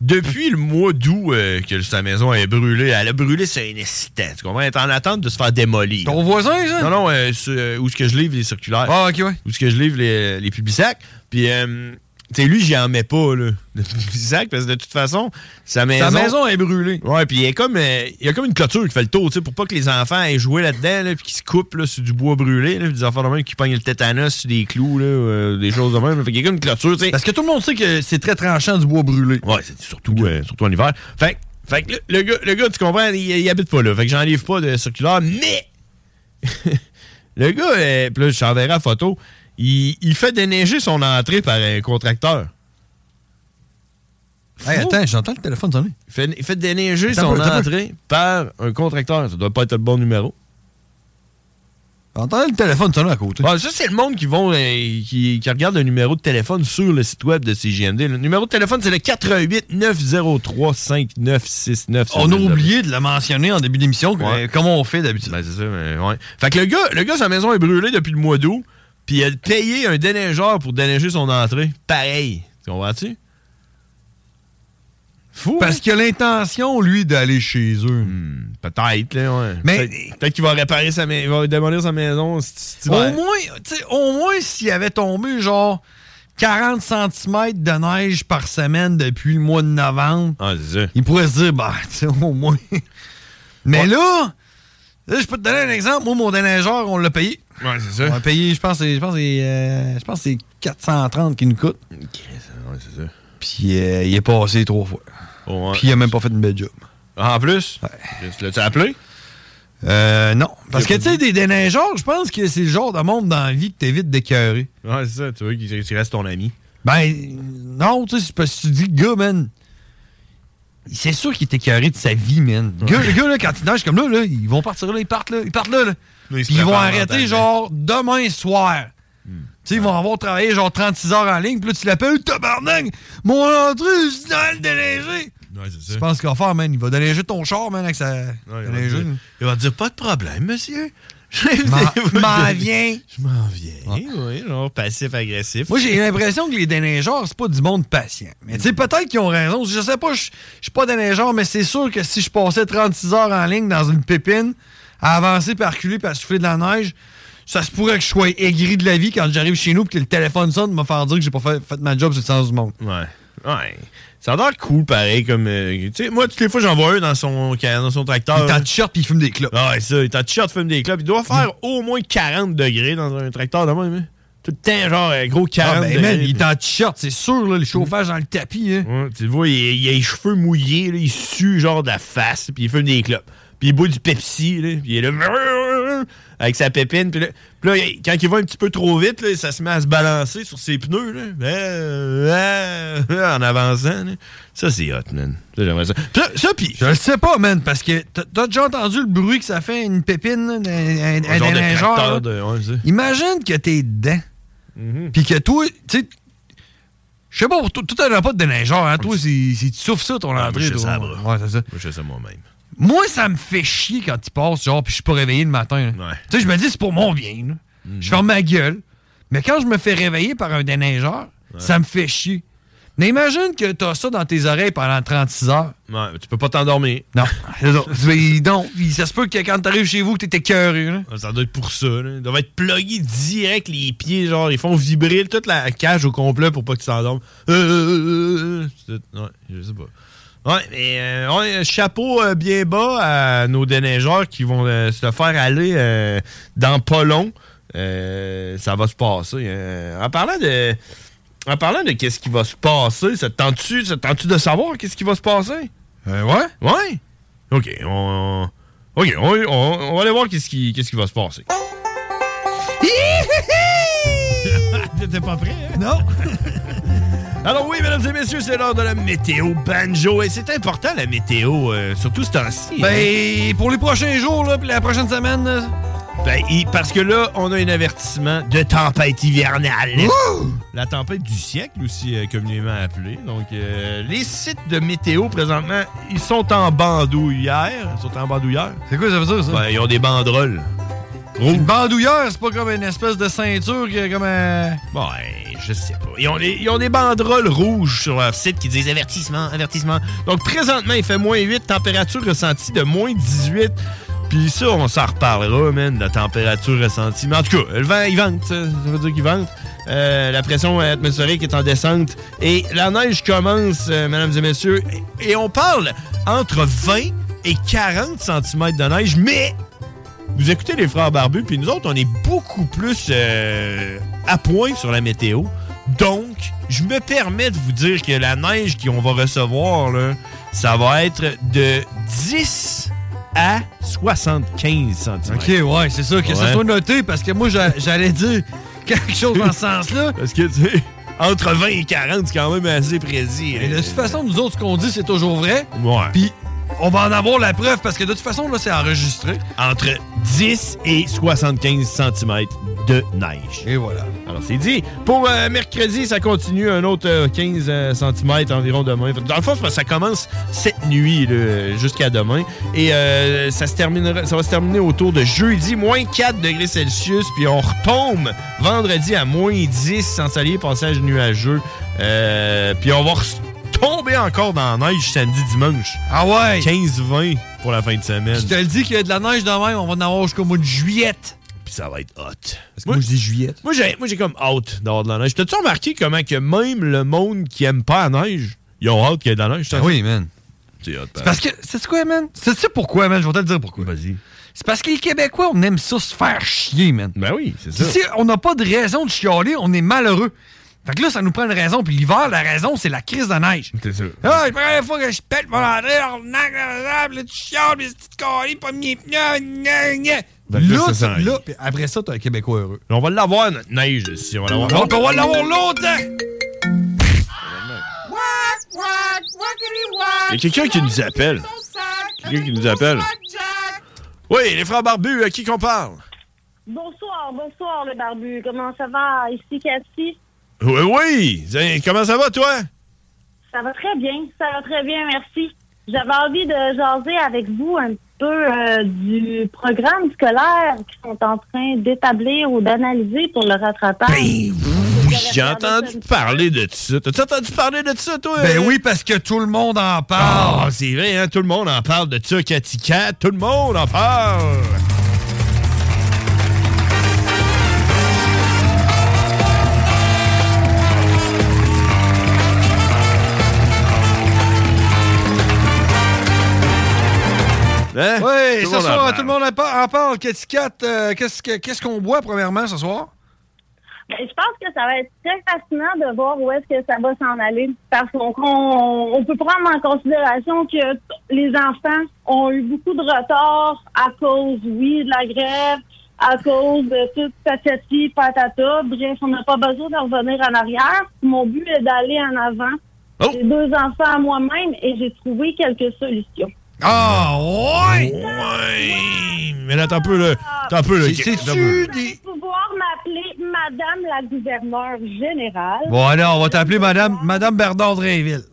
S12: depuis le mois d'août euh, que sa maison est brûlée, elle a brûlé, c'est inécitant. Tu comprends? Elle est en attente de se faire démolir.
S8: Ton voisin, ça?
S12: Non, non, euh, sur- euh, où est-ce que je livre les circulaires.
S8: Ah, ok, ouais.
S12: Où est-ce que je livre les, les publisacs. Puis, euh, tu sais, lui, j'y en mets pas, là, de publisacs, parce que de toute façon, sa maison.
S8: Sa maison est brûlée.
S12: Ouais, puis il y a comme euh, il y a comme une clôture qui fait le tour, tu sais, pour pas que les enfants aient joué là-dedans, là, puis qu'ils se coupent là, sur du bois brûlé, là, puis des enfants de même qui pognent le tétanos sur des clous, là, euh, des choses de même. Fait qu'il y a comme une clôture, tu sais.
S8: Parce que tout le monde sait que c'est très tranchant du bois brûlé.
S12: Ouais, c'est surtout, euh, surtout en hiver. Fait, fait que le, le gars, le gars, tu comprends, il, il habite pas là. Fait que j'en livre pas de circulaire, mais le gars, euh, puis là, je t'enverrai la photo, il, il fait déneiger son entrée par un contracteur.
S8: Hey, attends, j'entends le téléphone sonner.
S12: Il fait, il fait déneiger son
S8: Attends un peu, attends un peu.
S12: entrée par un contracteur. Ça doit pas être le bon numéro.
S8: J'entends le téléphone sonner à côté.
S12: Bon, ça, c'est le monde qui vont euh, qui, qui regarde le numéro de téléphone sur le site web de CGMD. Le numéro de téléphone, c'est le 88 903 5969.
S8: On a oublié de le mentionner en début d'émission, que- euh, comme on fait d'habitude.
S12: Ben, c'est ça, mais ouais. Fait que le gars, le gars, sa maison est brûlée depuis le mois d'août, puis il a payé un déneigeur pour déneiger son entrée. Pareil. Tu comprends-tu? Fou. hein? Hmm,
S8: Parce qu'il a l'intention, lui, d'aller chez eux.
S12: Peut-être, là, ouais.
S8: Mais-
S12: Peut-être peut-être qu'il va réparer sa maison, il va démolir sa maison cet- cet hiver.
S8: Au moins, tu sais, au moins s'il avait tombé genre 40 cm de neige par semaine depuis le mois de novembre,
S12: Ah, c'est ça.
S8: il pourrait se dire, bah, tu sais, au moins. Mais là, là, je peux te donner un exemple. Moi, mon déneigeur, on l'a payé.
S12: Ouais, c'est ça.
S8: On a payé, je pense, c'est- je pense, que c'est, euh, je pense, que c'est 430 qui nous coûte.
S12: Ouais, c'est ça.
S8: Puis euh, il est passé trois fois.
S12: Ouais. Ah,
S8: Puis il a même pas fait une belle job.
S12: En plus? Tu L'as-tu appelé?
S8: Euh, non. Parce que, tu sais, des déneigeurs, je pense que c'est le genre de monde dans la vie que t'évites d'écœurer.
S12: Ouais, c'est ça. Tu veux qu'il qu'il reste ton ami.
S8: Ben, non, tu sais, c'est parce que tu dis, le gars, man, c'est sûr qu'il est écœuré de sa vie, man. Le gars, le gars, là, quand il nage comme là, là, ils vont partir là, ils partent là, ils partent là, là.
S12: Là, ils se
S8: Puis ils vont
S12: préparent
S8: arrêter,
S12: mentalement.
S8: genre, demain soir.
S12: Hmm.
S8: Tu sais, ils vont avoir travaillé, genre, 36 heures en ligne, puis là, tu l'appelles, tabarnak, mon entrée, c'est dans le déneigé.
S12: Ouais, c'est ça.
S8: Je pense qu'il va faire, man, il va déneiger ton char, man, avec sa
S12: il, va
S8: déneigeuse.
S12: dire, il va dire, pas de problème, monsieur. Je
S8: M'en- m'en viens.
S12: Je m'en viens. Oui, genre passif-agressif.
S8: Moi, j'ai l'impression que les déneigeurs, c'est pas du monde patient. Mais tu sais, peut-être qu'ils ont raison. Je sais pas, je je suis pas déneigeur, mais c'est sûr que si je passais 36 heures en ligne dans une pépine, à avancer, puis à reculer, puis à souffler de la neige, ça se pourrait que je sois aigri de la vie quand j'arrive chez nous, puis que le téléphone sonne, me faire dire que j'ai pas fait, fait ma job sur le sens du monde.
S12: Ouais. Ouais. Ça a l'air cool, pareil, comme. euh, tu sais, moi, toutes les fois, j'en vois un dans son, ca- dans son tracteur. Ah,
S8: Il est en t-shirt puis il fume des clopes.
S12: Ouais, ça. Il est en t-shirt, fume des clopes. Il doit faire au moins 40 degrés dans un tracteur de même. hein. Tout le temps, genre, un gros 40
S8: Ah, ben,
S12: degrés.
S8: man, il est en t-shirt, c'est sûr, là, le chauffage dans le tapis. Hein.
S12: Ouais, tu le vois, il, il a les cheveux mouillés, là, il sue genre de la face, puis il fume des clopes. Puis il boit du Pepsi, là, puis il est là, avec sa pépine. Puis là, puis là, il- quand il va un petit peu trop vite, là, ça se met à se balancer sur ses pneus, là, Ben, euh, euh, en avançant. là. Ça, c'est hot, man. Ça, j'aimerais ça. Puis là, ça, puis...
S8: Je le sais pas, man, parce que t'as- t'as déjà entendu le bruit que ça fait une pépine, là, un, un- un
S12: Un genre de
S8: déneigeur,
S12: tracteur
S8: là?
S12: de- ouais, c'est ça.
S8: Imagine que t'es dedans.
S12: Mhm.
S8: Puis que toi, tu sais, je sais pas, pour toi, toi, t'en as pas de déneigeur, hein. Toi, si, si tu souffles ça, ton
S12: Ah, moi,
S8: entrée,
S12: je fais
S8: toi.
S12: ça à bras.
S8: Ouais, c'est ça.
S12: Moi, je fais ça moi-même.
S8: Moi, ça me fait chier quand il passe, genre, puis je suis pas réveillé le matin. là. Tu sais, je me dis, c'est pour mon bien, là.
S12: Mhm.
S8: Je ferme ma gueule. Mais quand je me fais réveiller par un déneigeur, ça me fait chier. Mais imagine que t'as ça dans tes oreilles pendant 36 heures.
S12: Ouais, tu peux pas t'endormir.
S8: Non, c'est ça. Mais donc, puis ça se peut que quand t'arrives chez vous, que t'étais curieux, là.
S12: Ça doit être pour ça. Là. Ils doivent être plugués direct, les pieds, genre, ils font vibrer toute la cage au complet pour pas que tu t'endormes. Euh, euh, euh, euh, euh. Ouais, je sais pas. Ouais, mais euh, ouais, chapeau euh, bien bas à nos déneigeurs qui vont euh, se faire aller euh, dans pas long. Euh, ça va se passer. hein. En parlant de. En parlant de qu'est-ce qui va se passer, ça te tente-tu ça te tente-tu de savoir qu'est-ce qui va se passer? ouais? Ouais? Ok, on. Ok, on, on- on va aller voir qu'est-ce qui, qu'est-ce qui va se passer. T'étais pas prêt, Non. Alors oui, mesdames et messieurs, c'est l'heure de la météo banjo. Et c'est important, la météo, euh, surtout ce temps-ci.
S8: Ben,
S12: pour les prochains jours, là, la prochaine semaine... Ben, il- parce que là, on a un avertissement de tempête hivernale. La tempête du siècle, aussi euh, communément appelée. Donc, euh, les sites de météo, présentement, ils sont en bandoulière. Ils sont en bandoulière. C'est quoi ça veut dire, ça? Ben, ils ont des banderoles. Oh.
S8: Une bandoulière, c'est pas comme une espèce de ceinture qui est comme un.
S12: Ouais, je sais pas. Ils ont, des, ils ont des banderoles rouges sur leur site qui disent avertissement, avertissement. Donc présentement, il fait moins 8, température ressentie de moins 18. Puis ça, on s'en reparlera, man, de la température ressentie. Mais en tout cas, le vent, il vente, ça, ça veut dire qu'il vente. Euh, la pression atmosphérique est en descente. Et la neige commence, euh, mesdames et messieurs. Et, et on parle entre 20 et 40 cm de neige, mais vous écoutez les frères barbus, puis nous autres, on est beaucoup plus euh, à point sur la météo. Donc, je me permets de vous dire que la neige qu'on va recevoir, là, ça va être de 10 à 75 cm.
S8: Ok, ouais, c'est ça, que ça soit noté, parce que moi, j'a- j'allais dire quelque chose dans ce sens-là.
S12: Parce que, tu sais, entre 20 et 40, c'est quand même assez précis. hein.
S8: Mais de toute façon, nous autres, ce qu'on dit, c'est toujours vrai.
S12: Ouais.
S8: Puis, on va en avoir la preuve, parce que de toute façon, là, c'est enregistré.
S12: entre 10 et 75 cm de neige. Et voilà. Alors, c'est dit. Pour euh, mercredi, ça continue un autre euh, 15 cm environ demain. Fait que Dans le fond, c'est parce que ça commence cette nuit là, jusqu'à demain. Et euh, ça, se terminera, ça va se terminer autour de jeudi, moins 4 degrés Celsius. Puis on retombe vendredi à moins 10 sans s'allier passage nuageux. Euh, puis on va tomber encore dans la neige samedi, dimanche. Ah ouais? 15-20 pour la fin de semaine.
S8: Je te le dis qu'il y a de la neige de même, on va en avoir jusqu'au mois de juillet.
S12: Puis ça va être hot.
S8: Parce que moi, je dis juillet.
S12: Moi, j'ai, moi, j'ai comme hâte d'avoir de la neige. T'as-tu remarqué comment que même le monde qui aime pas la neige, ils ont hâte qu'il y ait de la neige? oui, man. C'est hot,
S8: Ah C'est parce que, c'est quoi, man? C'est ça pourquoi, man? Je vais te le dire pourquoi.
S12: Vas-y.
S8: C'est parce que les Québécois, on aime ça se faire chier, man.
S12: Ben oui, c'est
S8: ça. Si on n'a pas de raison de chialer, on est malheureux. Fait que là, ça nous prend une raison. Puis l'hiver, la raison, c'est la crise de neige.
S12: C'est sûr.
S8: Ah, la première fois que je pète mon entrée, là, tu chiales, mes petites carrées, pas mes pneus,
S12: Fait que là,
S8: Là,
S12: ça sent
S8: tu-
S12: rien.
S8: là, puis après ça, t'as un Québécois heureux.
S12: On va l'avoir, notre neige, si on va l'avoir.
S8: Donc, on va l'avoir longtemps!
S12: Il y a quelqu'un qui nous appelle. Quelqu'un qui nous appelle. Oui, les frères barbus, à qui qu'on parle?
S18: Bonsoir, bonsoir le barbu. Comment ça va? Ici Cathy.
S12: Oui, oui. Zin, Comment ça va, toi?
S18: Ça va très bien, ça va très bien, merci. J'avais envie de jaser avec vous un peu euh, du programme scolaire qu'ils sont en train d'établir ou d'analyser pour le rattrapage.
S12: Oui, j'ai entendu parler de ça. T'as-tu entendu parler de ça, toi?
S8: Ben oui, parce que tout le monde en
S12: parle. Ah, c'est vrai, hein? Tout le monde en parle de ça, Cathy Cat. Tout le monde en parle.
S8: Oui,
S12: Hein? Tout le
S8: ce
S12: monde en
S8: soir,
S12: parle.
S8: tout le monde en par- en parle. Cathy Cat, euh, qu'est-ce que- qu'est-ce qu'on boit premièrement ce soir?
S18: Ben, je pense que ça va être très fascinant de voir où est-ce que ça va s'en aller. Parce qu'on qu'on- on peut prendre en considération que t- les enfants ont eu beaucoup de retard à cause, oui, de la grève, à cause de toute patati patata. Bref, on n'a pas besoin de revenir en arrière. Mon but est d'aller en avant.
S12: Oh!
S18: J'ai deux enfants à moi-même et j'ai trouvé quelques solutions.
S12: Ah, ouais! Mais là, attends un peu, là. Attends un peu, là.
S8: C'est-
S12: Attends un peu.
S18: Vous allez pouvoir m'appeler Madame la gouverneure générale.
S8: Bon, alors, on va t'appeler Madame, Madame Bernard Drainville.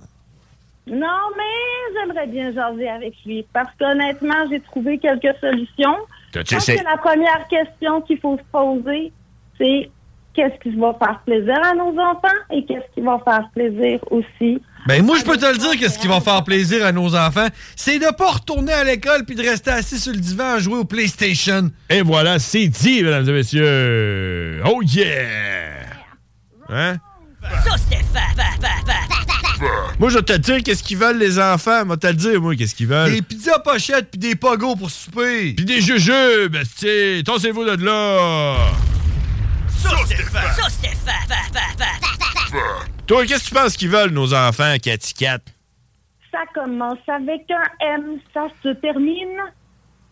S18: Non, mais j'aimerais bien jaser avec lui parce qu'honnêtement, j'ai trouvé quelques solutions.
S12: T'as- tu
S18: Je pense
S12: sais-
S18: que la première question qu'il faut se poser, c'est qu'est-ce qui va faire plaisir à nos enfants et qu'est-ce qui va faire plaisir aussi.
S8: Ben moi, je peux te le dire que ce qui va faire plaisir à nos enfants, c'est de pas retourner à l'école puis de rester assis sur le divan à jouer au PlayStation.
S12: Et voilà, c'est dit, mesdames et messieurs. Oh yeah! Hein?
S19: Ça, c'était fa, fa, fa, fa, fa, fa.
S12: Moi, je vais te dire qu'est-ce qu'ils veulent, les enfants. Moi, te le dire, moi, qu'est-ce qu'ils veulent.
S8: Des pizzas pochettes puis des pogos pour souper.
S12: Pis des jujubes,
S8: Ben,
S12: esti. Tassez-vous de là.
S19: Sauce Stéphane!
S12: Toi, qu'est-ce que tu penses qu'ils veulent, nos enfants, Cathy Cat?
S18: Ça commence avec un M, ça se termine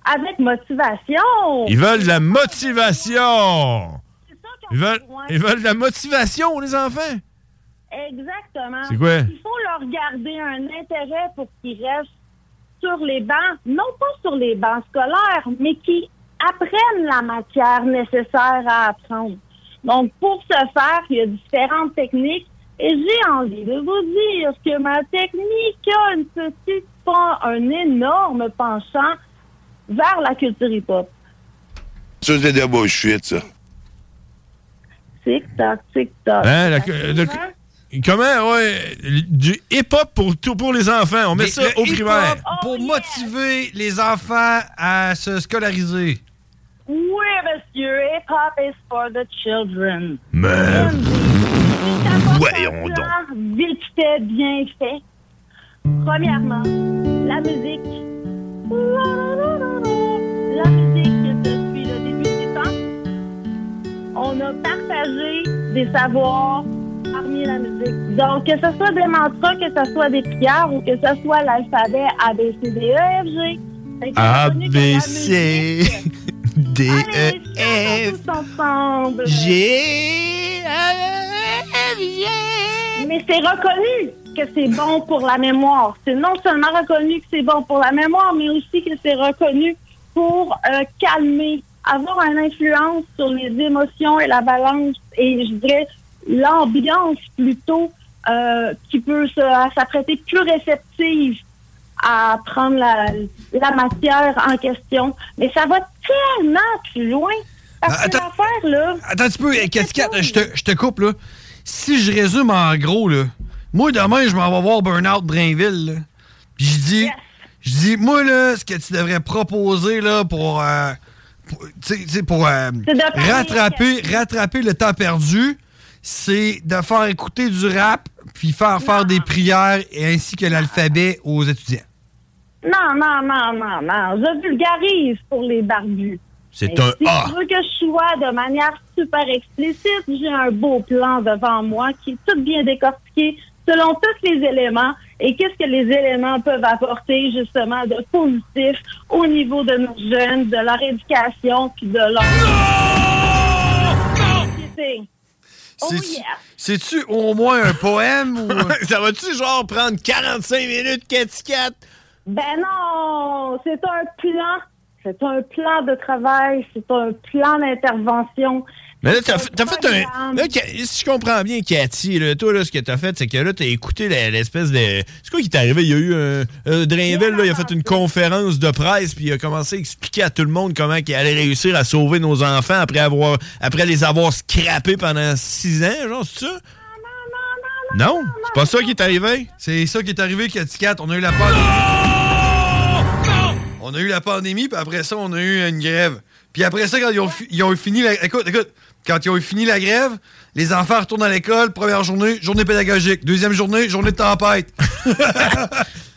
S18: avec motivation.
S12: Ils veulent de la motivation. Ils veulent,
S18: besoin.
S12: ils veulent de la motivation, les enfants.
S18: Exactement.
S12: C'est quoi?
S18: Il faut leur garder un intérêt pour qu'ils restent sur les bancs, non pas sur les bancs scolaires, mais qu'ils apprennent la matière nécessaire à apprendre. Donc, pour ce faire, il y a différentes techniques. Et j'ai envie de vous dire que ma technique a une petite, pen- un énorme penchant vers la culture hip-hop.
S17: Ça, c'est de la bullshit, ça.
S18: Tic-tac, tic-tac.
S12: Hein, la- euh, de- comment, ouais, du hip-hop pour, tout- pour les enfants. On met
S8: Mais
S12: ça
S8: le
S12: au
S8: hip-hop
S12: primaire.
S8: Pour motiver les enfants à se scolariser.
S18: Oui, monsieur, hip-hop is for the children.
S12: Mais...
S18: Voyons donc. Vite fait, bien fait. Premièrement, la musique. La musique depuis le début du temps. On a partagé des savoirs parmi la musique. Donc, que ce soit des mantras, que ce soit des prières ou que ce soit l'alphabet A, B, C, D, E, F, G. Fait que
S8: Ah,
S12: A,
S18: c'est
S12: B,
S8: ben,
S18: reconnu
S12: C, D, E,
S18: F, ensemble.
S12: G,
S18: Mais c'est reconnu que c'est bon pour la mémoire. C'est non seulement reconnu que c'est bon pour la mémoire, mais aussi que c'est reconnu pour euh, calmer, avoir une influence sur les émotions et la balance et je dirais l'ambiance plutôt euh, qui peut se- à s'apprêter plus réceptive à prendre la, la matière en question. Mais ça va tellement plus loin. Parce que l'affaire, là,
S8: Attends un petit peu, eh, Cathy Cat, je te- je te coupe, là. Si je résume en gros, là, moi, demain, je m'en vais voir Burnout Brainville, là. Puis je dis, je dis, moi, là, ce que tu devrais proposer, là, pour, euh, pour- tu sais- tu sais, pour euh,
S18: C'est de parler,
S8: rattraper, rattraper le temps perdu, c'est de faire écouter du rap, puis faire faire
S18: Ah.
S8: des prières, et ainsi que l'alphabet aux étudiants.
S18: Non, non, non, non, non. Je vulgarise pour les barbus.
S8: C'est
S18: Mais
S8: un
S18: si
S8: A.
S18: tu veux que je sois de manière super explicite, j'ai un beau plan devant moi qui est tout bien décortiqué selon tous les éléments et qu'est-ce que les éléments peuvent apporter justement de positif au niveau de nos jeunes, de leur éducation puis de leur... Société. Oh
S8: C'est-
S18: yeah.
S8: C'est-tu au moins un poème ou.
S12: Ça va-tu, genre, prendre 45 minutes, Cathy Cat?
S18: Ben non, c'est un plan. C'est un plan de travail, c'est un plan d'intervention.
S12: Mais là, t'as fait, t'as fait un. Là, Ca- si je comprends bien, Cathy, là, toi, là, ce que t'as fait, c'est que là, t'as écouté la- l'espèce de. C'est quoi qui t'est arrivé? Il y a eu un. un Drainville, là, il a fait une conférence de presse, puis il a commencé à expliquer à tout le monde comment il allait réussir à sauver nos enfants après, avoir, après les avoir scrappés pendant six ans, genre, c'est ça? Non, c'est pas ça qui est arrivé.
S8: C'est ça qui est arrivé, Cathy Cat. On a eu la pandémie. On a eu la pandémie, puis après ça, on a eu une grève. Puis après ça, quand ils ont, fi- ils ont fini la... Écoute, écoute. Quand ils ont fini la grève, les enfants retournent à l'école. Première journée, journée pédagogique. Deuxième journée, journée de tempête.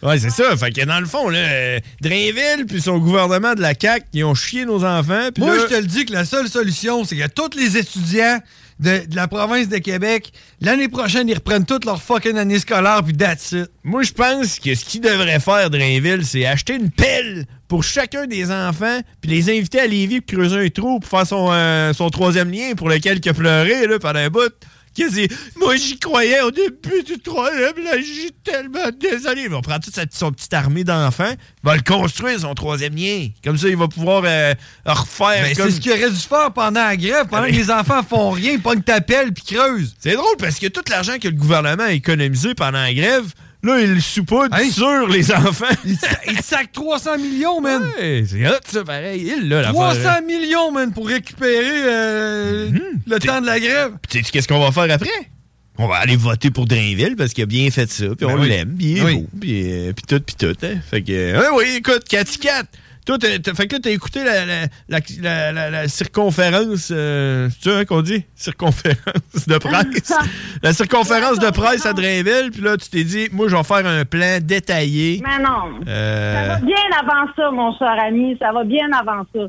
S12: Ouais, c'est ça. Fait que dans le fond, là, euh, Drainville puis son gouvernement de la CAQ, ils ont chié nos enfants. puis
S8: Moi,
S12: là-
S8: je te le dis que la seule solution, c'est que tous les étudiants de, de la province de Québec, l'année prochaine, ils reprennent toute leur fucking année scolaire, puis that's it.
S12: Moi, je pense que ce qu'il devrait faire, Drainville, c'est acheter une pelle pour chacun des enfants, puis les inviter à Lévis pour creuser un trou pour faire son, euh, son troisième lien pour lequel il a pleuré là, pendant un bout. Qu'est-ce que c'est? Moi, j'y croyais au début du troisième, là, j'ai tellement désolé. Mais on prend toute sa- son petite armée d'enfants, on va le construire, son troisième lien. Comme ça, il va pouvoir euh, refaire
S8: Ben,
S12: comme-
S8: C'est ce qu'il aurait dû faire pendant la grève, pendant que les enfants font rien, ils pognent ta pelle, puis creusent.
S12: C'est drôle parce que tout l'argent que le gouvernement a économisé pendant la grève, là, il le soupoudre sur les enfants.
S8: Il, sac 300 millions, man.
S12: c'est hot, ça, pareil. Il, là, la
S8: 300 millions, man, pour récupérer euh, le temps de la grève.
S12: Tu sais, qu'est-ce qu'on va faire après? On va aller voter pour Drainville parce qu'il a bien fait ça, puis
S8: Ben
S12: on
S8: oui.
S12: l'aime, puis il est
S8: Oui.
S12: beau, puis euh, puis tout, puis tout. hein. Fait que, euh, ouais, oui, Eh écoute, Cathy Cat, Toi, t'as, t'as- fait que là, t'as écouté la, la, la- la- la- la circonférence, euh, c'est ça hein, qu'on dit? Circonférence de presse. la circonférence de presse à Drainville, puis là, tu t'es dit, moi, je vais faire un plan détaillé.
S18: Mais non. Ça
S12: Euh,
S18: va bien avant ça, mon cher ami. Ça va bien avant ça.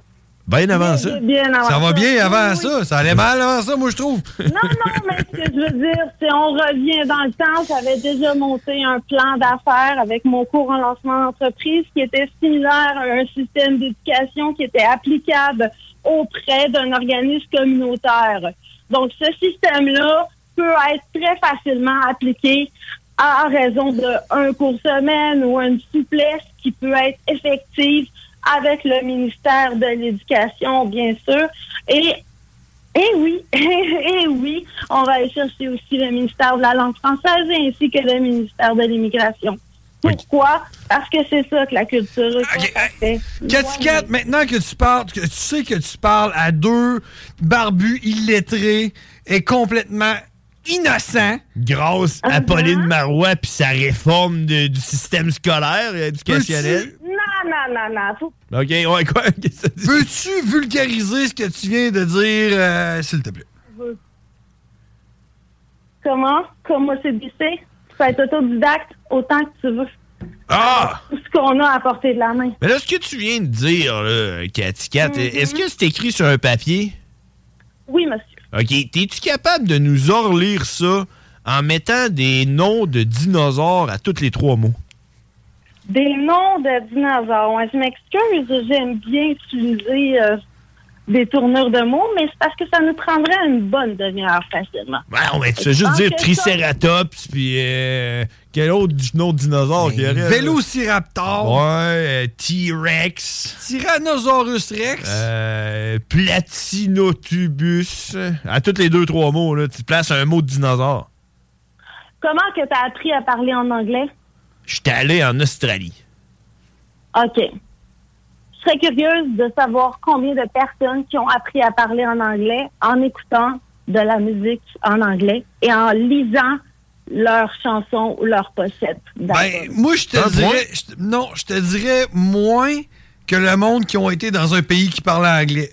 S12: bien avant ça.
S18: Bien, bien avant
S8: Ça va
S18: ça.
S8: bien avant
S18: Oui,
S8: ça. Ça allait mal avant ça, moi, je trouve.
S18: Non, non, mais ce que je veux dire, c'est on revient dans le temps. J'avais déjà monté un plan d'affaires avec mon cours en lancement d'entreprise qui était similaire à un système d'éducation qui était applicable auprès d'un organisme communautaire. Donc, ce système-là peut être très facilement appliqué à raison d'un cours semaine ou une souplesse qui peut être effective avec le ministère de l'Éducation, bien sûr. Et eh oui, eh oui, on va aller chercher aussi le ministère de la langue française ainsi que le ministère de l'immigration. Pourquoi? Parce que c'est ça que la culture fait.
S8: Cathy Cat, maintenant que tu parles, que tu sais que tu parles à deux barbus illettrés et complètement innocents.
S12: Grâce à Pauline Marois puis sa réforme de- du système scolaire et éducationnel.
S18: Non, non, non, non. Faut-
S12: OK, ouais, quoi?
S8: Peux-tu vulgariser ce que tu viens de dire, euh, s'il te plaît?
S18: Comment? Comment c'est décidé? Tu peux être autodidacte autant que tu veux.
S12: Ah!
S18: Tout ce qu'on a à portée de la main.
S12: Mais là, ce que tu viens de dire, là, Cathy Cat,
S18: Mm-hmm.
S12: est-ce que c'est écrit sur un papier?
S18: Oui, monsieur.
S12: OK. Es-tu capable de nous orlire ça en mettant des noms de dinosaures à tous les trois mots?
S18: Des noms de dinosaures. Ouais, je m'excuse, j'aime bien utiliser euh, des tournures de mots, mais c'est parce que ça nous prendrait une bonne demi-heure facilement.
S12: Non, mais tu fais
S18: Je
S12: juste
S18: pense
S12: dire
S18: que ça-
S12: Triceratops, puis euh, quel autre di- nom de dinosaure qu'il y aurait? là?
S8: Vélociraptor.
S12: Ouais, euh, T-Rex.
S8: Tyrannosaurus Rex.
S12: euh, Platinotubus. À tous les deux, trois mots, là, tu places un mot de dinosaure.
S18: Comment que t'as appris à parler en anglais?
S12: Je suis allé en Australie.
S18: OK. Je serais curieuse de savoir combien de personnes qui ont appris à parler en anglais en écoutant de la musique en anglais et en lisant leurs chansons ou leurs pochettes.
S8: Ben, moi, je te dirais. je te- non, je te dirais moins que le monde qui ont été dans un pays qui parle anglais.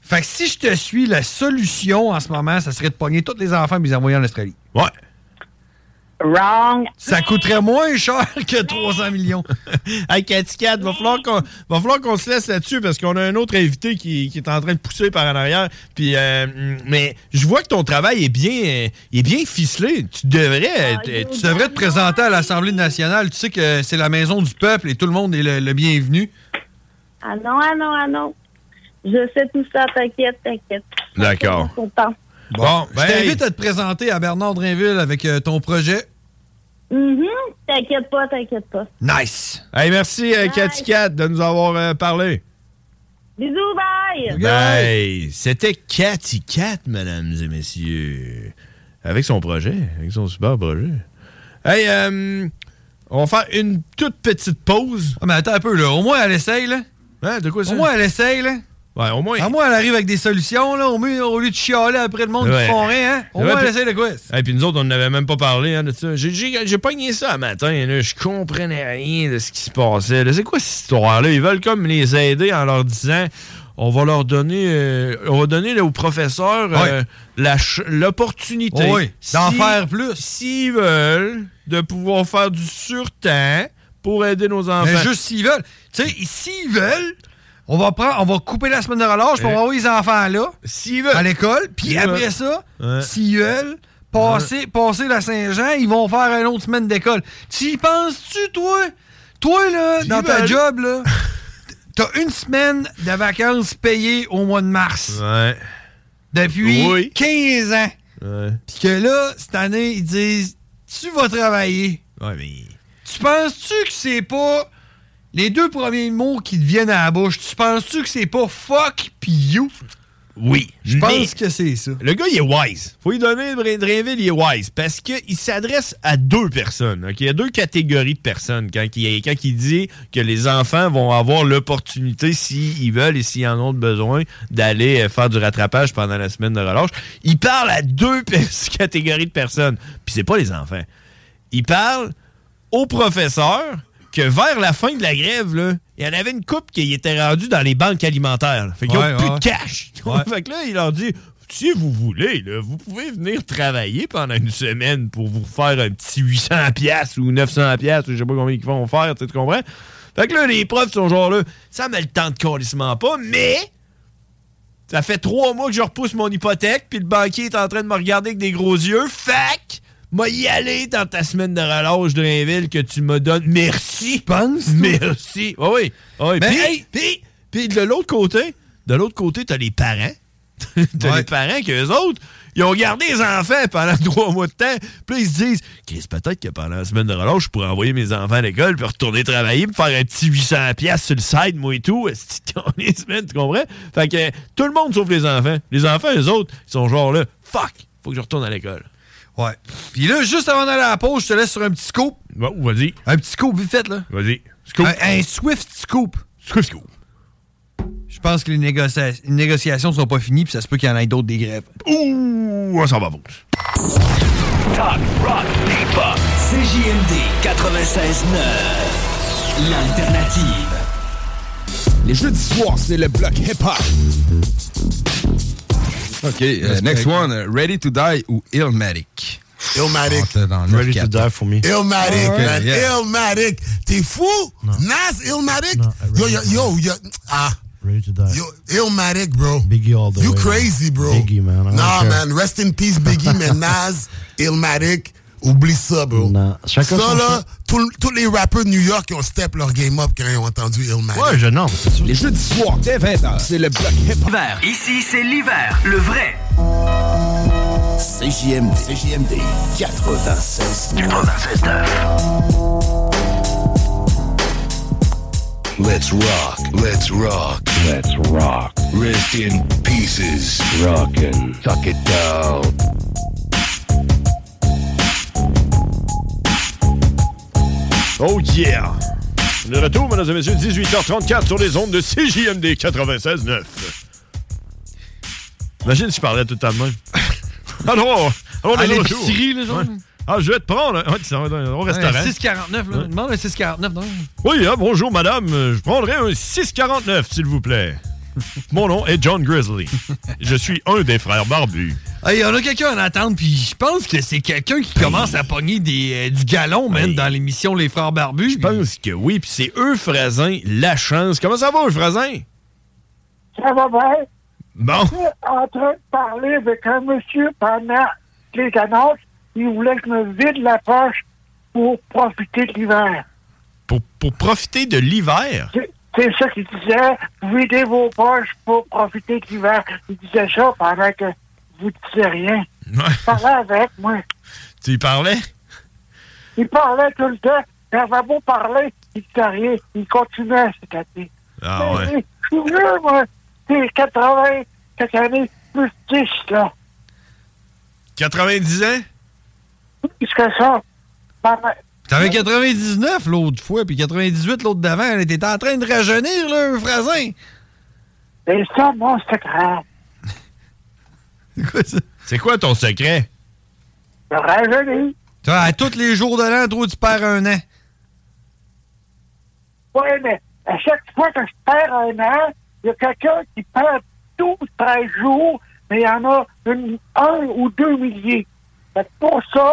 S8: Fait que si je te suis, la solution en ce moment, ça serait de pogner tous les enfants et les envoyer en Australie.
S12: Ouais.
S18: Wrong.
S8: Ça coûterait moins cher que 300 millions.
S12: Hey, Cathy Cat, va falloir qu'on va falloir qu'on se laisse là-dessus parce qu'on a un autre invité qui, qui est en train de pousser par en arrière. Puis, euh, mm, mais je vois que ton travail est bien, euh, est bien ficelé. Tu devrais. euh, t-
S8: Tu devrais te présenter à l'Assemblée nationale. Tu sais que c'est la maison du peuple et tout le monde est le, le bienvenu.
S18: Ah non, ah non, ah non. Je sais tout ça, t'inquiète, t'inquiète.
S12: D'accord.
S18: Content.
S8: Bon,
S12: ben,
S8: je t'invite à te présenter à Bernard Drinville avec euh, ton projet.
S18: Mhm. T'inquiète pas, t'inquiète pas.
S8: Nice.
S12: Hey, merci, euh, Cathy Cat, de nous avoir euh, parlé.
S18: Bisous, bye!
S12: Bye. C'était Cathy Cat, mesdames et messieurs. Avec son projet, avec son super projet. Hey, euh, on va faire une toute petite pause.
S8: Ah, mais attends un peu, là. Au moins, elle essaye, là.
S12: Hein, de quoi ça?
S8: Au moins, elle essaye, là.
S12: Ouais, au moins.
S8: À moins, elle arrive avec des solutions, là. Au mieux, au lieu de chialer après le monde
S12: Ouais.
S8: qui font rien, hein. Au
S12: Ouais,
S8: moins, elle
S12: puis-
S8: essaye de quoi?
S12: Et puis nous autres, on n'avait même pas parlé hein, de ça. J'ai- J'ai j'ai pogné ça un matin, là. je comprenais rien de ce qui se passait. là. C'est quoi cette histoire-là? Ils veulent comme les aider en leur disant on va leur donner euh, on va donner là, aux professeurs euh, la ch- l'opportunité
S8: Oui, d'en faire
S12: plus. S'ils veulent, de pouvoir faire du surtemps pour aider nos enfants.
S8: Mais juste s'ils veulent. Tu sais, s'ils veulent, on va prendre, on va couper la semaine de relâche pour
S12: Euh,
S8: envoyer les enfants là.
S12: S'ils veulent.
S8: À l'école. Puis
S12: S'ils
S8: après
S12: veulent.
S8: ça,
S12: Ouais.
S8: s'ils veulent, passer, passer la Saint-Jean, ils vont faire une autre semaine d'école. Tu y penses-tu, toi? Toi, là, dans ta
S12: veulent.
S8: job, là, t'as une semaine de vacances payées au mois de mars.
S12: Ouais.
S8: Depuis
S12: Oui.
S8: 15 ans.
S12: Ouais.
S8: Puis que là, cette année, ils disent Tu vas travailler.
S12: Ouais, mais.
S8: Tu penses-tu que c'est pas. Les deux premiers mots qui te viennent à la bouche, tu penses-tu que c'est pas fuck pis you?
S12: Oui.
S8: Je
S12: mais-
S8: pense que c'est ça.
S12: Le gars, il est wise. Faut lui donner Dra- Drainville, il est wise. Parce qu'il s'adresse à deux personnes. ok? Il y a deux catégories de personnes quand il, quand il dit que les enfants vont avoir l'opportunité, s'ils veulent et s'ils en ont besoin, d'aller euh, faire du rattrapage pendant la semaine de relâche. Il parle à deux pers- catégories de personnes. Puis c'est pas les enfants. Il parle aux professeurs que vers la fin de la grève, là, il y en avait une coupe qui était rendue dans les banques alimentaires. là. Fait qu'ils
S20: Ouais,
S12: ont plus
S20: ouais.
S12: de cash.
S20: Ouais.
S12: fait que là, il leur dit si vous voulez, là, vous pouvez venir travailler pendant une semaine pour vous faire un petit 800$ piastres ou 900$, piastres, ou je sais pas combien ils vont faire, tu sais, tu comprends? Fait que là, les profs sont genre là, ça me le temps de calissement pas, mais ça fait trois mois que je repousse mon hypothèque, puis le banquier est en train de me regarder avec des gros yeux. Fac! Moi, y aller dans ta semaine de relâche de Rainville que tu me donnes. Merci! Pense! Merci! Oui, oui. Ah oui. Puis, puis, puis de l'autre côté, de l'autre côté, t'as les parents. t'as les parents qu'eux autres, ils ont gardé les enfants pendant trois mois de temps. Puis là, ils se disent, Chris, peut-être que pendant la semaine de relâche, je pourrais envoyer mes enfants à l'école, puis retourner travailler, puis faire un petit 800$ piastres sur le side, moi et tout. Est-ce que t'en es semaine, tu comprends? Fait que euh, tout le monde sauf les enfants. Les enfants, les autres, ils sont genre là, fuck, faut que je retourne à l'école.
S8: Ouais. Puis là, juste avant d'aller à la pause, je te laisse sur un petit scoop.
S12: Bon, vas-y.
S8: Un petit scoop, vite fait, là.
S12: Vas-y.
S8: Un, un swift scoop.
S12: Swift scoop.
S8: Je pense que les, négocia- les négociations sont pas finies, puis ça se peut qu'il y en ait d'autres des grèves.
S12: Ouh, on s'en va, vous.
S2: Talk, rock, hip-hop. CJMD 96.9. L'alternative.
S21: Les jeudis soirs, c'est le bloc hip-hop. OK, euh,
S22: Respect.
S21: next one. euh, Ready to Die ou Illmatic?
S10: Illmatic.
S21: On rentre dans le
S22: Ready to
S21: quatre.
S22: Die for me.
S10: Illmatic,
S21: Okay,
S10: man.
S21: yeah.
S10: Illmatic. T'es fou? Nas, Illmatic? yo, yo, yo, yo. Ah.
S4: Ready to die.
S10: Yo, Illmatic, bro.
S4: Biggie all the
S10: You
S4: way.
S10: crazy, bro.
S4: Biggie, man. I don't
S10: Nah,
S4: care.
S10: man. Rest in peace, Biggie, man. Nas, Illmatic. Oublie ça, bro.
S4: Chacun
S10: ça,
S4: son
S10: là, tout- tous les rappeurs de New York ils ont step leur game up quand ils ont entendu Illmatic.
S21: Ouais, je nomme. Les jeudis soirs, dès 20h, c'est le bloc hip-hop.
S2: Ici, c'est l'hiver, le vrai.
S23: CJMD. CJMD 96.
S2: 96
S24: Let's rock, let's rock, let's rock. Rest in pieces. Rockin', tuck it down.
S12: Oh yeah! Le retour, mesdames et messieurs, 18h34 sur les ondes de CJMD 96.9. Imagine si je parlais tout le temps de même. Allô, allô, on
S8: À
S12: est de
S8: l'épicerie,
S12: retour.
S8: les gens.
S12: Ouais. Ah, je vais te prendre. hein. Ouais, tu s'en vas dans- au restaurant.
S8: Un 6,49, là. Demande un 6,49, non?
S12: Oui, ah, bonjour madame, Euh, je prendrai un 649 s'il vous plaît. Mon nom est John Grizzly. Je suis un des frères barbus.
S8: Hey, on a quelqu'un en attente, puis je pense que c'est quelqu'un qui commence à pogner des, euh, du galon, même, dans l'émission Les Frères Barbus. Je
S12: pense que oui, puis c'est Euphrasin La Chance. Comment ça va Euphrasin?
S6: Ça va bien?
S12: Bon.
S6: Je suis en train de parler avec un monsieur pendant les annonces. Il voulait que je me vide la poche pour profiter de l'hiver.
S12: Pour, pour profiter de l'hiver?
S6: C'est- C'est ça qu'il disait. Videz vos poches pour profiter de l'hiver. Il disait ça pendant que vous disiez rien. Il parlait avec moi.
S12: Tu y parlais?
S6: Il parlait tout le temps. Il avait beau parler, il disait rien. Il continuait à se casser. Ben
S12: Ah ouais.
S6: Je suis vieux, moi. C'est 80, cette année, plus 10, là.
S12: 90 ans?
S6: Qu'est-ce que ça? Ma mère-
S8: T'avais 99 l'autre fois, puis 98 l'autre d'avant. là. T'étais en train de rajeunir, là, Euphrasin.
S6: Et ça, mon secret.
S12: C'est quoi ton secret?
S6: Je rajeunis.
S8: Toi, à tous les jours de l'an, toi, tu perds un an.
S6: Oui, mais à chaque fois que je perds un an, il y a quelqu'un qui perd 12, 13 jours, mais il y en a une- un ou deux milliers. Fait que pour ça,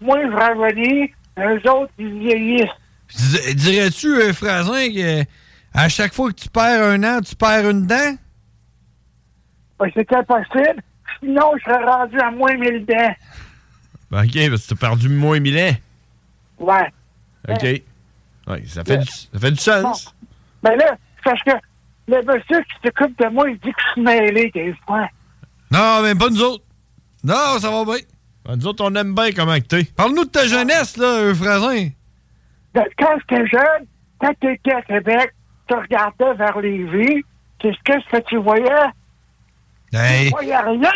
S6: moi, je rajeunir, eux autres, ils vieillissent.
S8: Dis- Dirais-tu, Euphrasin, que à chaque fois que tu perds un an, tu perds une dent?
S6: Ben, c'est impossible. Sinon, je serais rendu à moins 1000 dents.
S12: Ben, ok, parce que t'as perdu moins 1000 ans.
S6: Ouais.
S12: Ok. Ouais, ça fait, du, ça fait du sens.
S6: Mais Ben là, c'est parce que le monsieur qui s'occupe de moi, il dit que je suis mêlé des fois.
S8: Non, mais pas nous autres. Non, ça va bien.
S12: Ben, nous autres, on aime bien comment que t'es.
S8: Parle-nous de ta jeunesse, là, euh, Euphrasin.
S6: Ben, Quand j'étais jeune, quand t'étais à Québec, tu regardais vers Lévis, qu'est-ce qu'est-ce que tu voyais?
S8: Hey,
S6: Tu voyais rien.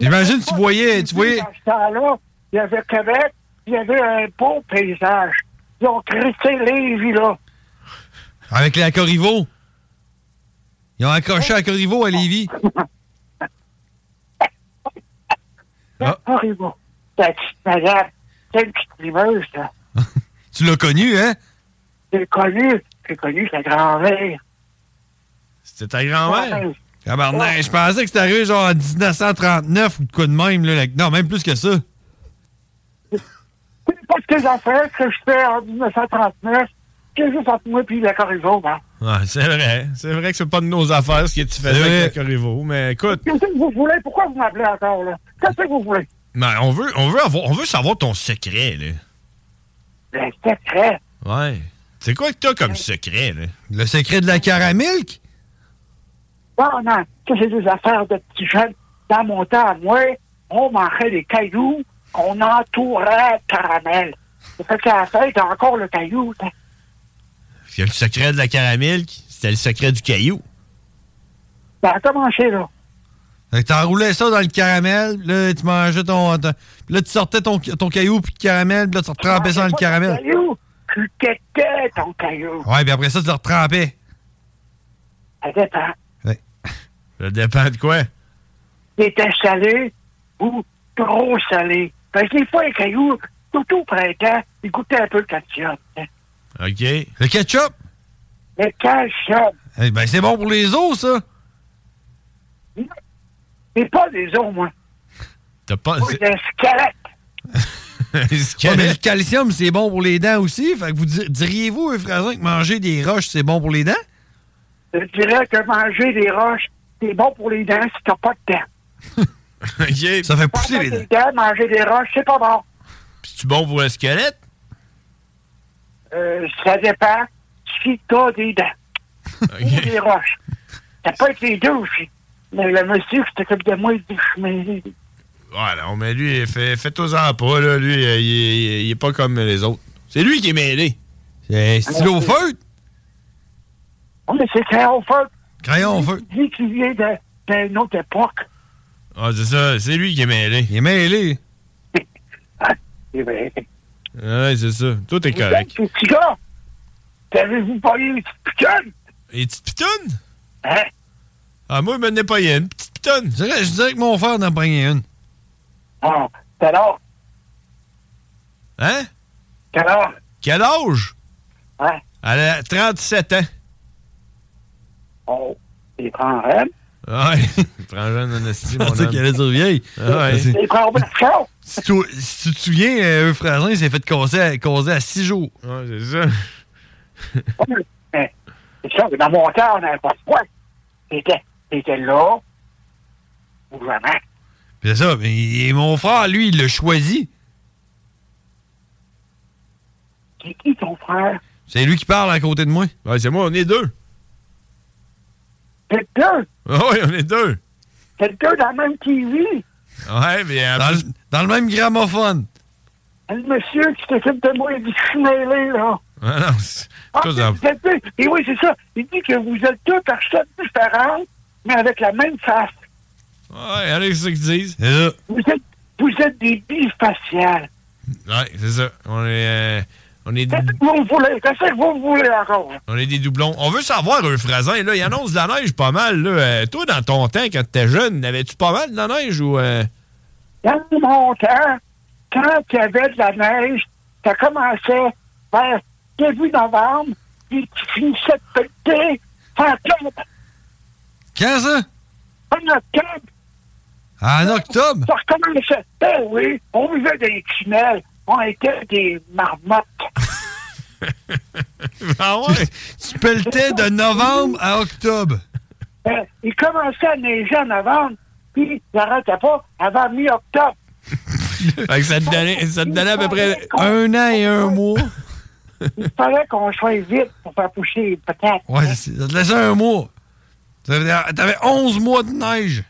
S8: j'imagine Ben, tu voyais, tu voyais...
S6: Dans ce temps-là, il y avait Québec, il y avait un beau paysage. Ils ont crissé Lévis, là.
S8: Avec la Corriveau. Ils ont accroché à Corriveau à Lévis.
S6: Ah. Horrible. C'est une petite madame. C'est une petite rimeuse, là.
S8: Tu l'as connu, hein?
S6: J'ai connu, j'ai connu sa grand-mère.
S8: C'était ta grand-mère? Tabarnak, je pensais que c'était arrivé genre en 1939 ou de quoi de même. Là, la- Non, même plus que ça.
S6: C'est pas ce que j'ai fait, ce que je fais en 1939. C'est juste entre moi et la corrida, hein.
S12: Ouais, c'est vrai. C'est vrai que c'est pas de nos affaires ce que tu faisais
S8: vrai.
S12: avec la Corriveau. Mais écoute,
S6: Qu'est-ce que vous voulez? Pourquoi vous m'appelez encore, là? Qu'est-ce que vous voulez?
S12: mais ben, on, veut, on, veut avoir, on veut savoir ton secret, là.
S6: Le secret.
S12: Ouais. C'est quoi que t'as comme secret, là?
S8: Le secret de la caramilk?
S6: Non, non, hein. ça, c'est des affaires de petits jeunes. Dans mon temps, à moi, on mangeait des cailloux, on entourait de caramel. C'est fait qu'à la fin, t'as encore le caillou. t'as-
S12: Parce que le secret de la caramilk, c'était le secret du caillou.
S6: Ça a commencé, là.
S8: Fait que T'enroulais ça dans le caramel, puis là, tu mangeais ton. ton- puis là, tu sortais ton, ton caillou puis le caramel, puis là, tu retrempais ça dans le
S6: Pas de
S8: caramel.
S6: caillou. Tu t'étais ton caillou.
S8: Ouais, puis après ça, tu le retrempais.
S6: Ça dépend.
S12: Ça dépend de quoi?
S6: Il était salé ou trop salé. Ben, Parce que des fois, les cailloux, surtout au printemps, ils goûtaient un peu le ketchup. hein.
S12: OK. Le
S8: ketchup?
S6: Le ketchup,
S8: Eh ben, c'est bon pour les os, ça.
S6: c'est pas des os, moi.
S12: T'as pas.
S6: Moi, j'ai un squelette.
S8: Ouais, mais le calcium, c'est bon pour les dents aussi. Fait que vous di- diriez-vous, Euphrasin, que manger des roches, c'est bon pour les dents?
S6: Je dirais que manger des roches, c'est bon pour les dents si t'as pas de dents.
S8: Ça fait pousser les
S6: Pas
S8: dents.
S6: de dents, manger des roches, c'est pas bon.
S12: C'est-tu bon pour le squelette?
S6: Euh, ça dépend si t'as des dents. Ou des roches. Ça peut être les deux aussi. Mais le monsieur qui s'occupe de moi, il dit, mais
S12: Ouais, non, mais lui, fait- fais-toi-en pas, là. Lui, euh, il, est- il est pas comme les autres. C'est lui qui est mêlé. C'est
S6: stylo au feutre. Oh, mais c'est crayon au feu.
S12: Crayon au feu.
S6: Il dit qu'il vient de- d'une autre époque.
S12: Ah, c'est ça. C'est lui qui est mêlé. Il est mêlé.
S6: Eh ben,
S12: Ouais, c'est ça. Toi, t'es
S6: Hey,
S12: correct.
S6: ce petit gars, t'avez-vous pas eu une petite pitonne?
S12: Et petite pitonne?
S6: Hein?
S12: Ah, moi, il m'en ai pas une. Petite pitonne.
S8: Je dirais, je dirais que mon frère en a pogné une.
S6: Ah, quel âge?
S12: Hein?
S6: Quel âge?
S12: Quel âge?
S6: Hein?
S12: Elle a 37 ans.
S6: Oh, il prend un rêve.
S12: Ouais. Prends jeune en estime, mon
S8: Tu sais qu'elle
S12: homme.
S8: allait dire vieille.
S12: Ah, ouais.
S8: C'est-
S6: Il prend un peu de chien.
S8: Si, tu- si tu te souviens, euh, Euphrasin, il s'est fait causer à, causer à six jours.
S12: Ouais, c'est ça.
S6: Mais, Ben, C'est ça, dans mon temps, on n'avait pas de quoi. C'était, c'était là, ou jamais.
S8: Puis C'est ça. Mais et mon frère, lui, il l'a choisi.
S6: C'est qui ton frère?
S8: C'est lui qui parle à côté de moi.
S12: Ouais, c'est moi, on est deux.
S6: C'est deux.
S12: Ah oui, on est deux.
S6: C'est deux dans la même TV.
S12: Ouais, mais. en
S8: Dans,
S12: plus-
S8: le- dans le même gramophone.
S6: Le monsieur qui s'occupe de moi, il dit, je suis mêlé, là.
S12: Ah, non, c'est-
S6: Ah,
S12: Toi, ça-
S6: vous êtes deux. Et oui, c'est ça. Il dit que vous êtes deux personnes différentes, mais avec la même face.
S12: Ouais, allez, c'est ça qu'ils disent.
S6: Vous êtes, vous êtes des bifaciales.
S12: Ouais, c'est ça. On est, euh, on, est,
S6: Qu'est-ce que vous voulez? Qu'est-ce que vous voulez encore?
S12: on est des doublons. On veut savoir, Euphrasin, là, il annonce de la neige pas mal. Là. Euh, toi, dans ton temps, quand t'étais jeune, n'avais-tu pas mal de la neige ou... euh,
S6: Dans mon temps, quand il y avait de la neige, ça commençait vers début novembre, puis tu finissais de péter en octobre.
S8: Quand ça?
S6: En octobre,
S8: En octobre?
S6: ça recommençait. Ben oui, on vivait dans les tunnels, on était des marmottes.
S12: Ah ouais?
S8: Tu pelletais de novembre à octobre.
S6: Euh, il commençait à neiger en novembre, puis il n'arrêtait pas avant mi-octobre.
S12: fait que ça te donnait, ça te donnait à peu près...
S8: Un an et un mois.
S6: Il fallait qu'on soit vite pour faire pousser les patates.
S8: Ouais, c'est- ça te laissait un mois. Ça veut dire- T'avais 11 mois de neige.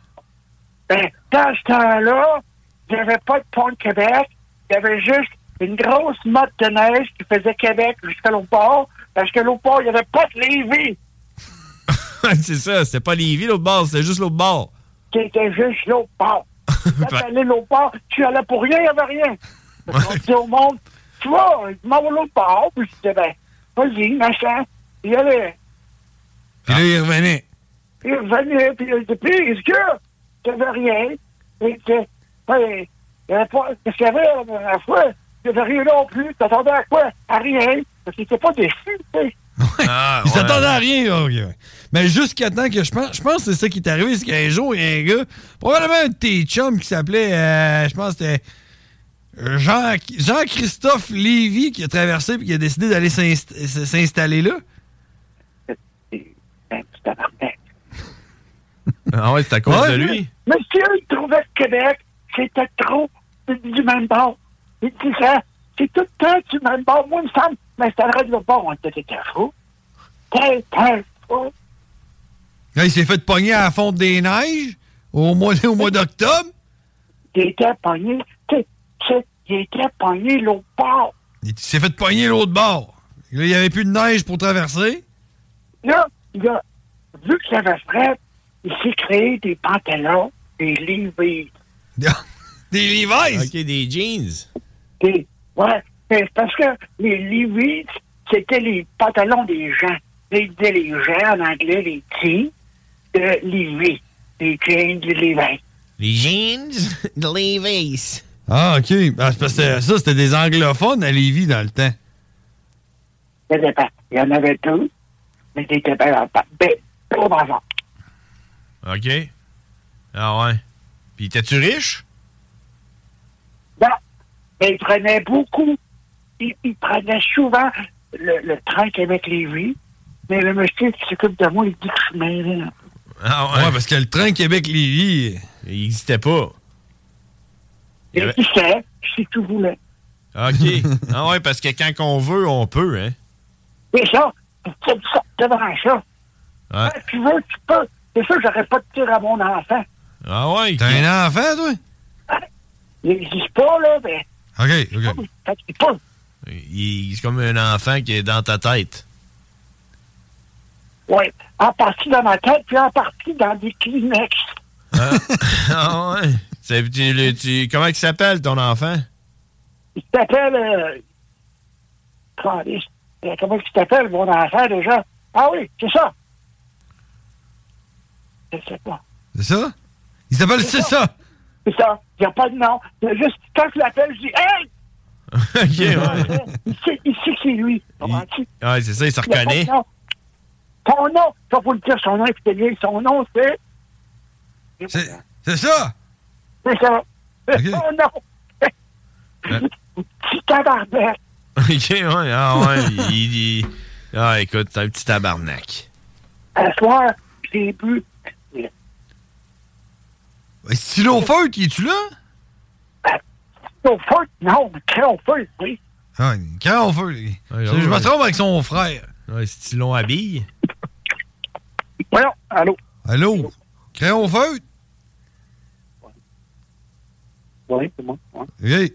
S6: Ben, dans ce temps-là, il n'y avait pas de pont de Québec. Il y avait juste une grosse motte de neige qui faisait Québec jusqu'à l'autre bord, parce que l'autre bord, il n'y avait pas de Lévis.
S12: c'est ça, c'était pas Lévis, l'autre bord, c'était juste l'autre bord.
S6: C'était juste l'autre bord. Quand
S12: Ben-
S6: tu allais l'autre bord, tu allais pour rien, il n'y avait rien. On disait au monde, tu vois, je m'en vais à l'autre bord. Puis je disais, ben, vas-y, machin. Il allait.
S8: Puis là, il revenait.
S6: Il revenait, puis il dit, puis, est-ce que tu n'avais rien? Et que, ben,
S25: euh,
S6: il y avait pas, qu'est-ce qu'il y avait la dernière fois? Il n'y avait rien non plus. T'attendais à quoi? À rien.
S25: parce qu'il n'était pas déçu, tu sais.
S8: Ah, il s'attendait à rien. là, ok. Mais jusqu'à temps que je pense, je pense que c'est ça qui est arrivé, c'est qu'un jour, il y a un gars, probablement un de tes chums qui s'appelait, euh, je pense que c'était Jean- Jean-Christophe Lévy qui a traversé et qui a décidé d'aller s'inst- s'installer là.
S12: Ah ouais, c'est à cause de lui.
S25: Monsieur, il trouvait que Québec, c'était trop du même bord. Il disait, c'est tout le temps du même bord. Moi, il me semble, mais c'est vrai de l'autre bord, on était des carreaux. Tel, tel, fou.
S8: Là, il s'est fait pogner à la fonte des neiges au mois, au mois d'octobre.
S25: Il était pogné, tu sais, tu sais, il était pogné l'autre bord.
S8: Il s'est fait pogner l'autre bord. Là, il n'y avait plus de neige pour traverser.
S25: Là, il a, vu que j'avais fret, il s'est créé des pantalons, des livres,
S8: Des Levi's.
S12: OK, des jeans.
S25: Des- ouais, mais c'est parce que les Levi's, c'était les pantalons des gens. Là, Ils disaient les gens en anglais, les jeans de Levi's. Les jeans de Levi's.
S12: Les jeans de Levi's.
S8: Ah, OK. Ah, c'est parce que ça, c'était des anglophones à Lévis dans le temps.
S25: Ça dépend. Il y en avait deux, mais ils étaient bien en pa- ben, pas bavants.
S12: OK. Ah ouais. Puis, t'es-tu riche?
S25: Non, mais Ben, ils prenaient beaucoup. Ils, ils prenaient souvent le, le train Québec-Lévis. Mais le monsieur qui s'occupe de moi, il dit que je suis mêlé. là.
S12: Ah ouais.
S8: parce que le train Québec-Lévis,
S12: il n'existait pas. Il y avait-
S25: Il sait, si tu voulais.
S12: OK. ah ouais, parce que quand on veut, on peut, hein?
S25: Mais ça, tu me sors devant ça.
S12: Ouais.
S25: Tu veux, tu peux. C'est sûr, j'aurais pas de tir à mon enfant. Hein?
S12: Ah ouais.
S8: T'as un enfant, toi?
S25: Il n'existe pas, là, mais
S8: OK, OK.
S25: fait qu'il peut.
S12: Il- C'est comme un enfant qui est dans ta tête.
S25: Oui. En partie dans ma tête, puis en partie dans des Kleenex.
S12: Ah, ah ouais. C'est- tu- le- tu- comment il s'appelle, ton enfant?
S25: Il s'appelle. Euh... Caliste. Euh, Comment il s'appelle, mon enfant, déjà? Ah oui, c'est ça. Je sais pas.
S8: C'est ça? Il s'appelle C'est ça.
S25: C'est ça. Il n'y a pas de nom. Il y a juste, quand je l'appelle, je dis Hey!
S12: OK, ouais.
S25: Il sait, il sait que c'est lui. Comprends-tu?
S12: Ouais, c'est ça, il se reconnaît.
S25: Son nom. Son nom, pas pour le dire son nom, écoutez bien, son nom, c'est.
S8: C'est c'est ça?
S25: C'est ça. C'est son nom. Petit tabarnak.
S12: OK, ouais. Ah ouais. il- il- Ah, écoute, t'es un petit tabarnak.
S25: À soir, j'ai bu.
S8: Stylo feutre, il est-tu là?
S25: Au feu, non, mais quand on feu, oui.
S8: Ah, quand on veut. lui. je
S12: ouais.
S8: me trompe avec son frère.
S12: Ouais, c'est long à billes.
S25: Voyons, allô?
S8: Allô? Crayon feutre?
S25: Oui, c'est moi. ouais.
S8: OK.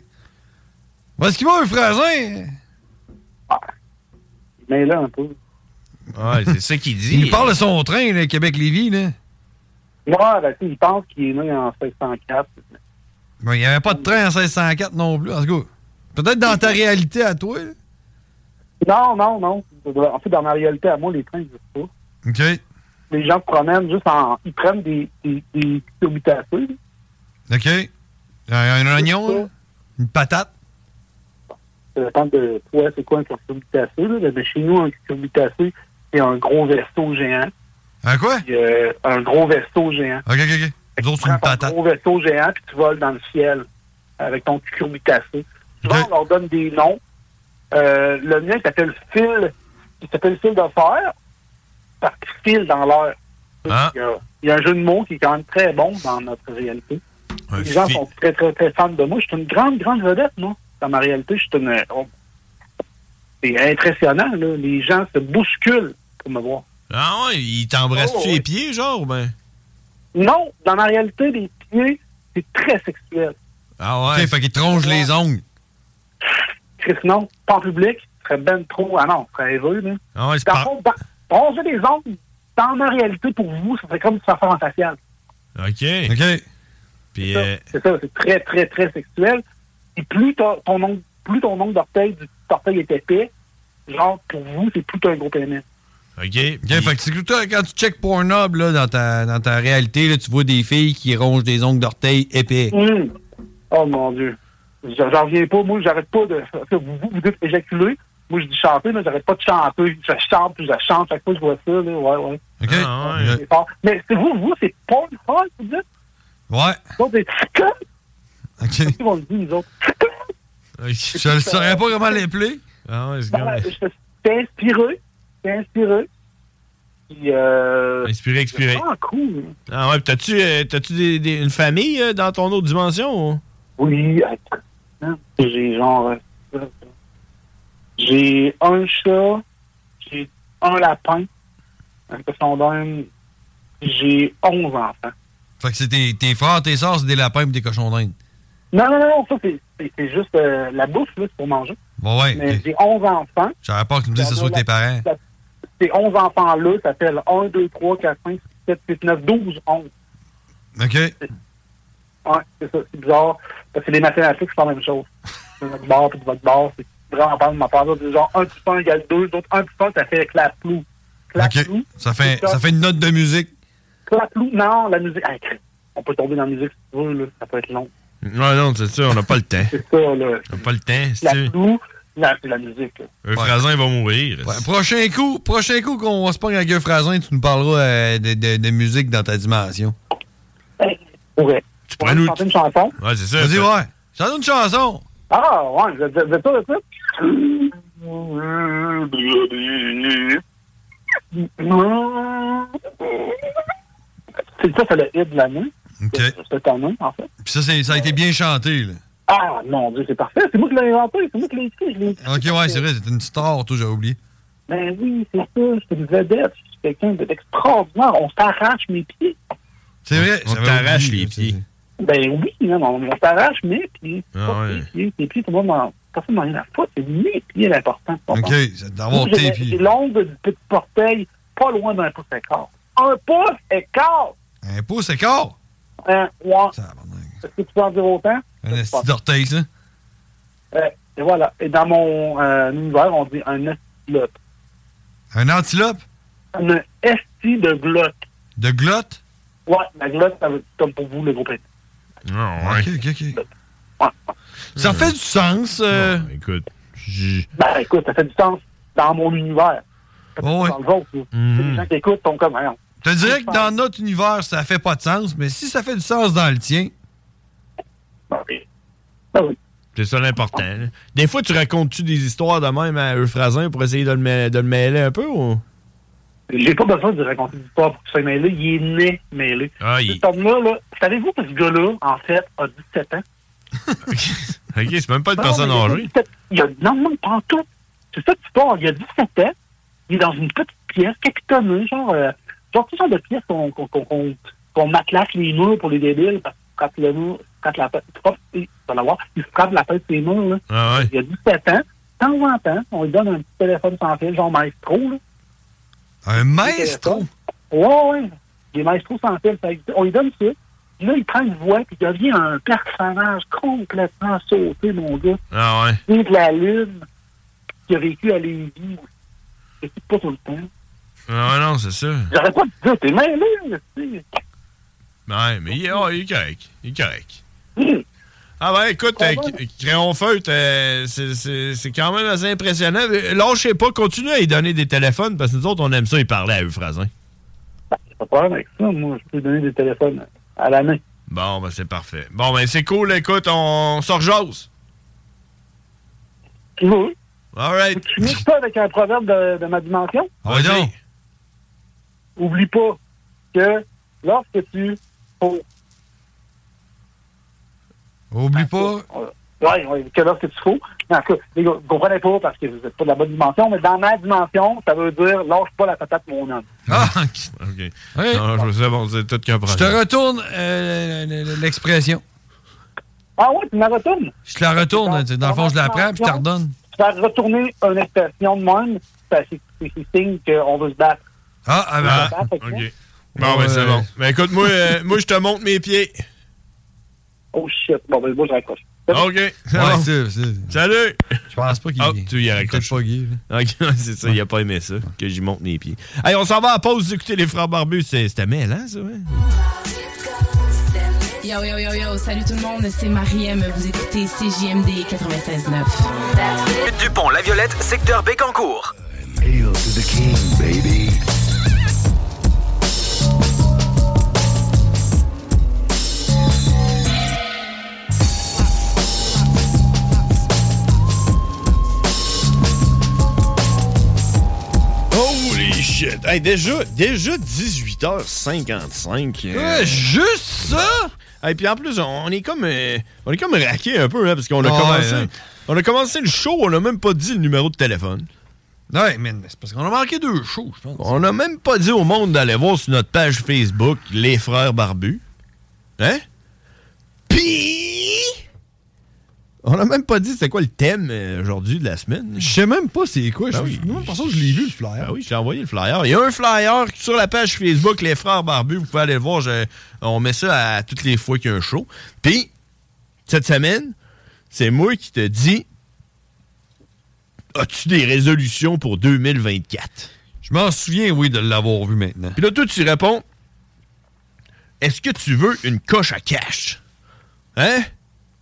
S8: Où est-ce qu'il va, un frasin?
S25: Mais là, un peu.
S12: Ouais, c'est ça qu'il dit.
S8: Il parle de son train, là, Québec-Lévis, là.
S25: Ouais, ben, tu sais, il pense qu'il est né en 1604.
S8: Ben, il n'y avait pas de train en 1604 non plus, en tout cas. Peut-être dans ta réalité à toi, là.
S25: Non, non, non. En fait, dans ma réalité, à moi, les trains, n'existent pas.
S8: OK.
S25: Les gens promènent juste en. Ils prennent des, des, des petits habitacles.
S8: OK. Un, un oignon, là. Une patate.
S25: Ça dépend de toi, c'est quoi un cucurbitacé. Là. Mais chez nous, un cucurbitacé, c'est un gros verso géant.
S8: Un quoi?
S25: Puis, euh, un gros verso géant.
S8: OK, OK, OK. Nous autres, c'est une
S25: Un
S8: patate.
S25: gros verso géant, puis tu voles dans le ciel avec ton cucurbitacé. Souvent, on leur donne des noms. Euh, le mien, il s'appelle Phil. Il s'appelle Phil de fer. Parce que Phil dans l'air.
S12: Ah.
S25: Il y a- Il y a un jeu de mots qui est quand même très bon dans notre réalité. Les gens sont très, très, très fans de moi. Je suis une grande, grande vedette, moi. Dans ma réalité, je suis une. on- C'est impressionnant, là. Les gens se bousculent pour me voir.
S12: Ah ouais, il t'embrasse-tu
S25: Oh, ouais.
S12: les pieds, genre, ou ben?
S25: Non, dans ma réalité, les pieds, c'est très sexuel.
S12: Ah ouais.
S8: fait qu'il tronche les ongles.
S25: Chris, non, pas en public, ce serait ben trop. Ah non, ce serait heureux, là.
S12: Ah ouais, c'est
S25: Dans le
S12: par-
S25: fond, dans- bronzer les ongles, dans ma réalité, pour vous, ça serait comme du en faciale.
S12: OK.
S8: OK.
S12: Puis, euh,
S25: C'est ça, c'est très, très, très sexuel. Et plus t'as- ton ongle, plus ton ongle d'orteil du petit orteil est épais, genre, pour vous, c'est plutôt un gros pénis.
S12: OK.
S8: OK, fait que c'est que toi, quand tu check Pornhub, là, dans ta, dans ta réalité, là, tu vois des filles qui rongent des ongles d'orteil épais.
S25: Hum. Oh mon Dieu. J'en j'en reviens pas, moi, j'arrête pas de. Vous, vous dites éjaculer. Moi, je dis chanter, mais j'arrête pas de chanter. Je chante, puis je chante chaque fois que je vois ça, là. Ouais, ouais.
S8: OK. Ah, ouais.
S25: C'est fort. Mais c'est vous, vous, c'est Paul Hall, vous dites?
S8: Ouais.
S25: Donc, des petits cons.
S8: OK.
S25: Ils vont le dire, nous autres.
S8: Je ne saurais pas comment l'appeler.
S12: Ah ouais, c'est
S25: Non, mais je- T'es inspiré. T'es inspiré. Puis, euh.
S12: Inspiré, expiré.
S25: Ah, cool.
S12: Ah ouais, pis t'as-tu euh, t'as-tu des- des- une famille euh, dans ton autre dimension? ou?
S25: Oui, Hein? J'ai genre. euh, J'ai un chat, j'ai un lapin, un cochon d'Inde, j'ai 11 enfants.
S8: Fait que c'est tes, tes frères, tes soeurs, c'est des lapins et des cochons d'Inde.
S25: Non, non, non, non, ça, c'est- c'est c'est juste euh, la bouffe, là, c'est pour manger.
S8: Bon, ouais.
S25: Mais
S8: ok.
S25: j'ai 11 enfants.
S8: J'aurais peur que tu me dises que ce soit tes parents.
S25: Ça- Ces 11 enfants-là s'appellent 1, 2, 3, 4, 5, 6, 7, 8, 9, 12, 11.
S8: OK.
S25: Ouais, c'est ça, c'est bizarre. Parce que les mathématiques, c'est pas la même chose. De notre bord puis de votre bord, c'est vraiment pas de ma part. C'est genre 1 plus 1 égale 2, d'autres 1 plus 1, ça fait claplou. Claplou,
S8: Ça fait, ça fait une note de musique.
S25: claplou, non, la musique. Ah, Christ, on peut tomber dans la musique si tu veux, là, ça peut être long.
S12: Non, non, c'est sûr, on n'a pas le temps.
S25: C'est ça, là.
S12: On n'a pas le temps, c'est sûr.
S25: Claplou, la, la musique. là.
S12: Euphrasin va mourir.
S8: Ouais, prochain coup, prochain coup qu'on va se prendre avec un phrasin, tu nous parleras euh, de, de- de musique dans ta dimension.
S25: Ouais.
S12: Tu pourrais nous.
S25: Chanter une chanson?
S12: Ouais, c'est ça.
S8: Vas-y, ouais. Chante une chanson.
S25: Ah, ouais, vous êtes vous êtes sûr de ça? C'est ça, c'est le hit de l'année.
S8: OK.
S25: Cette année, en fait.
S8: Puis ça, c'est- ça a été bien chanté, là.
S25: Ah, mon Dieu, c'est parfait. C'est moi qui l'ai inventé. C'est moi qui l'ai écrit. Je l'ai écrit.
S8: OK, ouais, c'est vrai, t'es une star, toi, j'avais oublié.
S25: Ben oui, c'est ça. C'est une vedette. C'est quelqu'un d'extraordinaire. On s'arrache mes pieds.
S8: C'est vrai,
S12: On t'arrache les pieds.
S25: Ben oui, non, on, on s'arrache mes pieds.
S12: Ah
S25: Pas
S12: ouais.
S25: tes pieds. Tes pieds, tout le monde m'en- personne n'en a rien à foutre. C'est mes pieds l'important. tu comprends?
S8: OK, c'est d'avoir tes
S25: J'ai- J'ai
S8: pieds.
S25: l'ongle du petit portail pas loin d'un pouce et quart. Un pouce et quart!
S8: Un pouce et quart.
S25: Hein, ouais. Est-ce que tu peux en dire autant?
S8: Un esti d'orteil, ça.
S25: Euh, et voilà. Et dans mon euh, univers, on dit un estilote.
S8: Un antilope
S25: Un esti de glotte.
S8: de glotte.
S25: Ouais, la glotte, ça veut- comme pour vous, le gros pénis.
S12: Ah,
S8: OK, OK, OK. Ça fait du sens. euh,
S12: Écoute.
S25: Ben écoute, ça fait du sens dans mon univers. Ça fait du sens Dans le vôtre. là. Les gens qui écoutent sont comme, hein,
S8: Je te dirais que dans notre univers, ça fait pas de sens, mais si ça fait du sens dans le tien.
S12: C'est ça l'important. là. Des fois, tu racontes-tu des histoires de même à Euphrasin pour essayer de le, mêler, de le mêler un peu ou.
S25: J'ai pas besoin de raconter l'histoire pour que ça mêlé. Il est né mêlé.
S12: Ah, il-
S25: Cet homme-là, là, savez-vous que ce gars-là, en fait, a 17 ans?
S12: Ok, c'est même pas une
S25: Non,
S12: personne
S25: mais il a
S12: âgée.
S25: 17 Il a, non, non, pas en tout. C'est ça que tu parles. Il a 17 ans. Il est dans une petite pièce capitonnée, genre, euh, genre, ce genre de pièce qu'on qu'on qu'on qu'on- qu'on matelasse les murs pour les débiles parce qu'il frappe le mur, il frappe la tête. tu frappes- tu vas la voir, il frappe la tête des murs, là.
S12: Ah ouais.
S25: Il a 17 ans. De temps en temps, on lui donne un petit téléphone sans fil, genre maestro, là.
S8: Un maestro?
S25: Ouais, ouais. Les maestros sans fil, ça existe. On lui donne ça. Puis là, il prend une voix, puis il devient un personnage complètement sauté, mon gars.
S12: Ah ouais.
S25: Et de la Lune, qui a vécu à Lévis. Je sais pas tout le temps.
S12: Ah ouais, non, c'est ça.
S25: J'aurais pas dit ça, t'es mêlé, là, tu sais.
S12: Ouais, mais il est, oh, il est correct. Il est correct.
S25: Hmm.
S12: Ah ben écoute, euh, cr- Créonfeute, euh, c'est- c'est c'est quand même assez impressionnant. Euh, Lâchez pas, continuez à y donner des téléphones parce que nous autres, on aime ça y parler à Euphrasin.
S25: J'ai pas de problème avec ça, moi. Je peux donner des téléphones à la main.
S12: Bon, ben c'est parfait. Bon, ben c'est cool, écoute, on sort jose.
S25: Tu veux?
S12: All right.
S25: Tu mixes pas avec un proverbe de, de ma dimension?
S8: Ah, donc.
S25: Oublie pas que lorsque tu... oh,
S8: Oublie pas.
S25: Ouais, ouais, que lorsque tu fous. En tout cas, les gars, vous comprenez pas parce que vous n'êtes pas de la bonne dimension, mais dans ma dimension, ça veut dire lâche pas la patate, mon homme.
S8: Ah,
S12: OK. Non, je sais, bon, c'est tout qu'un
S8: je
S12: problème.
S8: te retourne euh, le- le- l'expression.
S25: Ah ouais, tu me la retournes?
S8: Je te la retourne. hein, tu sais, Dans le fond, je la prends puis je te la redonne.
S25: Tu vas retourner une expression de même, ça, c'est c'est- c'est signe qu'on veut se battre.
S8: Ah, ah, ben,
S25: On veut se battre,
S12: OK. Bon, ben c'est
S8: Ouais.
S12: bon. Ben écoute, moi, euh, moi je te monte mes pieds.
S25: Oh shit. Bon, ben moi, je raccroche.
S12: OK. c'est bon. Salut!
S8: Je pense pas qu'il
S12: Ah, tu y as raccroché.
S8: pas gay.
S12: OK, ouais, c'est ça, il a pas aimé ça, que j'y monte mes pieds. Hey, on s'en va à la pause d'écouter les frères barbus. C'est- C'était mêlant, ça, ouais?
S26: Yo yo yo yo, salut tout le monde, c'est Mariem, vous écoutez CJMD 96.9.
S27: Dupont, La Violette, secteur Bécancourt.
S28: Hail to the king, baby.
S12: Holy shit! Hey, déjà, déjà 18h55.
S8: Ouais, juste ça?
S12: Et euh, puis en plus, on est comme, euh, on est comme raqué un peu, hein, parce qu'on a,
S8: Ah ouais,
S12: commencé,
S8: hein.
S12: on a commencé le show, on n'a même pas dit le numéro de téléphone.
S8: Ouais, mais c'est parce qu'on a manqué deux shows, je pense.
S12: On n'a même pas dit au monde d'aller voir sur notre page Facebook Les Frères Barbus. Hein? Puis... On n'a même pas dit c'est quoi le thème euh, aujourd'hui de la semaine. Je sais même pas c'est quoi. oui. pour ça que je l'ai vu le flyer. Ah oui, j'ai envoyé le flyer. Il y a un flyer sur la page Facebook Les Frères Barbus. Vous pouvez aller le voir. Je- on met ça à toutes les fois qu'il y a un show. Puis, cette semaine, c'est moi qui te dis As-tu des résolutions pour 2024 Je m'en souviens, oui, de l'avoir vu maintenant. Puis là, toi, tu réponds Est-ce que tu veux une coche à cash Hein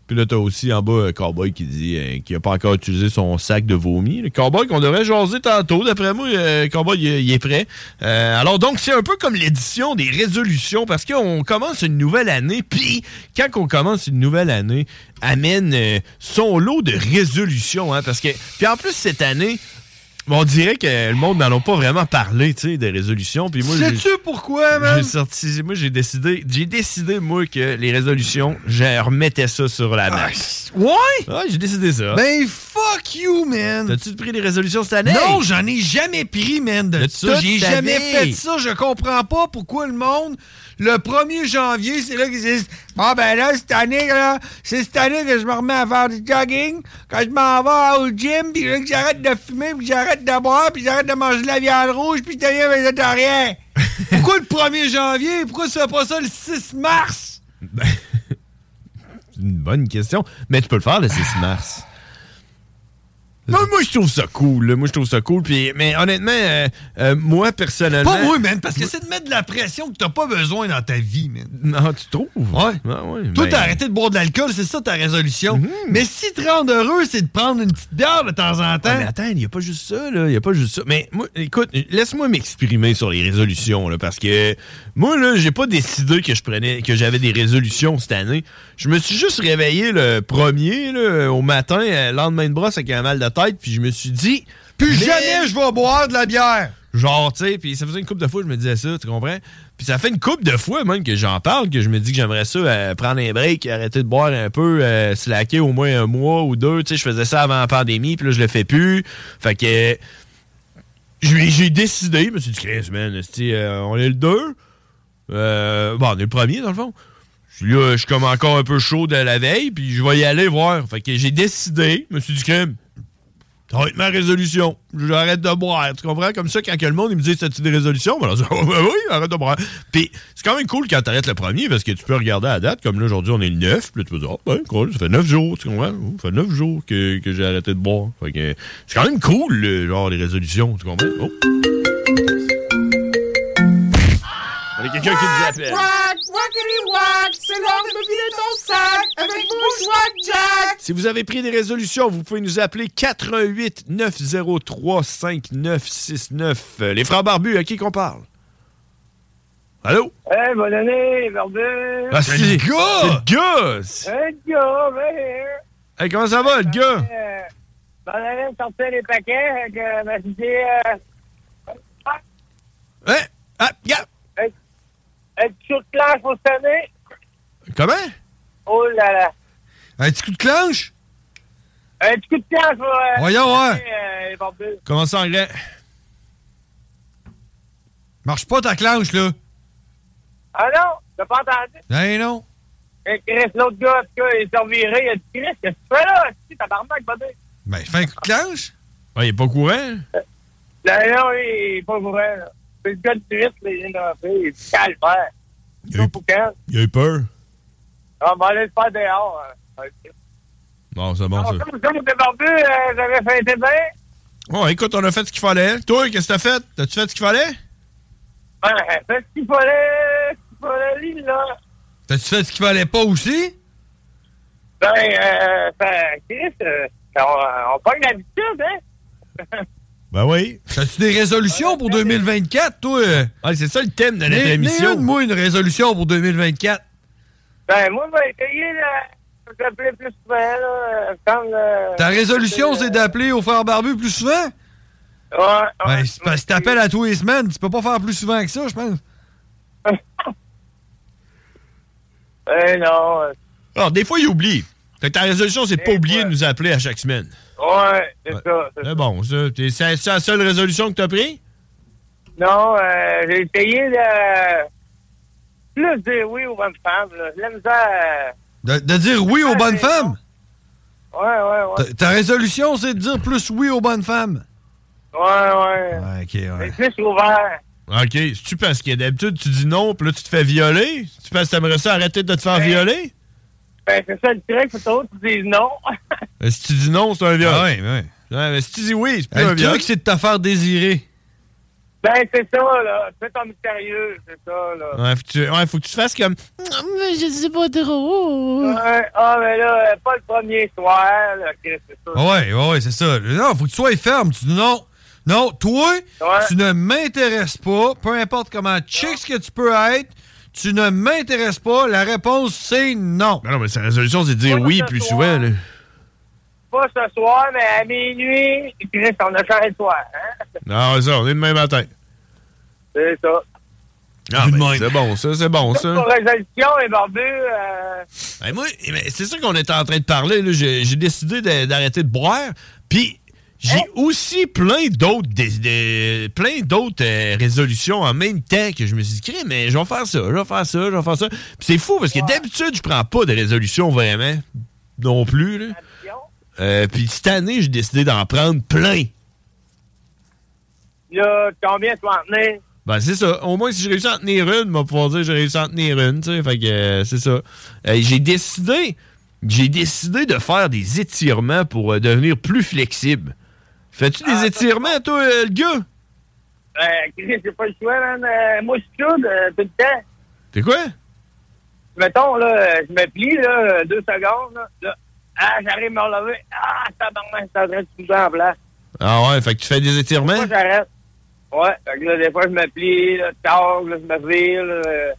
S12: Puis là, t'as aussi en bas un cowboy qui dit euh, qu'il n'a pas encore utilisé son sac de vomi. Le cowboy qu'on devrait jaser tantôt, d'après moi, euh, le cowboy, il, il est prêt. Euh, alors donc, c'est un peu comme l'édition des résolutions, parce qu'on commence une nouvelle année, puis quand on commence une nouvelle année, amène euh, son lot de résolutions, hein, parce que... Puis en plus, cette année... On dirait que le monde n'en a pas vraiment parlé, tu sais, des résolutions. Puis moi, j'ai-
S8: Sais-tu pourquoi, man?
S12: j'ai sorti, moi j'ai décidé, j'ai décidé moi que les résolutions, je remettais ça sur la map.
S8: Ouais?
S12: Ouais, j'ai décidé ça.
S8: Ben fuck you, man!
S12: T'as-tu pris des résolutions cette année?
S8: Non, j'en ai jamais pris, man, de
S12: De
S8: ça.
S12: toute
S8: J'ai
S12: ta
S8: jamais
S12: vie.
S8: fait ça. Je comprends pas pourquoi le monde, le 1er janvier, c'est là qu'ils disent Ah ben là, cette année, là, c'est cette année que je me remets à faire du jogging, quand je m'en vais au gym, puis là que j'arrête de fumer, puis que j'arrête de boire, puis que j'arrête de manger de la viande rouge, puis de rien végétarien. pourquoi le 1er janvier? Pourquoi tu fais pas ça le 6 mars?
S12: C'est une bonne question. Mais tu peux le faire le 6 mars. Moi, Ben, moi, je trouve ça cool. là. Moi, je trouve ça cool. Puis, mais honnêtement, euh, euh, moi, personnellement.
S8: Pas moi, man, parce que c'est de mettre de la pression que t'as pas besoin dans ta vie, man.
S12: Non, tu trouves?
S8: Ouais.
S12: Ah ouais,
S8: Toi,
S12: ben-
S8: t'as arrêté de boire de l'alcool, c'est ça ta résolution. Mais si te rendre heureux, c'est de prendre une petite bière de temps en temps.
S12: Ouais, mais attends, il n'y a pas juste ça, là. Il n'y a pas juste ça. Mais moi, écoute, laisse-moi m'exprimer sur les résolutions, là, parce que moi, là, j'ai pas décidé que je prenais, que j'avais des résolutions cette année. Je me suis juste réveillé le premier, là, au matin, euh, lendemain de brosse avec un mal de tête, puis je me suis dit. Plus jamais je vais boire de la bière! Genre, tu sais, puis ça faisait une couple de fois que je me disais ça, tu comprends? Puis ça fait une couple de fois même que j'en parle, que je me dis que j'aimerais ça euh, prendre un break, arrêter de boire un peu, euh, slacker au moins un mois ou deux. Tu sais, je faisais ça avant la pandémie, puis là, je le fais plus. Fait que j'ai j'ai décidé, je me suis dit, Chris, man, esti, euh, on est le 2. Euh, bon, on est le premier, dans le fond. Je suis là, je suis comme encore un peu chaud de la veille, puis je vais y aller voir. Fait que j'ai décidé, je me suis dit, crime, ça va être ma résolution. J'arrête de boire. Tu comprends? Comme ça, quand que le monde il me dit, c'est-tu des résolutions? Ben, là, je dis, Ah, ben oui, arrête de boire. Puis, c'est quand même cool quand t'arrêtes le premier parce que tu peux regarder la date. Comme là, aujourd'hui, on est le 9. Puis là, tu peux dire, ah, ben, cool, ça fait 9 jours. Tu comprends? Oh, Ça fait 9 jours que, que j'ai arrêté de boire. Fait que, c'est quand même cool, le- genre, les résolutions. Tu comprends? Oh. Il y a quelqu'un qui nous appelle.
S1: Wack, wackity wack, c'est l'heure de me vider ton sac avec Bushwack Jack.
S12: Si vous avez pris des résolutions, vous pouvez nous appeler 88 903 5969. Euh, Les frères barbus, à qui qu'on parle? Allô?
S6: Hey, Eh, bonne année, Barbu!
S12: Ah, c'est le gars! C'est le gars! C'est-
S6: Hey, gars, right here!
S12: Hey, comment ça va, le gars?
S6: Euh, bonne année, je sortais les paquets, fait que ma dit... Euh...
S12: Hein? Ah, gars!
S6: Est-ce que tu clash pour cette année?
S12: Comment?
S6: Oh là là!
S8: Un petit coup de clenche?
S6: Un petit coup de clash pour... Euh,
S8: Voyons, ouais.
S6: euh, les barbus.
S12: Comment ça, anglais?
S8: Marche pas ta clenche, là.
S6: Ah non, t'as pas entendu?
S8: Ben non.
S6: Et Chris, l'autre gars, en tout cas, il est surviré, il a dit « Chris, qu'est-ce que tu fais là? Tu tabarnak, Barbu!
S8: Ben, fais un coup de clenche.
S12: Ouais, il est pas au courant. »
S6: Là, non, il est pas vrai, là. C'est le gars de Suisse, les gens d'en fait, il dit « Calvaire! » Il est pour quand?
S12: Il a eu peur.
S6: On va aller le faire dehors. hein.
S12: Non, c'est bon, ça.
S6: Ah, Comme ça, vous êtes barbu, euh, j'avais fêté bien.
S12: Bon, écoute, on a fait ce qu'il fallait. Toi, qu'est-ce que t'as fait? T'as-tu fait ce qu'il fallait?
S6: euh, Ben, faites ce qu'il fallait, ce qu'il fallait, lui, là.
S8: T'as-tu fait ce qu'il fallait pas aussi?
S6: Ben, euh, ben, Chris, euh, on, on pogne l'habitude, hein?
S12: Ben oui.
S8: T'as-tu des résolutions pour 2024, toi?
S12: Ah, c'est ça le thème de notre
S8: N'ai- n'ai
S12: émission.
S8: une, moi, une résolution pour 2024.
S6: Ben, moi, je vais essayer de vous appeler plus souvent, là. euh, Comme, euh,
S8: Ta résolution, c'est d'appeler au frère barbu plus souvent?
S6: Ouais.
S8: Ben, c'est parce que t'appelles à tous les semaines. Tu peux pas faire plus souvent que ça, je pense.
S6: Ben non. euh, Eh,
S12: Alors, Ah, des fois, il oublie. Fait que ta résolution, c'est de pas
S6: Des
S12: oublier de nous appeler à chaque semaine.
S6: Ouais, c'est ça. c'est
S12: C'est bon, ça. T'es- C'est c'est la seule résolution que t'as pris?
S6: Non, euh, j'ai essayé de plus dire oui aux bonnes femmes. Là. La misère.
S8: De, de dire oui aux bonnes femmes?
S6: euh, Ouais, ouais,
S8: Ta-
S6: ouais.
S8: Ta résolution, c'est de dire plus oui aux bonnes femmes.
S6: Ouais, ouais.
S8: OK, ouais.
S6: C'est plus ouvert.
S12: OK. C'est-tu parce que d'habitude, tu dis non, puis là, tu te fais violer? Tu penses que t'aimerais ça arrêter de te faire violer?
S6: Ben, c'est ça le truc, faut toujours que tu dises non.
S12: Ben, si tu dis non, c'est un viol.
S8: Ah, ouais, ouais.
S12: mais si tu dis oui, c'est plus
S8: Ben,
S12: un
S8: le
S12: viol.
S8: truc, c'est de te faire désirer.
S6: Ben, c'est ça, là. C'est ton mystérieux, c'est ça, là.
S12: Ouais, faut que tu, ouais, faut que tu fasses comme...
S6: Mais je sais pas trop. Ouais, ah, mais là, euh, pas le premier soir, là, Chris, c'est ça.
S8: Ouais, ouais, ouais, c'est ça. Non, faut que tu sois ferme. Tu dis non. Non, toi, tu ne m'intéresses pas. Peu importe comment chic ce que tu peux être, tu ne m'intéresses pas. La réponse, c'est non.
S12: Ben Non, non, mais sa résolution, c'est de dire
S6: Moi,
S12: oui
S6: ce
S12: plus
S6: soir.
S12: souvent. là.
S6: Pas ce soir, mais à minuit, Chris, on a changé de soir, hein.
S12: Non, c'est Ah, ça, on est demain matin.
S6: C'est ça.
S12: Ah, ben, c'est bon, ça, c'est bon, ça.
S6: Pour résolution, les barbus, euh,
S12: Ben, moi, eh ben, c'est ça qu'on était en train de parler. là. J'ai j'ai décidé de- d'arrêter de boire. Puis j'ai aussi plein d'autres dé- dé- plein d'autres euh, résolutions en même temps que je me suis dit, Crée, mais je vais faire ça, je vais faire ça, je vais faire ça. Puis c'est fou parce que d'habitude, je prends pas de résolution vraiment non plus. là. Euh, puis cette année, j'ai décidé d'en prendre plein.
S6: là, combien tu m'en tenais?
S12: Ben, c'est ça. Au moins, si je réussis à en tenir une, on va pouvoir dire que j'ai réussi à en tenir une, tu sais. Fait que, euh, c'est ça. Euh, j'ai décidé, j'ai décidé de faire des étirements pour euh, devenir plus flexible. Fais-tu des
S6: Ah,
S12: étirements, toi, euh, le gars?
S6: Euh, Chris, j'ai pas le choix, man. Euh, moi, je suis chaude euh, tout le temps.
S12: T'es quoi?
S6: Mettons, là, euh, je me plie, là, euh, deux secondes, là. là. Ah, j'arrive à me relever. Ah, tabarnak, je suis en train de bouger en place.
S12: Ah ouais, fait que tu fais des étirements?
S6: Moi, j'arrête. Ouais, fait que là, des fois, je me plie, là, tard, là, je me vire, là. euh.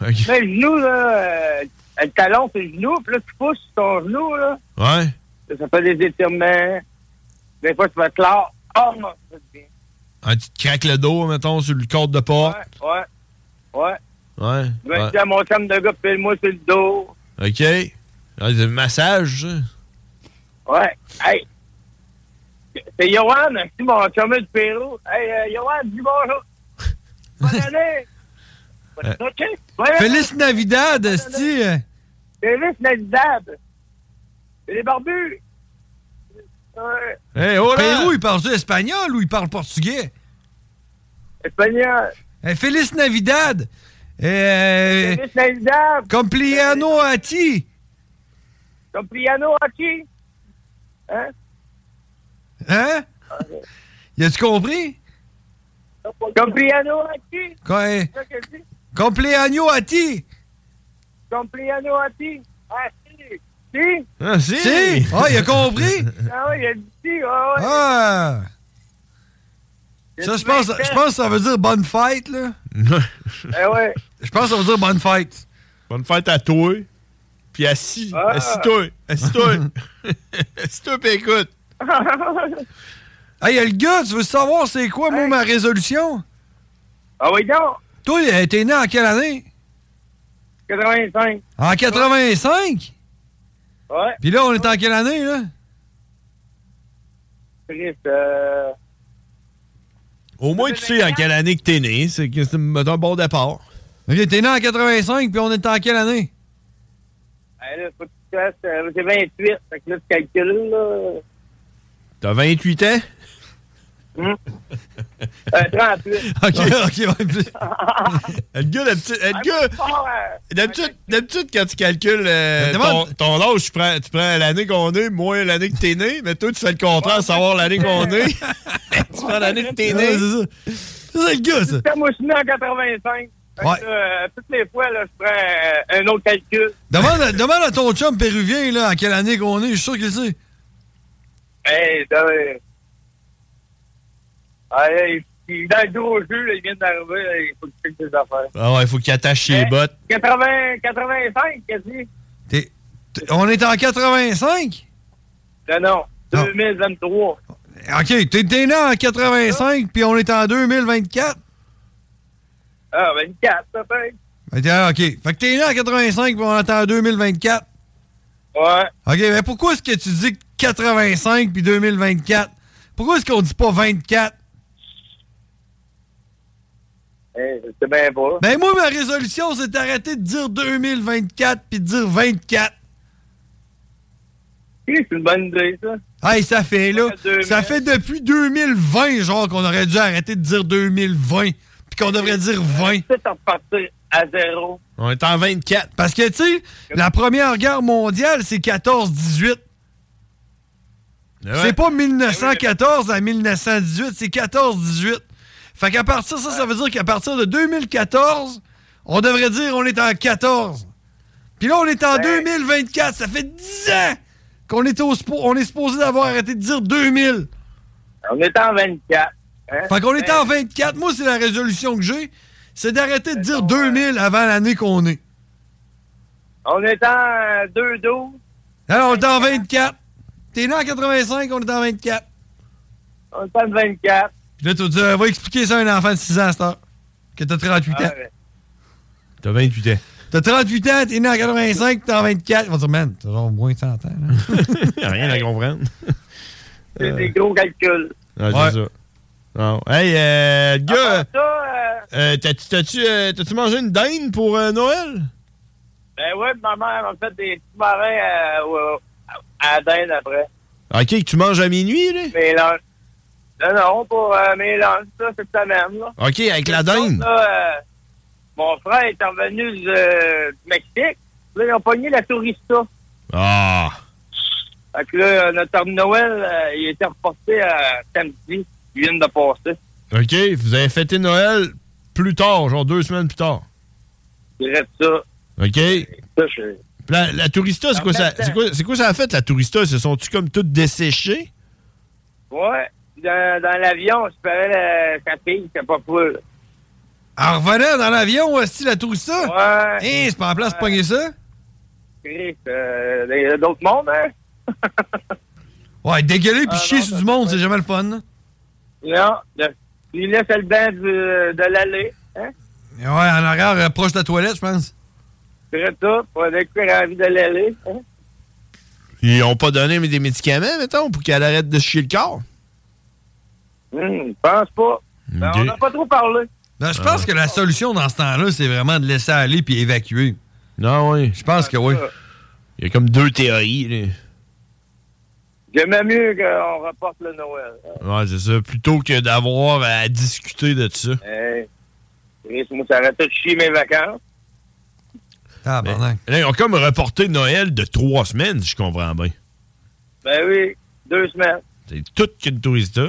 S6: Mais le genou, là, euh, le talon, c'est le genou, puis là, tu pousses sur ton genou, là.
S12: Ouais.
S6: Ça, ça fait des étirements. Des fois, tu vas te lard. Ah, non, ça fait du bien.
S12: Ah, tu te craques le dos, mettons, sur le corps de porc.
S6: Ouais, ouais.
S12: Ouais.
S6: Je me
S12: ouais.
S6: dis à mon chum de gars, pile-moi sur le dos.
S12: OK. Ah, c'est un massage, ça.
S6: Ouais. Hey! C'est Johan, hein, c'est mon chum du Pérou. Hey, euh, Johan, dis bonjour. Bonne année!
S8: Euh,
S6: OK? Bonne année.
S8: Felice Navidad, esti. euh.
S6: Félix Navidad! C'est les barbus! Ouais.
S12: Hey, oh hola.
S8: Pérou, il parle espagnol ou il parle portugais?
S6: Espagnol.
S8: Felice Navidad. Euh,
S6: Feliz Navidad!
S8: Compliano a ti.
S6: Comme piano hockey! Hein?
S8: Hein? Y a-tu compris?
S6: Comme piano hockey!
S8: Quoi? hein?
S6: C'est ça que je dis?
S8: eh. Compliano a ti.
S6: Comme piano hockey! Ah, si! Si!
S12: Ah, si!
S8: Si! Ah, il a compris?
S6: Ah ouais, il a dit si! Ah, ouais.
S8: Ah! Ça, je pense, je pense que ça veut dire bonne fête, là.
S6: Eh ouais!
S8: Je pense que ça veut dire bonne fête.
S12: Bonne fête à toi. Puis assis.
S6: Ah.
S12: Assis-toi. Assis-toi. assis-toi, puis écoute.
S8: Hey, y a le gars, tu veux savoir c'est quoi, moi, ma résolution?
S6: Ah oui, donc!
S8: Toi, euh, t'es né en quelle année?
S6: 85!
S8: En 85?
S6: Ouais!
S8: Puis là, on est en quelle année, là?
S6: Chris, euh...
S12: Au moins, tu sais en quelle année que t'es né. C'est que c'est un bon départ.
S8: Ok, t'es né en 85, puis on est en quelle année?
S6: Hey, là, faut que tu fasses. euh, J'ai 28, fait que là, tu calcules, là.
S12: T'as 28 ans?
S6: Hmm. Euh, 38.
S12: OK, OK, ouais, plus. Le gars, d'habitude- le gars,
S6: Ah,
S12: d'habitude, d'habitude, quand tu calcules euh, ton,
S8: demande-
S12: ton âge, tu prends, tu prends l'année qu'on est, moins l'année que t'es né, mais toi, tu fais le contraire, savoir l'année qu'on est. tu prends l'année que t'es né.
S8: Ouais, c'est ça. C'est ça, le gars, ça.
S6: Moi, je suis né en 85. Fait que, euh, toutes les fois, là, je prends euh, un autre calcul.
S8: Demande, à- demande à ton chum péruvien, là, à quelle année qu'on est, je suis sûr qu'il sait.
S6: Hey, dans, le- Ah, là, il- il est dans le gros jeu, là, il vient d'arriver, là, il faut que tu checkes des affaires.
S12: Ah ouais, il faut qu'il attache ses bottes.
S6: 80, 85, quasi?
S8: T- On est en 85?
S6: Non, non, 2023.
S8: OK, t'es t'es né en 85, puis on est en 2024?
S6: Ah, 24, ça fait.
S8: Ben, t'es- ah, OK. Fait que t'es né en 85, puis on est en 2024?
S6: Ouais.
S8: OK, mais pourquoi est-ce que tu dis 85 puis 2024? Pourquoi est-ce qu'on dit pas 24?
S6: Hey, je sais Eh, bien pas.
S8: Ben moi, ma résolution, c'est d'arrêter de dire 2024 puis de dire 24.
S6: C'est une bonne idée, ça.
S8: Hey, ça fait là.
S6: fait
S8: Ça fait depuis 2020, genre, qu'on aurait dû arrêter de dire 2020 puis qu'on devrait dire 20.
S6: repartir à zéro.
S12: On est en 24.
S8: Parce que, tu sais, la Première Guerre mondiale, c'est 14-18. C'est
S6: Ben
S8: pas 1914 à 1918, c'est 14-18. Fait qu'à partir ça, ça veut dire qu'à partir de 2014, on devrait dire on est en 14. Puis là, on est en
S6: Ben
S8: 2024. Ça fait 10 ans qu'on est, au spo- on est supposé d'avoir arrêté de dire 2000.
S6: On est en 24. hein?
S8: Fait qu'on est en 24. Moi, c'est la résolution que j'ai. C'est d'arrêter
S6: Ben
S8: de dire 2000 avant l'année qu'on est.
S6: hein. On est en 2-12.
S8: Alors, on est en 24. T'es né en 85, on est en 24.
S6: On est en 24.
S8: Puis là, tu vas dire, euh, va expliquer ça à un enfant de 6 ans à cette heure. Que t'as 38 ans.
S12: T'as 28 ans.
S8: T'as 38 ans, t'es né en 85, t'es en 24. Ils vont dire, man, t'as genre moins de 100 ans. là.
S12: Rien à comprendre.
S6: C'est des gros calculs.
S12: Ah, c'est ça. Non. Hey, euh, gars, euh, t'as-tu- t'as-tu euh, t'as-tu mangé une dinde pour euh, Noël?
S6: Ben ouais, ma mère m'a fait des petits marins à, au- à, la dinde après.
S12: Ok, que tu manges à minuit, là?
S6: Mes lunchs. Non, non, pour euh, mes lunchs, ça, cette semaine, là.
S12: Ok, avec la dinde.
S6: Là, euh, mon frère est revenu du euh, du Mexique. Là, ils ont pogné la tourista.
S12: Ah!
S6: Fait que là, notre arbre de Noël, euh, il était reporté à samedi. Il vient de passer.
S12: Ok, vous avez fêté Noël plus tard, genre deux semaines plus tard.
S6: Il reste ça.
S12: Ok?
S6: Ça, je...
S12: La, la tourista, c'est quoi,
S6: En même
S12: ça,
S6: temps.
S12: c'est quoi, c'est quoi ça a fait, la tourista? Se sont-tu comme toutes desséchées?
S6: Ouais. Dans, dans l'avion, je parlais la, sa fille, c'est pas cool.
S8: En revenant dans l'avion, aussi la tout ça. Ouais. c'est pas en place de pogner ça.
S6: Chris, euh, il y a d'autres mondes, hein?
S8: Ouais, dégueuler puis chier sur du monde, c'est jamais le fun. là.
S6: Non. le- il laisse le banc du- de l'allée. Hein?
S8: Et Ouais, en arrière, euh, proche de la toilette, je pense.
S6: C'est ça. On a qu'il envie de l'allée. Hein?
S12: Ils ont pas donné mais des médicaments, mettons, pour qu'elle arrête de chier le corps?
S6: Hum, je pense pas. Ben, on n'a pas trop parlé.
S8: Ben, je pense que la solution dans ce temps-là, c'est vraiment de laisser aller puis évacuer.
S12: Non, Ah oui.
S8: Je pense que oui.
S12: Il y a comme deux théories, là.
S6: J'aimais mieux qu'on reporte le Noël.
S12: Ouais, c'est ça. Plutôt que d'avoir à discuter de ça.
S6: Hey. Hein? Chris, moi, ça arrêtait de chier mes vacances.
S8: Ah,
S12: Mais là, ils ont comme reporté Noël de trois semaines, si je comprends bien.
S6: Ben oui, deux semaines.
S12: C'est tout qu'une tourista.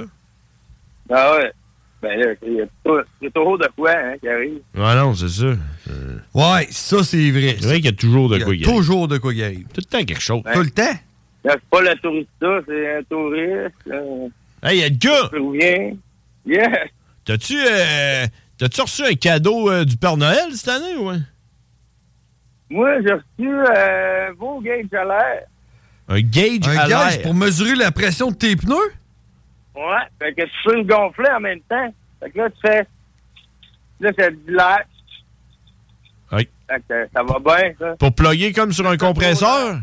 S6: Ah ouais. Ben là, il y a tout- il y a toujours de quoi hein, qui arrive.
S12: Ouais, non, c'est ça. Euh,
S8: Ouais, ça, c'est vrai.
S12: C'est vrai qu'il y a toujours de
S8: Il y a
S12: quoi y
S8: toujours de quoi guérir.
S12: Tout le temps quelque chose.
S6: Tout le
S8: temps?
S6: Là, C'est pas la tourista, c'est un touriste. Euh,
S12: Hey, il y a le gars!
S6: Péruvien. Yeah!
S12: T'as-tu euh, t'as-tu reçu un cadeau euh, du Père Noël cette année, ouais?
S6: Moi, j'ai reçu euh, vos gages à l'air.
S12: Un gauge
S8: Un
S12: à
S8: gage
S12: l'air.
S8: pour mesurer la pression de tes pneus?
S6: Ouais. Fait que tu peux le gonfler en même temps. Fait que là, tu fais. Là, c'est de l'air.
S12: Oui.
S6: Fait que euh, ça va bien, ça.
S12: Pour plugger comme sur un compresseur?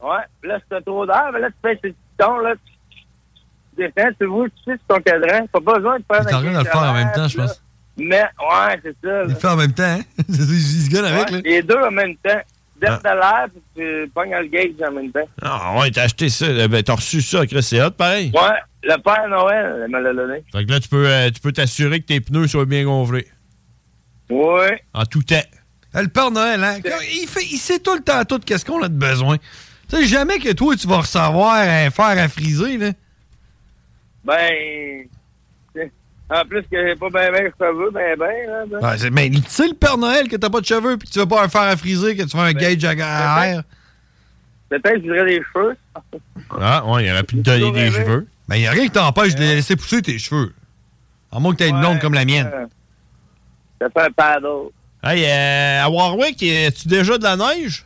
S6: Ouais. Puis Là, c'est trop d'air. Mais là, tu fais tes pitons, là. Tu tu descends, tu vois, tu sais, sur ton cadran. T'as pas besoin de faire
S8: T'as rien à le faire en même temps, je pense.
S6: Mais, ouais, c'est ça. là.
S8: Il le fait en même temps, hein? Il se gueule avec,
S6: Ouais,
S8: là.
S6: Les deux en même temps. Tu ah. de l'air, puis tu pognes le gage en même temps.
S12: Ah ouais, t'as acheté ça. euh, Ben, t'as reçu ça, Chris, c'est hot, pareil.
S6: Ouais, le Père Noël, il me l'a donné.
S12: Fait que là, tu peux euh, tu peux t'assurer que tes pneus soient bien gonflés.
S6: Ouais.
S12: En tout temps.
S8: Elle Père Noël, hein? Quand- Il, fait, il sait tout le temps tout qu'est-ce qu'on a de besoin. Tu sais, jamais que toi, tu vas recevoir un fer à friser, là.
S6: Ben. c'est- En plus que j'ai pas bien ben cheveux, ben ben. Là, ben.
S8: Ah, c'est- mais tu sais, le Père Noël, que t'as pas de cheveux, puis que tu veux pas un fer à friser, que tu veux un gauge à- à, air.
S6: Peut-être que je voudrais des cheveux.
S8: Ah, ouais, il aurait pu te
S6: donner des cheveux.
S8: Mais il a rien qui t'empêche de les laisser pousser tes cheveux. À moins que t'aies une blonde comme la mienne.
S6: Euh, Ça fait un paddle.
S12: Hey, euh, à Warwick, es-tu déjà de la neige?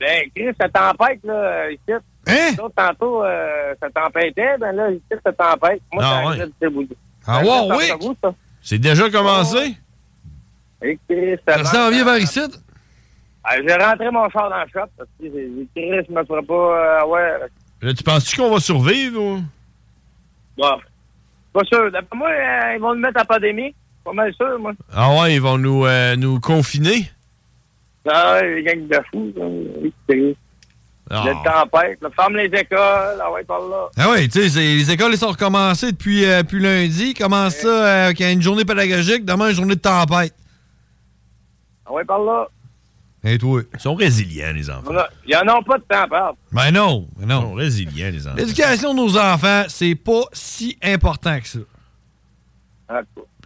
S6: Ben, Chris, ça tempête, là, euh, ici.
S8: Hein?
S6: tantôt, euh, ça tempêtait, ben là, ici, ça tempête. Moi,
S12: Ah,
S6: ça
S12: ouais.
S6: arrive de débouiller.
S12: Ah,
S6: Ça
S8: Ben,
S12: ouais,
S6: arrive de
S12: oui.
S6: Sarcebourg, ça.
S12: C'est déjà commencé?
S6: Et Chris, ça Ah,
S12: Ça s'en vient
S8: vers ici?
S6: j'ai rentré mon char dans le shop, parce que j'ai dit, Chris, je me ferai pas, euh, ouais,
S12: Là, tu penses-tu qu'on va survivre? ou?
S6: Bon. Pas sûr. D'après moi, euh, ils vont nous mettre en pandémie. Pas mal sûr, moi.
S12: Ah ouais, ils vont nous, euh, nous confiner?
S6: Ah, les gangs de fous. là. Oui, c'est-
S12: Ah.
S6: Le tempête. là. Ferme les écoles. Ah ouais, par là.
S8: Ah oui, tu sais, c'est- les écoles elles sont recommencées depuis, euh, depuis lundi. Commence ça euh, avec une journée pédagogique, demain une journée de tempête.
S6: Ah ouais, par là.
S8: Et toi?
S12: Ils sont résilients, les enfants.
S6: Voilà. Ils en ont pas de temps, pardon.
S8: Mais Ben non, mais non.
S12: Ils sont résilients, les enfants.
S8: L'éducation de nos enfants, c'est pas si important que ça.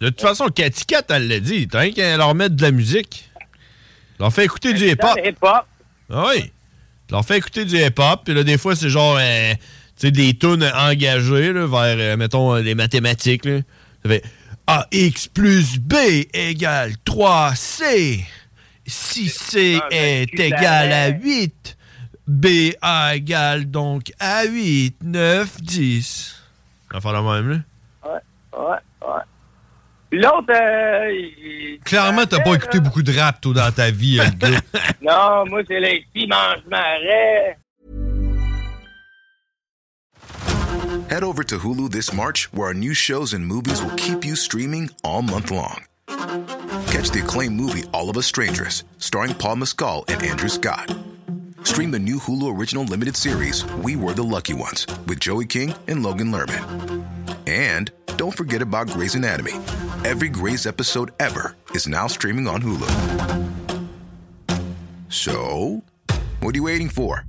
S12: De toute façon, Cathy Cat, elle l'a dit. T'as rien qu'à leur mettre de la musique. Leur fait écouter du hip-hop.
S6: hip-hop.
S12: Ah oui. Leur fait écouter du hip-hop. Puis là, des fois, c'est genre euh, tu sais, des tunes engagées là, vers, euh, mettons, euh, les mathématiques. Là. Ça fait AX plus B égale 3C. Si C est
S1: cul
S12: égal à
S1: d'arrêt.
S12: 8, BA égale donc à 8, 9, 10. On va faire la même, là.
S6: Ouais, ouais. Puis l'autre, euh, il-
S8: Clairement, t'as pas écouté beaucoup de rap, toi, dans ta vie, euh, le gars.
S6: Non, moi, c'est les petits mange-marais.
S29: Head over to Hulu this March, where our new shows and movies will keep you streaming all month long. Catch the acclaimed movie All of Us Strangers, starring Paul Mescal and Andrew Scott. Stream the new Hulu original limited series We Were the Lucky Ones with Joey King and Logan Lerman. And don't forget about Grey's Anatomy. Every Grey's episode ever is now streaming on Hulu. So, what are you waiting for?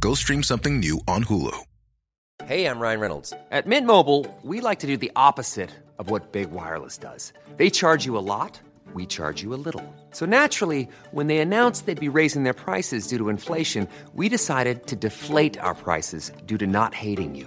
S29: Go stream something new on Hulu.
S30: Hey, I'm Ryan Reynolds. At Mint Mobile, we like to do the opposite of what Big Wireless does. They charge you a lot, we charge you a little. So naturally, when they announced they'd be raising their prices due to inflation, we decided to deflate our prices due to not hating you.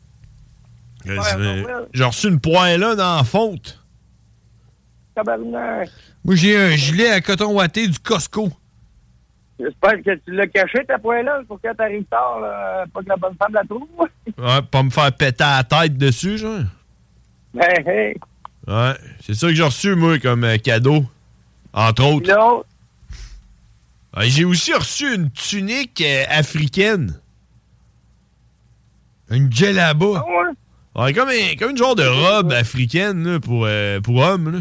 S12: Euh, J'ai reçu une poêle là dans la fonte.
S6: tabarnak.
S8: Moi, j'ai un gilet à coton watté du Costco.
S6: J'espère que tu l'as caché, ta poêle-là, pour que t'arrives tard, là, pas que la bonne femme la trouve.
S12: Ouais, pas me faire péter la tête dessus, genre.
S6: Ben, hey.
S12: Ouais, c'est ça que j'ai reçu, moi, comme euh, cadeau. Entre autres. Ouais, j'ai aussi reçu une tunique euh, africaine.
S8: Une djellaba.
S12: Ouais, comme, un- comme une genre de robe africaine là, pour, euh, pour homme. là.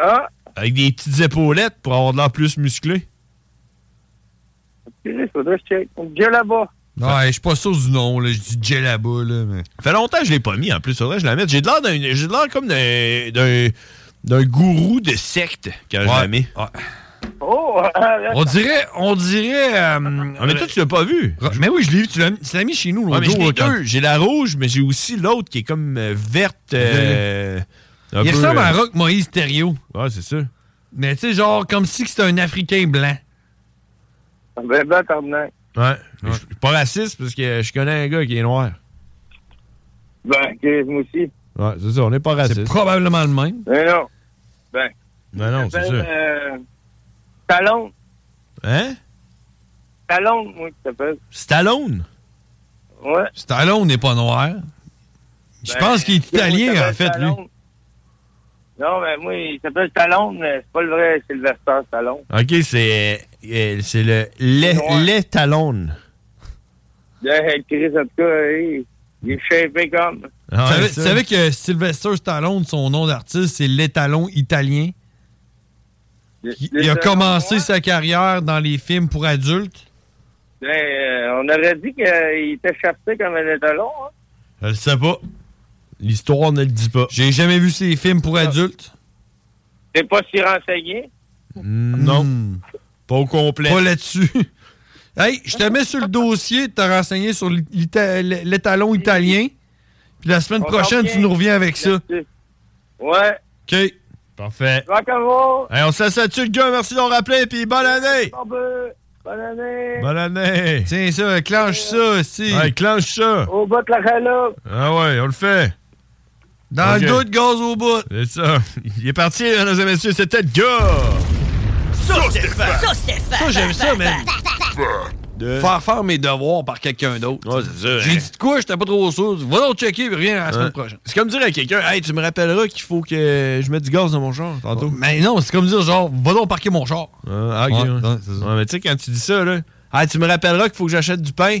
S6: ah,
S12: Avec des petites épaulettes pour avoir de l'air plus musclé.
S6: Chris, faudrait que je check. On gueule là-bas.
S8: Ouais, je suis pas sûr du nom, là. Je dis djellaba, là, mais...
S12: Ça fait longtemps que je l'ai pas mis, en plus. Faudrait que je la mette. J'ai de l'air d'un- j'ai de l'air comme d'un- d'un d'un gourou de secte quand je la mets.
S6: Oh!
S8: On dirait, on dirait. euh,
S12: Ah, mais toi, tu l'as pas vu.
S8: Mais oui, je l'ai vu. Tu l'as mis- tu l'as mis chez nous,
S12: Ouais,
S8: l'autre
S12: mais je
S8: jour,
S12: l'ai
S8: là, quand-
S12: deux. J'ai la rouge, mais j'ai aussi l'autre qui est comme euh, verte. euh, un
S8: Il
S12: peu,
S8: ressemble à
S12: euh,
S8: Rock Moïse Thériault.
S12: Ouais, c'est ça.
S8: Mais tu sais, genre, comme si c'était un Africain blanc.
S6: Ben, ben, tabarnak.
S12: Ouais. Mais Je je suis pas raciste parce que je connais un gars qui est noir.
S6: Ben, Chris, moi aussi.
S12: Ouais, c'est ça, on n'est pas raciste. C'est
S8: probablement le même.
S6: Ben, non. Ben.
S12: Non,
S8: Ah
S12: non, c'est
S6: Ben,
S12: ça.
S6: euh, Stallone.
S12: Hein?
S6: Stallone, moi, qui t'appelle.
S12: Stallone?
S6: Ouais.
S8: Stallone n'est pas noir.
S6: Ben,
S8: Je pense qu'il est italien, en fait, lui.
S6: Non, ben, moi, il s'appelle Stallone, mais c'est pas le vrai Sylvester Stallone.
S12: Ok, c'est euh, c'est le lait lait talone.
S6: Ben, Chris, en tout cas, hey, il est shapé comme.
S12: Ah
S8: tu,
S12: ouais,
S8: savais,
S12: ça.
S8: tu savais que Sylvester Stallone, son nom d'artiste, c'est l'étalon italien. Il, il a commencé sa carrière dans les films pour adultes.
S6: Ben, euh, on aurait dit qu'il était chassé comme un étalon. Hein.
S12: Je le sais pas. L'histoire ne le dit pas.
S8: J'ai jamais vu ces films
S6: Ah.
S8: pour adultes.
S6: T'es pas si renseigné.
S12: Non. Hmm. Pas au complet.
S8: Pas là-dessus. Hey, je te mets sur le dossier, de te renseigner sur l'ita- l'étalon italien. Puis la semaine
S6: On
S8: prochaine,
S6: revient
S8: tu nous reviens avec ça.
S6: Ouais.
S12: OK. Parfait.
S6: Rock and roll.
S12: Hey, on se laisse là-dessus, le gars. Merci d'en rappeler. Puis bonne année.
S6: Barbe. Bonne année.
S12: Bonne année.
S8: Tiens, ça, clenche ça aussi.
S12: Ouais, clenche ça.
S6: Au bout de la chaloupe.
S12: Ah ouais, on le fait.
S8: Dans
S12: Ok.
S8: le doute, gaz au bout.
S12: C'est ça. Il est parti, mesdames et messieurs. C'était le gars.
S1: Ça, Stéphane!
S12: Ça,
S1: Stéphane!
S8: Ça, j'aime ça, man.
S12: De-
S8: Faire faire mes devoirs par quelqu'un d'autre.
S12: Ouais, c'est ça.
S8: J'ai
S12: hein.
S8: dit de quoi, j'étais pas trop sûr. Va donc checker, puis reviens la semaine
S12: Ouais.
S8: prochaine.
S12: C'est comme dire à quelqu'un Hey, tu me rappelleras qu'il faut que je mette du gaz dans mon char tantôt.
S8: Mais non, c'est comme dire genre, va donc parquer mon char.
S12: Ah, ok, ouais. Ouais, mais tu sais, quand tu dis ça, là, hey, tu me rappelleras qu'il faut que j'achète du pain.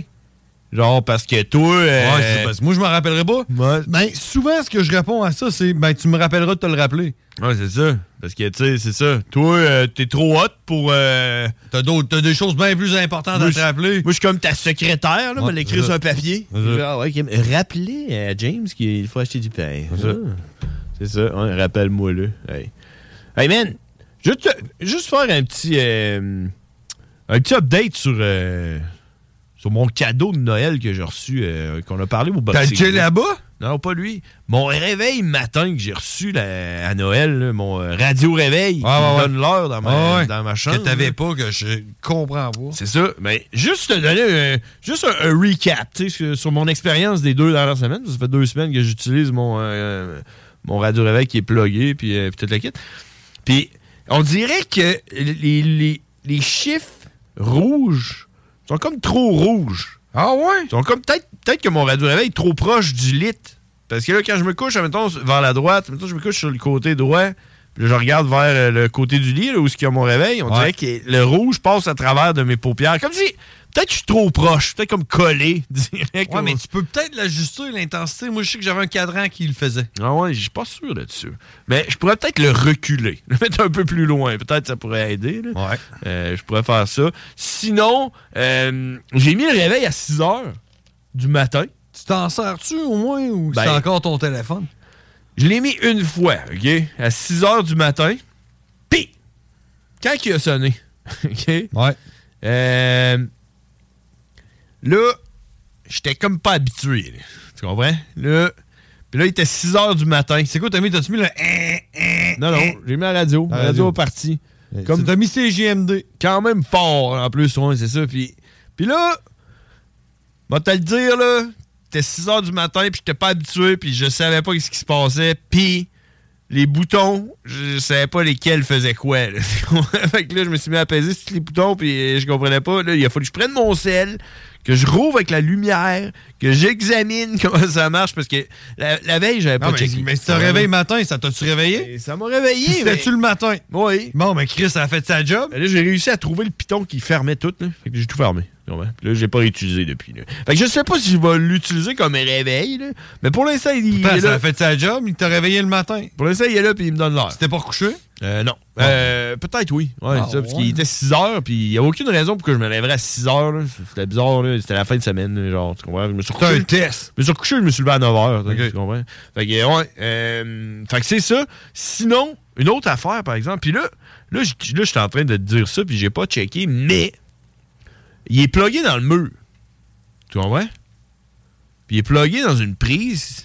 S12: Genre, parce que toi. euh,
S8: Ouais, c'est parce que moi, je m'en rappellerai pas. Ben, souvent, ce que je réponds à ça, c'est ben, tu me rappelleras de te le rappeler.
S12: Ouais, c'est ça. Parce que, tu sais, c'est ça. Toi, euh, t'es trop hot pour. euh,
S8: T'as d'autres- t'as des choses bien plus importantes
S12: Moi,
S8: à te
S12: je-
S8: rappeler.
S12: Moi, je suis comme ta secrétaire, là,
S8: Ouais,
S12: me l'écrire sur
S8: c'est ça.
S12: un papier.
S8: C'est ça.
S12: Genre, ouais, ok, mais rappelez à James qu'il faut acheter du pain. C'est ça. C'est ça, ouais, rappelle-moi le. Hey. Hey, man, juste, juste faire un petit, euh, un petit update sur, euh, sur mon cadeau de Noël que j'ai reçu, euh, qu'on a parlé au
S8: T'as le
S12: boxing.
S8: gel là-bas?
S12: Non, pas lui. Mon réveil matin que j'ai reçu là, à Noël, là, mon euh, radio réveil, qui me donne l'heure dans, ma-
S8: Ah ouais.
S12: dans ma chambre.
S8: Que t'avais
S12: là.
S8: pas, que je comprends pas.
S12: C'est ça. Mais juste te donner un, juste un, un recap tu sais, sur- sur mon expérience des deux dernières semaines. Ça fait deux semaines que j'utilise mon, euh, mon radio réveil qui est plugué puis, euh, puis toute la kit. Puis on dirait que les, les- les chiffres rouges sont comme trop rouges.
S8: Ah ouais?
S12: Sont comme peut-être peut-être que mon radio réveil est trop proche du lit. Parce que là, quand je me couche, mettons, vers la droite, mettons, je me couche sur le côté droit, puis là, je regarde vers euh, le côté du lit, là, où il y a mon réveil, on dirait
S8: Ouais.
S12: que le rouge passe à travers de mes paupières. Comme si, peut-être que je suis trop proche, peut-être comme collé, direct.
S8: Ouais, mais tu peux peut-être l'ajuster, l'intensité. Moi, je sais que j'avais un cadran qui le faisait.
S12: Ah ouais, je suis pas sûr là-dessus. Mais je pourrais peut-être le reculer, le mettre un peu plus loin. Peut-être ça pourrait aider. là. Euh, je pourrais faire ça. Sinon, euh, j'ai mis le réveil à 6 heures du matin.
S8: Tu t'en sers-tu au moins ou c'est
S12: Ben,
S8: encore ton téléphone?
S12: Je l'ai mis une fois, OK? À 6 heures du matin. Puis, quand il a sonné, OK? Euh,
S8: Ouais.
S12: là, j'étais comme pas habitué. là. Tu comprends? Là, puis là, il était 6 heures du matin. C'est quoi, t'as mis? T'as-tu mis le... hein? Non, non, j'ai mis la radio. Eh. La radio est partie. Comme t'as mis CGMD. Quand même fort, en plus, ouais, c'est ça. Puis, puis là, va te le dire, là, c'était 6 heures du matin, puis j'étais pas habitué, puis je savais pas ce qui se passait, puis les boutons, je savais pas lesquels faisaient quoi. là. fait que là, je me suis mis à apaiser tous les boutons, puis euh, je comprenais pas. Là, il a fallu que je prenne mon sel, que je rouvre avec la lumière, que j'examine comment ça marche, parce que la, la veille, j'avais pas
S8: Non, Ah, mais,
S12: checké.
S8: mais si t'as réveillé matin, ça t'a-tu réveillé?
S12: Ben, Ça m'a réveillé.
S8: C'était-tu
S12: mais-
S8: le matin?
S12: Oui. Ben
S8: Bon, mais Chris, ça a fait sa job.
S12: Là, j'ai réussi à trouver le piton qui fermait tout. Là. Fait que j'ai tout fermé. tu comprends? Puis Là, j'ai pas réutilisé depuis. Là. Fait que je sais pas si je vais l'utiliser comme réveil, là. mais pour l'instant, il
S8: Putain,
S12: est
S8: ça
S12: là.
S8: a fait sa job, il t'a réveillé le matin.
S12: Pour l'instant, il est là puis il me donne l'heure.
S8: T'es pas recouché?
S12: Euh, non. Euh, Peut-être oui. Ouais,
S8: Ah,
S12: c'est ça, Parce
S8: ouais.
S12: qu'il était 6 heures, puis il n'y a aucune raison pour que je me lèverais à 6 heures. là. C'était bizarre, là. c'était la fin de semaine. là, Genre, tu comprends? Je me suis
S8: C'était
S12: recouché.
S8: un test.
S12: Je me suis recouché, je me suis levé à 9 heures. Tu comprends? Fait que, ouais. euh, fait que c'est ça. Sinon, une autre affaire, par exemple. Puis là, là, je là, je suis en train de te dire ça, puis j'ai pas checké, mais il est plugué dans le mur. Tu comprends? Puis il est plugué dans une prise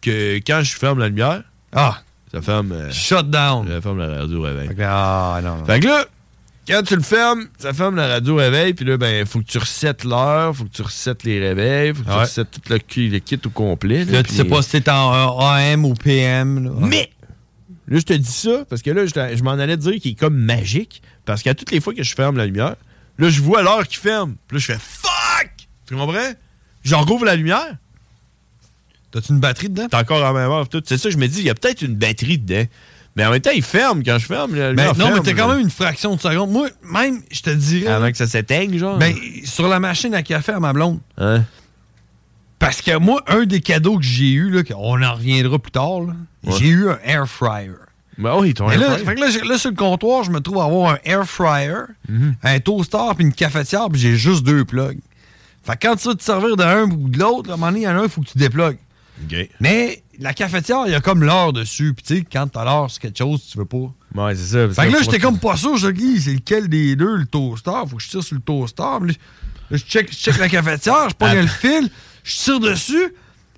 S12: que quand je ferme la lumière,
S8: ah,
S12: ça ferme. euh,
S8: Shut down.
S12: ça ferme la radio réveil.
S8: Ah, non. non.
S12: Fait que là, quand tu le fermes, ça ferme la radio réveil, puis là, ben, faut que tu resettes l'heure, faut que tu resettes les réveils, faut que tu
S8: Ouais.
S12: resettes tout le, ki- le kit au complet.
S8: Là, tu
S12: puis-
S8: sais pas si t'es en euh, AM ou PM. là.
S12: Mais! Là, je te dis ça, parce que là, je, t'a- je m'en allais dire qu'il est comme magique, parce qu'à toutes les fois que je ferme la lumière, là, je vois l'heure qui ferme, puis là, je fais fuck! Tu comprends? J'en rouvre la lumière.
S8: T'as-tu une batterie dedans?
S12: T'es encore en même heure. puis tout. C'est ça, je me dis, il y a peut-être une batterie dedans. Mais en même temps, il ferme quand je ferme. la lumière
S8: Ben, non, mais
S12: ferme,
S8: t'as quand
S12: là.
S8: même une fraction de seconde. Moi, même, je te dirais.
S12: Avant que ça s'éteigne, genre.
S8: Ben, sur la machine à café à ma blonde,
S12: Hein?
S8: Parce que moi, un des cadeaux que j'ai eu, là, on en reviendra plus tard, là, j'ai eu un air fryer.
S12: Ben oui, ton
S8: Mais
S12: air
S8: là,
S12: fryer.
S8: fait que là, j'ai- là, sur le comptoir, je me trouve à avoir un air fryer,
S12: Mm-hmm.
S8: un toaster puis une cafetière, puis j'ai juste deux plugs. Fait que quand tu vas te servir d'un ou de l'autre, à un moment donné, il y en a un, il faut que tu déplugues. Mais la cafetière, il y a comme l'heure dessus. Puis tu sais, quand t'as l'heure sur quelque chose, tu veux pas.
S12: Ouais, c'est ça. parce
S8: Fait que là,
S12: faut-
S8: j'étais comme pas sûr. Je dis, c'est lequel des deux, le toaster? Faut que je tire sur le toaster. Puis là, je check, je check la cafetière, je prends le fil, je tire dessus.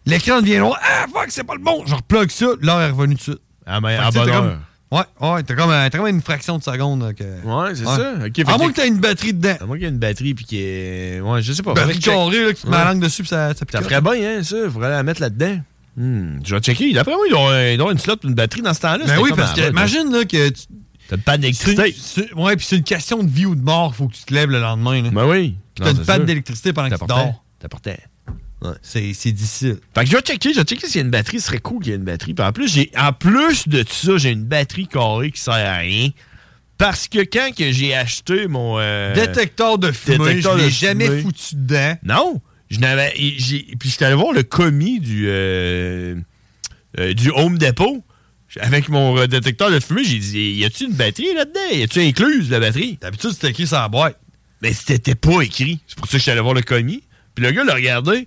S8: L'écran devient noir. Ah, fuck, c'est pas le bon. Je replugue ça. L'heure est revenue dessus.
S12: Ah, mais
S8: Fait que
S12: à
S8: tu sais,
S12: bonne
S8: t'as
S12: heure.
S8: Comme, ouais, ouais, t'as comme, euh, t'as comme une fraction de seconde. là, que...
S12: Ouais, c'est
S8: Ouais.
S12: ça. Ok, fait
S8: À moins
S12: que
S8: t'as une batterie dedans.
S12: À moins qu'il y ait une batterie puis qu'il y ait- Ouais, je sais pas.
S8: Batterie
S12: Faudrait que
S8: carrée,
S12: check.
S8: là, que tu te mets
S12: Ouais.
S8: la langue dessus, puis ça, ça
S12: Ça
S8: picote.
S12: ferait bien, hein, ça. Faudrait la mettre là-dedans. Hmm, Je vais checker. D'après moi, ils ont, un- ils ont une slot pour une batterie dans ce temps-là.
S8: Ben oui, parce que imagine là, que tu.
S12: T'as une panne
S8: d'électricité. Ouais, puis c'est une question de vie ou de mort, faut que tu te lèves le lendemain. Là.
S12: Ben oui.
S8: Puis t'as
S12: Non,
S8: une
S12: c'est
S8: panne
S12: sûr.
S8: d'électricité pendant que tu
S12: T'apportais.
S8: dors.
S12: T'apportais.
S8: C'est c'est difficile.
S12: Fait que je vais checker, je vais checker s'il y a une batterie, ce serait cool qu'il y ait une batterie. Puis en plus, j'ai en plus de tout ça, j'ai une batterie carrée qui sert à rien. Parce que quand que j'ai acheté mon euh,
S8: Détecteur de fumée,
S12: détecteur
S8: je
S12: de
S8: l'ai jamais
S12: fumée.
S8: foutu dedans.
S12: Non, je n'avais et j'ai puis j'étais allé voir le commis du euh, euh, du Home Depot avec mon euh, détecteur de fumée, j'ai dit y a-tu une batterie là-dedans Y a-tu incluse la batterie
S8: D'habitude, c'était écrit sur la boîte.
S12: Mais c'était pas écrit. C'est pour ça que j'étais allé voir le commis. Puis le gars l'a regardé.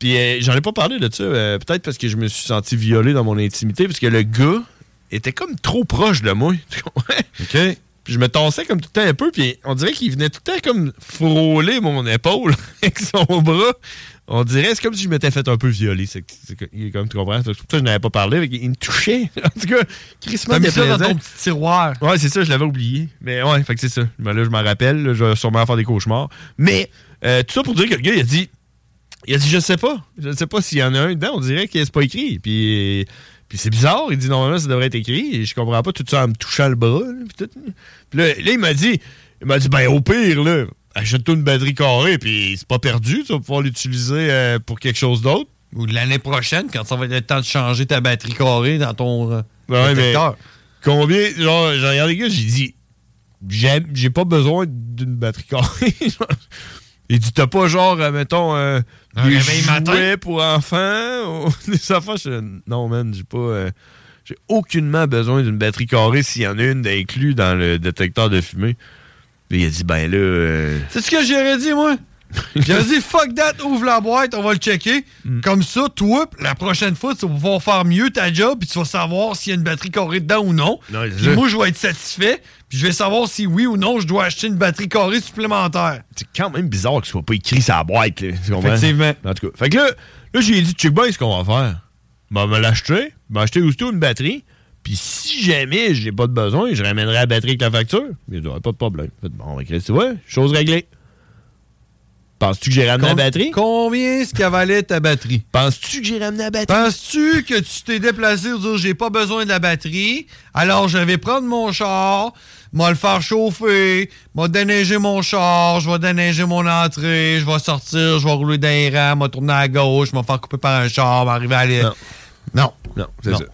S12: Puis euh, j'en ai pas parlé de ça, euh, peut-être parce que je me suis senti violé dans mon intimité, parce que le gars était comme trop proche de moi. Tu comprends? Puis je me tassais comme tout le temps un peu, puis on dirait qu'il venait tout le temps comme frôler mon épaule avec son bras. On dirait, c'est comme si je m'étais fait un peu violer. C'est, c'est que- il est comme, tu comprends? C'est pour ça que je n'avais pas parlé, il me touchait. En tout cas, crissement
S8: T'as mis ça dans
S12: déplaisant.
S8: ton petit tiroir.
S12: Ouais, c'est ça, je l'avais oublié. Mais ouais, fait que c'est ça. Mais là, je m'en rappelle. là, je vais sûrement faire des cauchemars. Mais euh, tout ça pour dire que le gars, il a dit. Il a dit, je sais pas. Je sais pas s'il y en a un dedans. On dirait que c'est pas écrit. Puis, puis c'est bizarre. Il dit, normalement, ça devrait être écrit. Et je comprends pas tout ça en me touchant le bras. là, puis tout. Puis là, là, il m'a dit, il m'a dit, ben, au pire, là, achète-toi une batterie carrée. Puis c'est pas perdu. Tu vas pouvoir l'utiliser euh, pour quelque chose d'autre.
S8: Ou l'année prochaine, quand ça va être le temps de changer ta batterie carrée dans ton euh,
S12: Ouais, mais
S8: détecteur.
S12: combien, genre, j'ai regardé le gars, j'ai dit, j'aime- j'ai pas besoin d'une batterie carrée. Il dit, t'as pas genre, euh, mettons, euh,
S8: Un
S12: des
S8: réveil matin?
S12: jouets pour enfants ou des affaires. Je fais, non, man, j'ai pas. euh, j'ai aucunement besoin d'une batterie carrée s'il y en a une d'inclus dans le détecteur de fumée. Puis il a dit, ben là. euh,
S8: C'est ce que j'aurais dit, moi. J'aurais dit, fuck that, ouvre la boîte, on va le checker.
S12: Mm.
S8: Comme ça, toi, la prochaine fois, tu vas pouvoir faire mieux ta job, puis tu vas savoir s'il y a une batterie carrée dedans ou non.
S12: Non, c'est
S8: Puis
S12: ça.
S8: moi, je vais être satisfait, puis je vais savoir si oui ou non, je dois acheter une batterie carrée supplémentaire.
S12: C'est quand même bizarre que ce soit pas écrit sa boîte. Là, tu comprends?
S8: Effectivement.
S12: En tout cas. Fait que là, là j'ai dit, check bien ce qu'on va faire. Ben, me l'acheter, ben, acheter aussitôt une batterie. Puis si jamais j'ai pas de besoin, je ramènerai la batterie avec la facture. Il dit, ouais, pas de problème. Fait, bon, ben, Chris, tu vois, chose réglée. Penses-tu que j'ai ramené la
S8: Com-
S12: batterie?
S8: Combien ce qu'avalait ta batterie?
S12: Penses-tu que j'ai ramené la batterie?
S8: Penses-tu que tu t'es déplacé pour dire j'ai pas besoin de la batterie, alors je vais prendre mon char, m'a le faire chauffer, m'a déneiger mon char, je vais déneiger mon entrée, je vais sortir, je vais rouler dans les rangs, m'a tourner à gauche, m'a faire couper par un char, m'arriver à aller. Non. Non.
S12: Non, c'est
S8: Non.
S12: ça.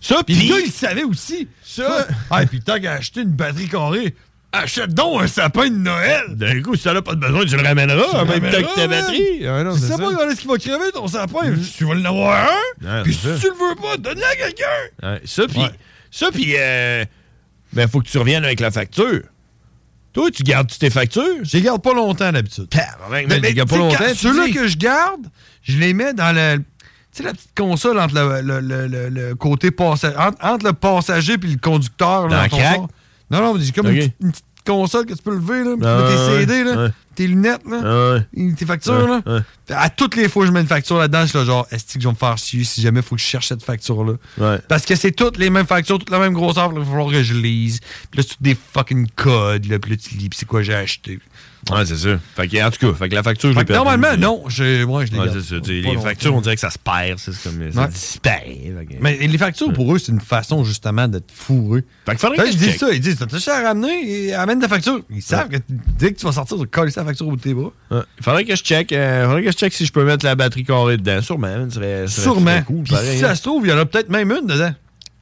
S12: Ça,
S8: Puis
S12: puis-
S8: le gars, il savait aussi. Ça. Ah, et puis tant qu'à acheter une batterie carrée, achète donc un sapin de Noël.
S12: D'un coup, si t'en as pas de besoin, tu le ramèneras
S8: Tu
S12: en
S8: le
S12: même temps que ta
S8: ramèneras, man.
S12: batterie. Ah, non,
S8: tu
S12: c'est
S8: sais
S12: ça.
S8: pas quand est-ce qu'il va crever ton sapin. Tu vas l'avoir un.
S12: Ouais,
S8: Puis si
S12: Ah, c'est ça.
S8: tu le veux pas, donne-le à quelqu'un.
S12: Ouais, Hein, ça, puis. Ça, puis. euh, ben, faut que tu reviennes avec la facture. Toi, tu gardes tes factures?
S8: Je les garde pas longtemps d'habitude.
S12: mais,
S8: Mais-
S12: tu les
S8: mais,
S12: gardes pas
S8: tu sais,
S12: longtemps.
S8: quand-
S12: tu
S8: Ceux-là
S12: dis.
S8: que je garde, je les mets dans le. Tu sais, la petite console entre le, le- le- le- le côté passager. Entre, entre le passager puis le conducteur.
S12: Dans
S8: là,
S12: le
S8: ton
S12: crack?
S8: char. Non, non, mais j'ai comme
S12: Ok.
S8: une, petite, une petite console que tu peux lever, là. puis
S12: Ah,
S8: tu mets tes
S12: ouais,
S8: CD, là,
S12: ouais.
S8: tes lunettes, là,
S12: Ah, ouais.
S8: et tes factures.
S12: Ouais,
S8: là. À toutes les fois, je mets une facture là-dedans. Je suis là, genre, est-ce que je vais me faire chier si jamais il faut que je cherche cette facture-là?
S12: Ouais.
S8: Parce que c'est toutes les mêmes factures, toutes la même grosseur. puis là, Il va falloir que je lise. Puis là, c'est tous des fucking codes. Là, puis là, tu lis. Puis c'est quoi j'ai acheté.
S12: Ah, Ouais, c'est ça. Fait que, en tout cas, fait que la facture, je
S8: Fait
S12: l'ai
S8: que
S12: perdue.
S8: normalement, non. Je, ouais, je les
S12: Ouais,
S8: garde.
S12: c'est ça. Tu sais,
S8: Pas
S12: Les
S8: longtemps.
S12: factures, on dirait que ça se perd. C'est comme. Ça
S8: Ouais.
S12: disparaît. fait que-
S8: Mais les factures, pour eux, c'est une façon justement de te fourrer.
S12: Fait que faudrait que
S8: ils
S12: tu
S8: disent
S12: checkes.
S8: ça, ils disent T'as juste à ramener, et amène ta facture. Ils savent que dès que tu vas sortir, tu vas coller sa facture au bout de tes bras.
S12: Ouais. Faudrait que je check. euh, faudrait que je check si je peux mettre la batterie carrée dedans. Sûrement. ce Serait, ce serait- ce
S8: Sûrement.
S12: serait cool,
S8: Puis
S12: pareil,
S8: si
S12: hein.
S8: ça se trouve, il y en a peut-être même une dedans.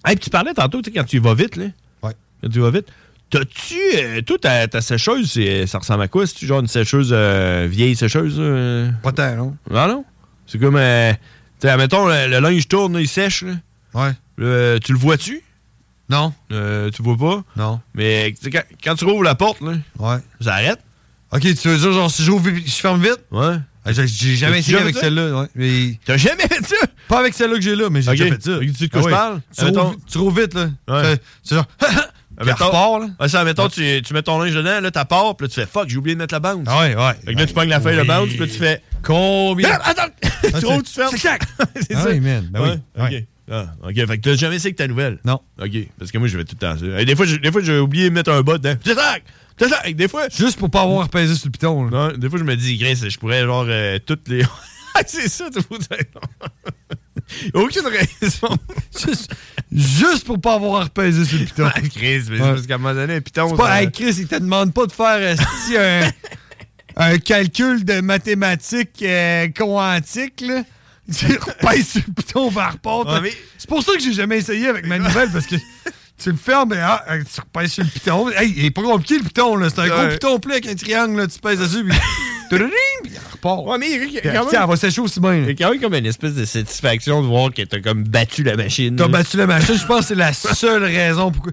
S12: Hey, puis tu parlais tantôt, tu sais, quand tu vas vite, là.
S8: Ouais.
S12: Quand tu vas vite. T'as-tu. euh, toi, ta, ta sécheuse, c'est- ça ressemble à quoi? C'est-tu genre une sécheuse, euh, vieille sécheuse? euh?
S8: Pas tant, non?
S12: Ah non? C'est comme, euh, tu sais, mettons, le, le linge tourne, là, il sèche. Là. Ouais. tu le vois-tu? Non. tu le vois pas? Non. Mais tu sais, quand, quand tu rouvres la porte, là, ouais. ça arrête.
S8: Ok, tu veux dire, genre, si j'ouvre vite, je ferme vite? Ah,
S12: Ouais.
S8: J'ai jamais essayé avec celle-là. Ouais. Mais...
S12: T'as jamais fait ça?
S8: Pas avec celle-là que j'ai là, mais j'ai
S12: Ok.
S8: déjà fait ça. Ah
S12: Tu sais de quoi je parle?
S8: Tu roules
S12: Mettons-
S8: vi- Tu roules vite, là.
S12: Ouais.
S8: Tu- C'est genre.
S12: Ah,
S8: Puis elle repart, là.
S12: Ouais, ça, mettons, tu, tu mets ton linge dedans, là, t'as part, puis là, tu fais fuck, j'ai oublié de mettre la bounce. Ah Ouais, ouais. Fait que là, tu pognes la feuille de
S8: Ah oui.
S12: bounce, puis là, tu fais combien. attends, tu roules, tu fermes. C'est
S8: Ah
S12: ça.
S8: oui, man. Ben oui.
S12: Ouais,
S8: Ouais.
S12: OK. Ah, OK. Fait que t'as jamais essayé que ta nouvelle. Non. OK. Parce que moi, je vais tout le temps ça. Et des fois, j'ai- des fois, j'ai oublié de mettre un bas dedans. C'est ça! C'est ça! Et Des fois. Juste pour pas avoir repaisé sur le piton, Non, des fois, je me dis, Grace, je pourrais, genre, euh, toutes les. c'est ça, tu vois. Aucune raison.
S8: juste, juste pour pas avoir à repaiser sur le piton.
S12: Ah, Chris, mais c'est
S8: Ouais.
S12: parce qu'à un moment donné, un piton.
S8: C'est pas,
S12: ça-
S8: hey, Chris, il te demande pas de faire esti, un, un calcul de mathématiques euh, quantiques, là. Tu repasses sur le piton, va repartir.
S12: Ouais, mais-
S8: C'est pour ça que j'ai jamais essayé avec ma nouvelle, parce que tu le fermes, mais ah, tu repasses sur le piton. Hey, il est pas compliqué, le piton, là. C'est un gros
S12: Ouais.
S8: piton plat avec un triangle, là. Tu pèses dessus, puis... Tududing, puis il repart.
S12: Ouais, mais il y a
S8: Puis,
S12: quand même-
S8: tiens, elle va sécher aussi bien, là.
S12: C'est quand même comme une espèce de satisfaction de voir que t'as comme battu la machine.
S8: T'as battu la machine, je pense que c'est la seule raison pourquoi.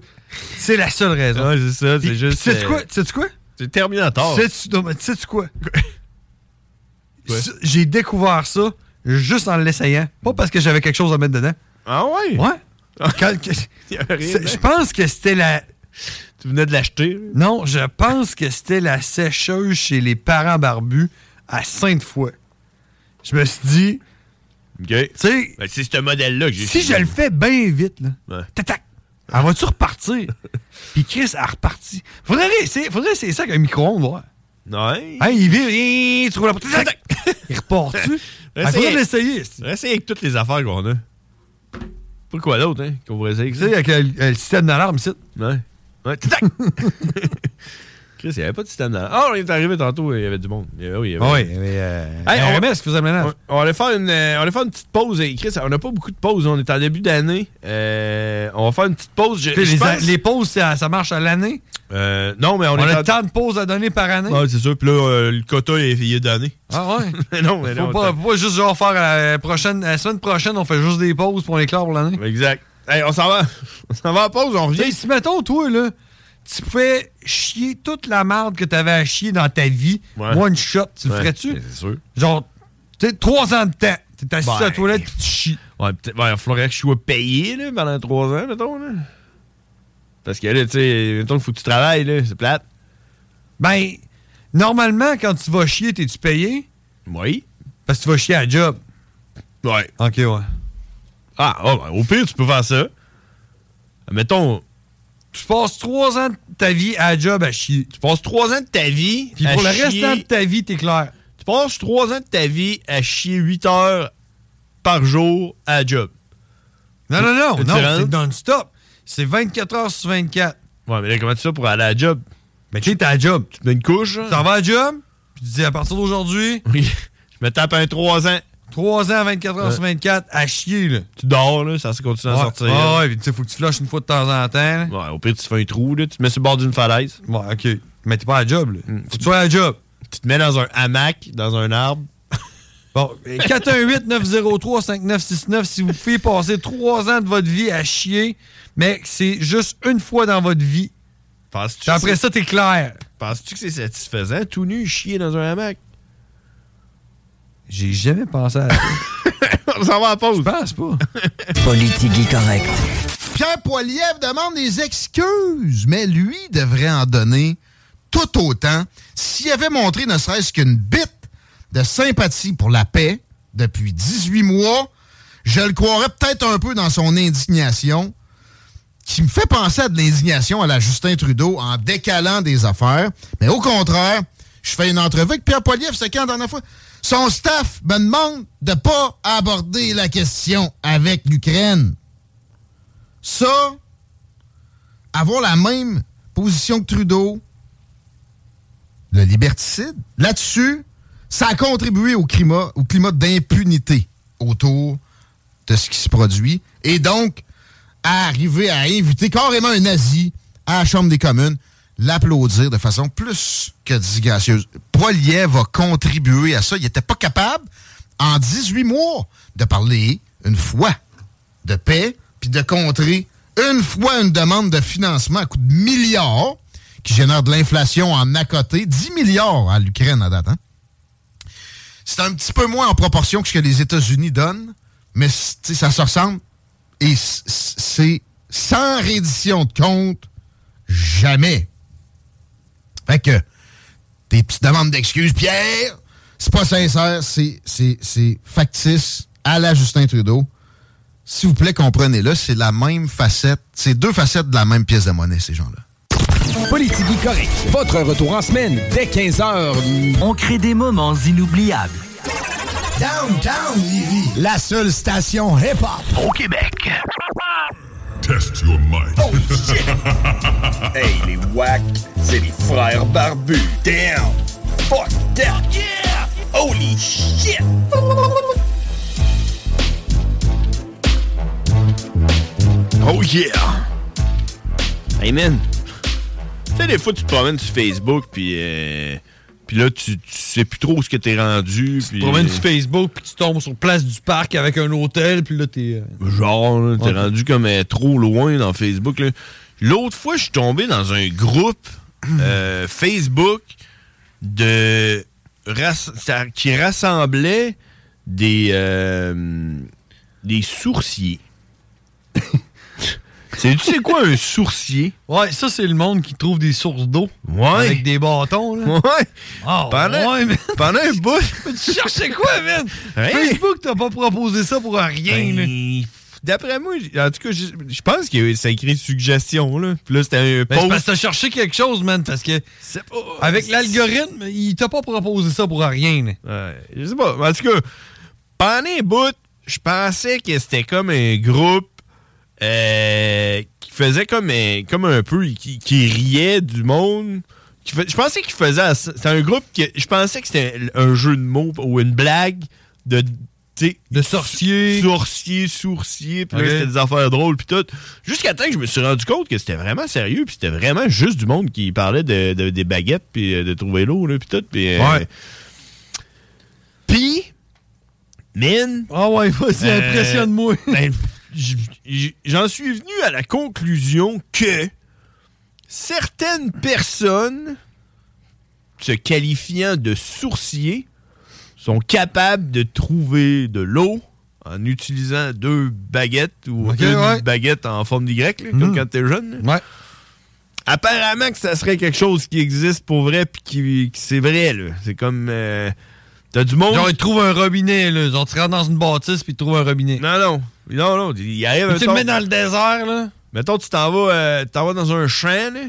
S8: C'est la seule raison.
S12: Ouais, c'est ça, c'est juste.
S8: Sais-tu
S12: euh,
S8: quoi? Sais-tu quoi?
S12: C'est Terminator.
S8: Sais-tu non, mais sais-tu quoi? Ça, J'ai découvert ça juste en l'essayant. Pas parce que j'avais quelque chose à mettre dedans.
S12: Ah ouais? Ah.
S8: Ouais. Quand- que-
S12: y avait rien
S8: c'est-
S12: dedans.
S8: je pense que c'était la.
S12: Tu venais de l'acheter?
S8: Non, je pense que c'était la sécheuse chez les parents barbus à Sainte-Foy. Je me suis dit,
S12: Ok. Tu
S8: sais.
S12: c'est ce modèle-là que j'ai
S8: si je le fais bien vite, là, tatac, elle va-tu repartir? Puis Chris, elle repartit. Faudrait essayer, faudrait essayer ça avec un micro-ondes, ouais.
S12: Ouais.
S8: Hein, il vire, hi, tu roules la porte, tatac, il repart-tu? Ah, Il faudrait l'essayer.
S12: Essaye avec toutes les affaires qu'on a. Pourquoi d'autre, hein? Qu'on pourrait essayer avec
S8: Tu
S12: ça?
S8: sais, avec le, le système d'alarme, c'est.
S12: Ouais. Ouais, tac! Chris, il n'y avait pas de système d'alarme. Ah, on est arrivé tantôt, il y avait du monde. Il y avait- oui, il y avait-
S8: Oui, mais. Euh,
S12: Hey, on-
S8: RMS faisait le ménage.
S12: On va faire une, euh, on allait faire une petite pause. Et Chris, on n'a pas beaucoup de pauses. On est en début d'année. Euh, on va faire une petite pause. Je-
S8: Tu sais,
S12: je
S8: les,
S12: pense-
S8: les pauses, ça, ça marche à l'année.
S12: Euh, non, mais on,
S8: On,
S12: est
S8: a
S12: en-
S8: tant de pauses à donner par année.
S12: Ouais, c'est sûr. Puis là, euh, le quota, il est, il est donné.
S8: Ah ouais?
S12: Mais non, mais
S8: faut,
S12: non,
S8: pas, faut pas juste genre faire la, prochaine, la semaine prochaine, on fait juste des pauses pour les clore pour l'année.
S12: Exact. Hey, on s'en va. On s'en va en pause, on revient.
S8: si mettons, toi, là, tu pouvais chier toute la merde que t'avais à chier dans ta vie,
S12: Ouais.
S8: one shot, tu le
S12: Ouais,
S8: ferais-tu?
S12: mais C'est sûr.
S8: Genre, tu sais, trois ans de temps, t'es assis à la
S12: Ben,
S8: toilette, puis tu chies.
S12: Ouais, peut-être. ouais, il faudrait que je sois payé là, pendant trois ans, mettons. Là. Parce que là, tu sais, mettons qu'il faut que tu travailles, là, c'est plate.
S8: Ben, normalement, quand tu vas chier, t'es-tu payé?
S12: Oui.
S8: Parce que tu vas chier à la job.
S12: Ouais.
S8: OK, ouais.
S12: Ah, oh, ben, au pire, tu peux faire ça. Mettons.
S8: Tu passes trois ans de ta vie à la job à chier.
S12: Tu passes trois ans de ta vie.
S8: Puis
S12: à
S8: pour le
S12: chier-
S8: restant de ta vie, t'es clair.
S12: Tu passes trois ans de ta vie à chier 8 heures par jour à la job.
S8: Non, non, non,
S12: Tu
S8: non,
S12: te rends?
S8: c'est non-stop. C'est 24 heures sur 24.
S12: Ouais, mais là, comment tu fais pour aller à la job?
S8: Mais tu sais, t'as la job.
S12: Tu mets une couche.
S8: Tu t'en vas à la job, puis tu dis à partir d'aujourd'hui.
S12: Oui. Je me tape un 3 ans.
S8: 3 ans, 24 heures sur 24, à chier, là.
S12: Tu dors, là, ça se continue à
S8: ouais.
S12: sortir.
S8: Ah ouais, puis tu sais, faut que tu flushes une fois de temps en temps. là.
S12: Ouais, au pire, tu te fais un trou, là, tu te mets sur le bord d'une falaise. Mm.
S8: Ouais, ok. Mais t'es pas à la job, là. Faut que tu sois à la job.
S12: Tu te mets dans un hamac, dans un arbre.
S8: Bon, 418-903-5969, si vous pouvez passer 3 ans de votre vie à chier, mais que c'est juste une fois dans votre vie.
S12: Penses-tu
S8: Puis après ça, t'es clair.
S12: Penses-tu que c'est satisfaisant, tout nu, chier dans un hamac?
S8: J'ai jamais pensé à ça.
S12: On s'en va en pause. Je
S8: pense pas.
S31: Politique correct.
S21: Pierre Poilievre demande des excuses, mais lui devrait en donner tout autant. S'il avait montré ne serait-ce qu'une bite de sympathie pour la paix depuis 18 mois, je le croirais peut-être un peu dans son indignation, qui me fait penser à de l'indignation à la Justin Trudeau en décalant des affaires. Mais au contraire, je fais une entrevue avec Pierre Poilievre, c'est quand la dernière fois? Son staff me demande de pas aborder la question avec l'Ukraine. Ça, avoir la même position que Trudeau, le liberticide, là-dessus, ça a contribué au climat, au climat d'impunité autour de ce qui se produit. Et donc, à arriver à inviter carrément un nazi à la Chambre des communes, l'applaudir de façon plus que disgracieuse. Poilier va contribuer à ça. Il n'était pas capable, en 18 mois de parler une fois de paix puis de contrer une fois une demande de financement à coût de milliards qui génère de l'inflation en à côté. 10 milliards à l'Ukraine à date. hein. C'est un petit peu moins en proportion que ce que les États-Unis donnent, mais c- tu sais, ça se ressemble. Et c- c- c'est sans reddition de compte, jamais. Fait que tes petites demandes d'excuses, Pierre, c'est pas sincère, c'est- c'est c'est factice à la Justin Trudeau. S'il vous plaît, comprenez-le, c'est la même facette, c'est deux facettes de la même pièce de monnaie, ces gens-là.
S32: Politique correct. Votre retour en semaine dès 15h. On crée des moments inoubliables.
S10: Downtown Lévis, la seule station hip-hop au Québec.
S3: Test your mind. Oh shit! hey, les WAC, c'est les frères barbus. Damn! Fuck that! Yeah! Holy shit!
S12: Oh yeah! Hey man! Tu sais, des fois, tu te promènes sur Facebook, puis. euh, puis là, tu, tu sais plus trop où ce que t'es rendu. euh, Tu
S8: Tu promènes sur Facebook, puis tu tombes sur place du parc avec un hôtel, puis là, t'es. euh,
S12: Genre, là, t'es
S8: Ouais.
S12: rendu comme euh, trop loin dans Facebook. là. L'autre fois, je suis tombé dans un groupe euh, Facebook de rass- ça- qui rassemblait des, euh, des sourciers. C'est- tu sais quoi un sourcier?
S8: Ouais, ça, c'est le monde qui trouve des sources d'eau.
S12: Ouais.
S8: Avec des bâtons, là.
S12: Ouais.
S8: Oh,
S12: Pendant-
S8: ouais, man.
S12: pendant un bout.
S8: tu cherchais quoi, man?
S12: Rien.
S8: Facebook, t'as pas proposé ça pour rien,
S12: Ben,
S8: là.
S12: D'après moi, j- en tout cas, j- je pense que ça écrit suggestion. Là. Puis là, c'était un
S8: Ben, c'est
S12: post.
S8: parce que t'as cherché quelque chose, man, parce que. Avec l'algorithme, il t'a pas proposé ça pour rien, là.
S12: Ouais, je sais pas. En tout cas, pendant un bout, je pensais que c'était comme un groupe euh, qui faisait comme un, comme un peu, qui, qui riait du monde. Qui fait- je pensais qu'il faisait. ass- C'était un groupe que. Je pensais que c'était un, un jeu de mots ou une blague de.
S8: De sorcier.
S12: Sorcier, sourcier, puis là,
S8: Ok.
S12: c'était des affaires drôles, puis tout. Jusqu'à temps que je me suis rendu compte que c'était vraiment sérieux, puis c'était vraiment juste du monde qui parlait de, de- des baguettes, puis euh, de trouver l'eau, là, puis tout. Puis, euh,
S8: Ouais.
S12: Pis, mine.
S8: Ah ouais, vas-y,
S12: euh,
S8: impressionne-moi.
S12: ben, j- j- J'en suis venu à la conclusion que certaines personnes se qualifiant de sourciers sont capables de trouver de l'eau en utilisant deux baguettes ou
S8: Ok,
S12: une
S8: ouais.
S12: baguette en forme d'Y, là, comme
S8: Mm.
S12: quand t'es jeune. là. Apparemment que ça serait quelque chose qui existe pour vrai puis qui, qui- c'est vrai, là. C'est comme... euh, T'as du monde...
S8: Genre, ils trouvent un robinet, là. Genre, tu rentres dans une bâtisse, puis ils trouvent un robinet.
S12: Non, non. Non, non. Il arrive
S8: Tu le mets dans le désert, là.
S12: Mettons, tu t'en vas, euh, tu t'en vas dans un champ, là.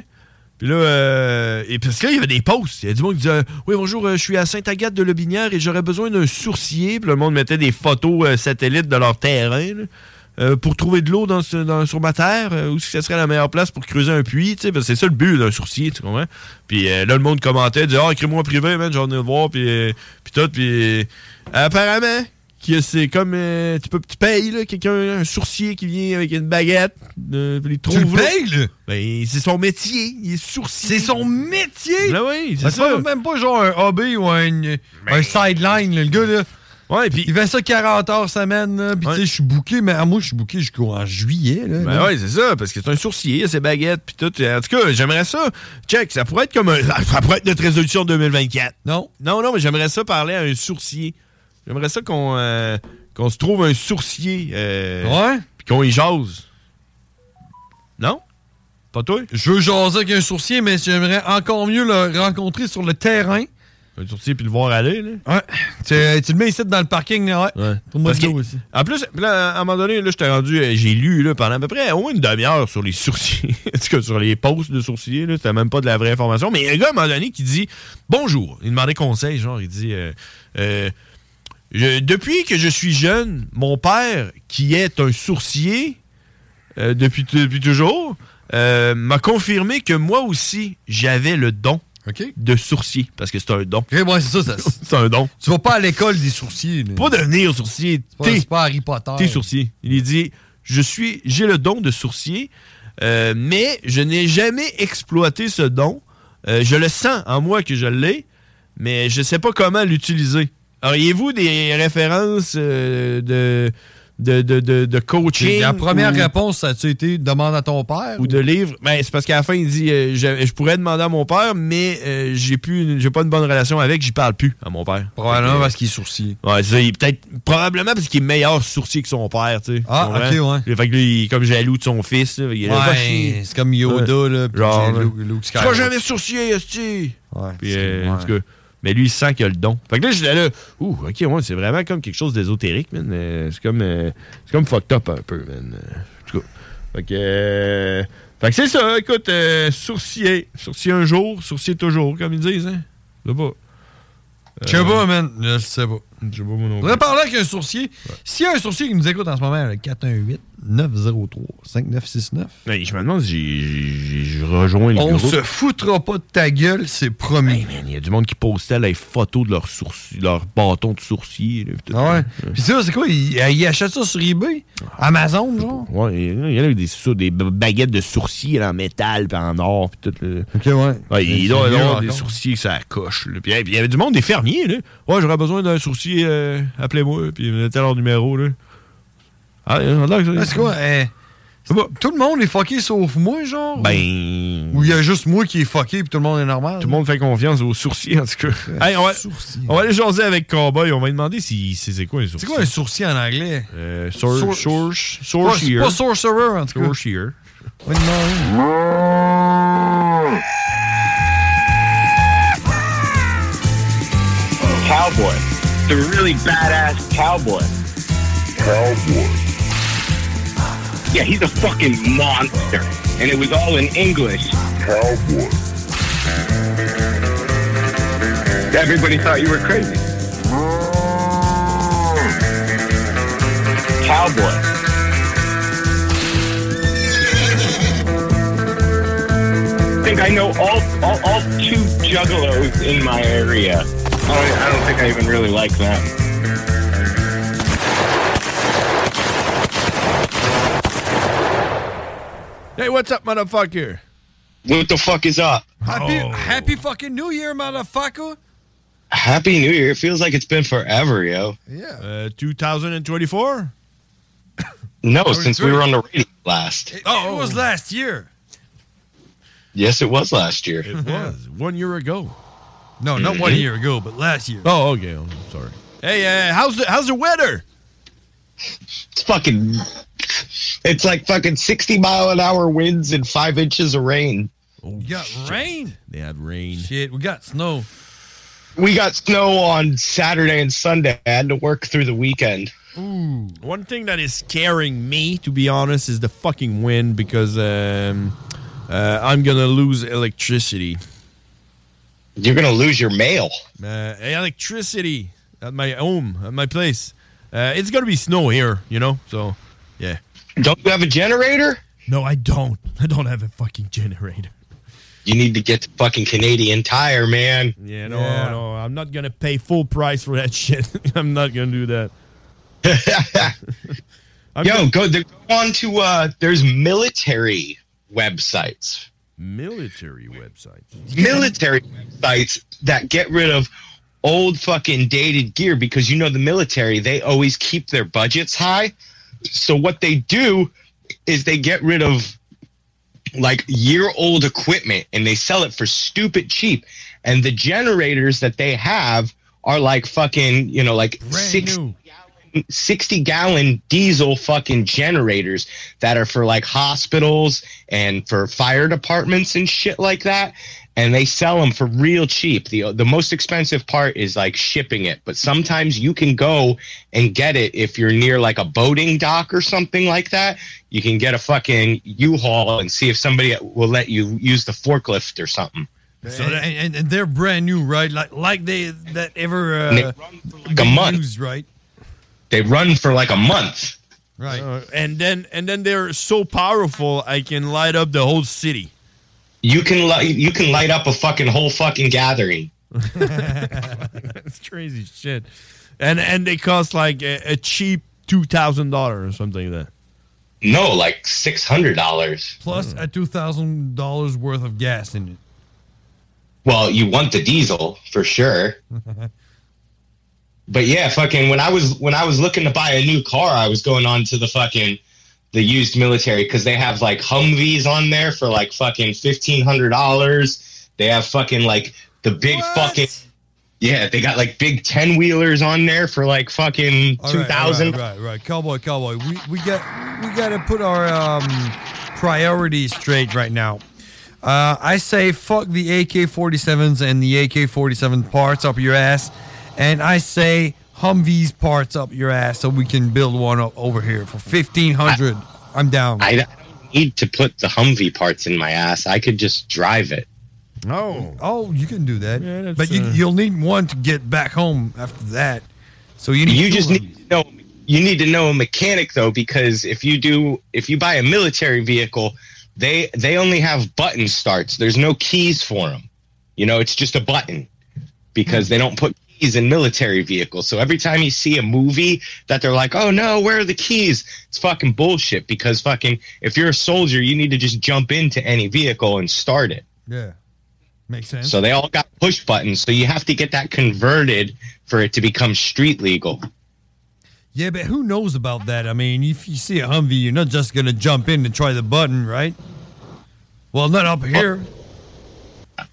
S12: Puis là, euh, et parce que là, il y avait des posts. Il y a du monde qui disait euh, Oui, bonjour, euh, je suis à Sainte-Agathe de Lobinière et j'aurais besoin d'un sourcier. Puis le monde mettait des photos euh, satellites de leur terrain, là, euh, pour trouver de l'eau dans ce- dans- sur ma terre. euh, où est-ce que ce serait la meilleure place pour creuser un puits tu sais, Parce que c'est ça le but d'un sourcier, tu comprends Puis euh, là, le monde commentait disait Ah, écris-moi en privé, man, j'en ai le voir. Puis, euh, puis tout. Puis euh, apparemment, que c'est comme euh, tu peux tu payes là, quelqu'un un sourcier qui vient avec une baguette euh, puis il trouve
S8: le
S12: l'eau.
S8: payes, là?
S12: ben, c'est son métier il est sourcier
S8: C'est son métier!
S12: Ben oui, c'est
S8: Ben,
S12: ça. Ben,
S8: pas- même pas genre un hobby ou un, un sideline, là, le gars, là.
S12: Ouais, puis
S8: il fait ça 40 heures semaine, là. Puis tu sais, je suis bouqué, mais ah, moi, je suis bouqué jusqu'en juillet, là.
S12: ben
S8: là.
S12: ouais c'est ça parce que c'est un sourcier il a ses baguettes puis tout en tout cas j'aimerais ça check ça pourrait être comme un, ça pourrait être notre résolution 2024
S8: non
S12: non non mais j'aimerais ça parler à un sourcier j'aimerais ça qu'on euh, qu'on se trouve un sourcier euh,
S8: Ouais?
S12: puis qu'on y jase non pas toi
S8: Je veux jaser avec un sourcier, mais j'aimerais encore mieux le rencontrer sur le terrain.
S12: un sourcier puis le voir aller là
S8: Ouais. Tu, tu le mets ici dans le parking, là, ouais. Pour moi,
S12: Parce que-
S8: aussi.
S12: En plus, là, à un moment donné, là, j'étais rendu, euh, j'ai lu là, pendant à peu près au moins une demi-heure sur les sourciers, en tout cas sur les posts de sourciers, là, c'était même pas de la vraie information. Mais il y a un gars à un moment donné qui dit Bonjour. Il demandait conseil, genre, il dit euh, Euh, Je- Depuis que je suis jeune, mon père, qui est un sourcier euh, depuis, depuis toujours, euh, m'a confirmé que moi aussi, j'avais le don de sourcier, parce que c'est un don.
S8: c'est ça,
S12: c'est un don.
S8: Tu vas pas à l'école des sourciers, là.
S12: Pas devenir sourcier.
S8: C'est pas-
S12: t'es-
S8: c'est pas Harry Potter.
S12: T'es sourcier. Il lui dit Je suis, j'ai le don de sourcier, euh, mais je n'ai jamais exploité ce don. Euh, je le sens en moi que je l'ai, mais je sais pas comment l'utiliser. Auriez-vous des références euh, de, de, de, de, de coaching?
S8: La première
S12: ou-
S8: réponse, ça a-tu été demande à ton père?
S12: ou de livres. Ben, c'est parce qu'à la fin, il dit euh, je, je pourrais demander à mon père, mais euh, j'ai plus une- j'ai pas une bonne relation avec, j'y parle plus à mon père. euh,
S8: Probablement Ah parce
S12: qu'il est sourcier. Ouais, c'est ça, il est peut-être probablement parce qu'il est meilleur sourcier que son père, tu sais.
S8: Ah,
S12: Tu comprends?
S8: ok,
S12: Fait que lui, il est comme jaloux de son fils. là. Il est là,
S8: Ouais,
S12: Va chier.
S8: c'est comme Yoda,
S12: Ouais.
S8: là, puis
S12: Genre,
S8: Luke-
S12: là.
S8: Luke
S12: Tu
S8: Skywalker.
S12: vas jamais sourcier, esti.
S8: Ouais.
S12: Puis, euh, en tout cas, mais lui, il sent qu'il a le don. Fait que là, j'étais là, ouh, ok, ouais, c'est vraiment comme quelque chose d'ésotérique, man. Euh, c'est comme, euh, c'est comme fucked up un peu, man. Euh, En tout cas. Fait que, euh, fait que c'est ça, écoute, euh, sourcier. Sourcier un jour, sourcier toujours, comme ils disent, hein. Je sais pas. Euh,
S8: Je sais pas, man. Je sais pas.
S12: Je sais pas, moi non plus.
S8: Faudrait parler avec un sourcier. S'il y a un sourcier qui nous écoute en ce moment, le 418-903-5969.
S12: Mais Ben, je me demande si j'ai- j'ai- je rejoins le
S8: On
S12: groupe. Ben,
S8: se foutra pas de ta gueule, c'est promis.
S12: Il y a du monde qui postait les photos de leurs sourci- leurs bâtons de sourcier. là, pis tout.
S8: Ah ouais. Puis ça, c'est quoi? Il, il achète ça sur eBay? Amazon, genre?
S12: Ouais, il y en a avec des, sou- des b- baguettes de sourcils en métal, puis en or, puis tout. Là.
S8: Ok, ouais.
S12: Ouais, il
S8: C'est
S12: doit y
S8: mieux
S12: avoir
S8: encore.
S12: des sourciers que ça coche. là. Puis hey, puis il y avait du monde, des fermiers. Là. Ouais, j'aurais besoin d'un sourcier, euh, appelez-moi, puis mettez leur numéro. Là. Ah, il y en a là que ça-
S8: Ah, c'est quoi? euh, tout le monde est fucké sauf moi, genre?
S12: Ben.
S8: Ou il y a juste moi qui est fucké puis tout le monde est normal?
S12: Tout le monde fait confiance aux sourciers, en tout cas. Hey, on, va, on va aller jaser avec Cowboy. On va lui demander si, si c'est quoi un sourcier.
S8: C'est quoi un sourcier en anglais?
S12: Euh, sour-
S8: Source.
S12: sour-
S8: C'est
S12: sourcier.
S8: pas, pas sorcerer, en tout cas.
S12: Sourcier.
S8: Ouais, non.
S3: Cowboy. The really badass cowboy. Cowboy. Yeah, he's a fucking monster. And it was all in English. Cowboy. Everybody thought you were crazy. Cowboy. I think I know all, all, all two juggalos in my area. I don't, I don't think I even really like them.
S12: Hey, what's up, motherfucker?
S3: What the fuck is up?
S8: Happy, happy fucking New Year, motherfucker!
S3: Happy New Year. It feels like it's been forever, yo.
S8: Yeah.
S12: Uh, 2024?
S3: No, since we were on the radio last.
S8: Oh, it was last year.
S3: Yes, it was last year.
S12: It was. One year ago.
S8: No, not one year ago, but last year.
S12: Oh, okay. I'm sorry. Hey, uh, how's the how's the weather?
S3: It's fucking. It's like fucking 60 mile an hour winds and five inches of rain.
S8: You got rain?
S12: They had rain.
S8: Shit, we got snow.
S3: We got snow on Saturday and Sunday. I had to work through the weekend.
S12: Ooh. One thing that is scaring me, to be honest, is the fucking wind because um, uh, I'm gonna lose electricity.
S3: You're gonna lose your mail.
S12: Uh, electricity at my home, at my place. Uh, it's gonna be snow here, you know. So, yeah.
S3: Don't you have a generator?
S12: No, I don't. I don't have a fucking generator.
S3: You need to get the fucking Canadian tire, man.
S12: Yeah, no, no. I'm not gonna pay full price for that shit. I'm not gonna do that.
S3: Yo, go, they're going to, uh, there's military websites.
S12: Military websites.
S3: military websites that get rid of old fucking dated gear because you know the military they always keep their budgets high so what they do is they get rid of like year old equipment and they sell it for stupid cheap and the generators that they have are like fucking you know like six 60 gallon diesel fucking generators that are for like hospitals and for fire departments and shit like that and they sell them for real cheap the the most expensive part is like shipping it but sometimes you can go and get it if you're near like a boating dock or something like that you can get a fucking u-haul and see if somebody will let you use the forklift or something
S8: So and, and, and they're brand new, right? Like like they that ever
S3: And they
S8: uh,
S3: run
S8: been
S3: a month.
S8: used, right?
S3: they run for like a month
S8: Right.
S12: Uh, and then and then they're so powerful I can light up the whole city.
S3: you can li- you can light up a fucking whole fucking gathering
S12: That's crazy shit. And and they cost like a, a cheap two thousand dollars or something like that.
S3: No, like six hundred dollars.
S8: Plus a two thousand dollars worth of gas in it.
S3: Well, you want the diesel for sure. but yeah, fucking when I was when I was looking to buy a new car, I was going on to the fucking the used military because they have like Humvees on there for like fucking fifteen hundred dollars. They have fucking like the big fucking yeah, they got like big ten wheelers on there for like fucking
S8: All
S3: two
S8: right, all
S3: thousand.
S8: Right, all right, all right, cowboy, cowboy. We we got we got to put our um, priorities straight right now. Uh, I say fuck the AK-47s and the AK-47 parts up your ass, and I say Humvees parts up your ass so we can build one up over here for fifteen hundred. I'm down.
S3: I don't need to put the Humvee parts in my ass. I could just drive it.
S8: No. Oh, you can do that. but you, you'll need one to get back home after that. So you need.
S3: You
S8: two
S3: just
S8: of
S3: need to know. You need to know a mechanic though, because if you do, if you buy a military vehicle, they they only have button starts. There's no keys for them. You know, it's just a button because they don't put keys in military vehicles. So every time you see a movie that they're like, "Oh no, where are the keys?" It's fucking bullshit. Because fucking, if you're a soldier, you need to just jump into any vehicle and start it.
S8: Yeah. Makes sense.
S3: So they all got push buttons. So you have to get that converted for it to become street legal.
S8: Yeah, but who knows about that? I mean, if you see a Humvee, you're not just gonna jump in and try the button, right? Well, not up here.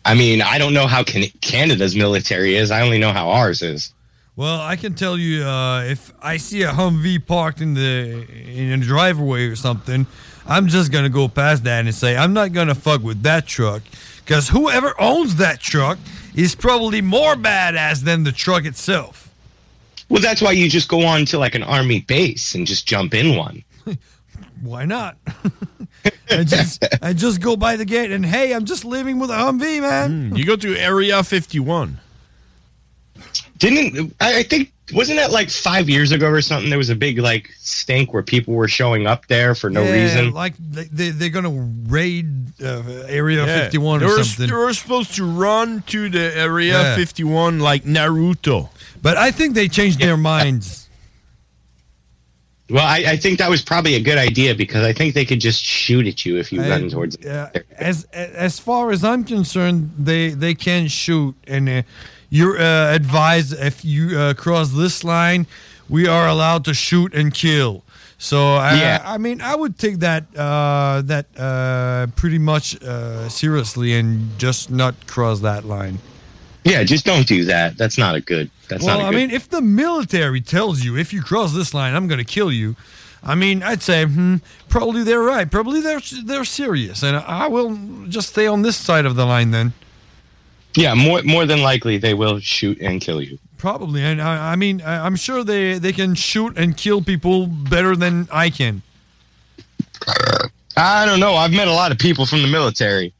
S3: I mean, I don't know how can- Canada's military is. I only know how ours is.
S8: Well, I can tell you uh, if I see a Humvee parked in the in a driveway or something, I'm just gonna go past that and say I'm not gonna fuck with that truck, because whoever owns that truck is probably more badass than the truck itself.
S3: Well, that's why you just go on to like an army base and just jump in one.
S8: Why not? I just I just go by the gate and hey, I'm just leaving with a Humvee, man.
S12: Hmm, You go through Area 51.
S3: Didn't I I think wasn't that like five years ago or something? There was a big like stink where people were showing up there for no
S8: Yeah,
S3: reason.
S8: Like they, they they're gonna raid uh, Area
S12: Yeah.
S8: 51
S12: They
S8: or
S12: were-
S8: something.
S12: They were supposed to run to the Area
S8: Yeah.
S12: 51 like Naruto.
S8: But I think they changed their minds.
S3: well, I, I think that was probably a good idea because I think they could just shoot at you if you
S8: I-
S3: run towards.
S8: Yeah, as as far as I'm concerned, they they can shoot, and uh, you're uh, advised if you uh, cross this line, we are allowed to shoot and kill. So I,
S3: Yeah.
S8: I mean, I would take that uh, that uh, pretty much uh, seriously and just not cross that line.
S3: Yeah, just don't do that. That's not a good. That's
S8: well,
S3: not a
S8: I
S3: good.
S8: mean, if the military tells you if you cross this line, I'm going to kill you. I mean, I'd say hmm, probably they're right. Probably they're they're serious, and I will just stay on this side of the line then.
S3: yeah, more more than likely they will shoot and kill you.
S8: Probably, and I, I mean, I, I'm sure they they can shoot and kill people better than I can.
S3: I don't know. I've met a lot of people from the military.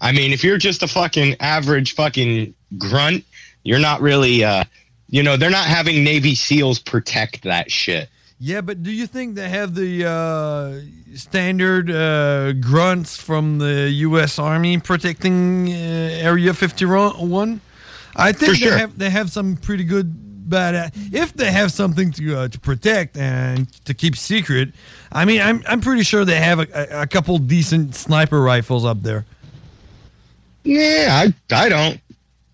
S3: I mean, if you're just a fucking average fucking grunt, you're not really, uh, you know, they're not having Navy SEALs protect that shit.
S8: Yeah, but do you think they have the uh, standard uh, grunts from the U.S. Army protecting uh, Area 51? I think
S3: For sure.
S8: they have they have some pretty good badass. If they have something to uh, to protect and to keep secret, I mean, I'm I'm pretty sure they have a, a, a couple decent sniper rifles up there.
S3: Yeah, I, I don't.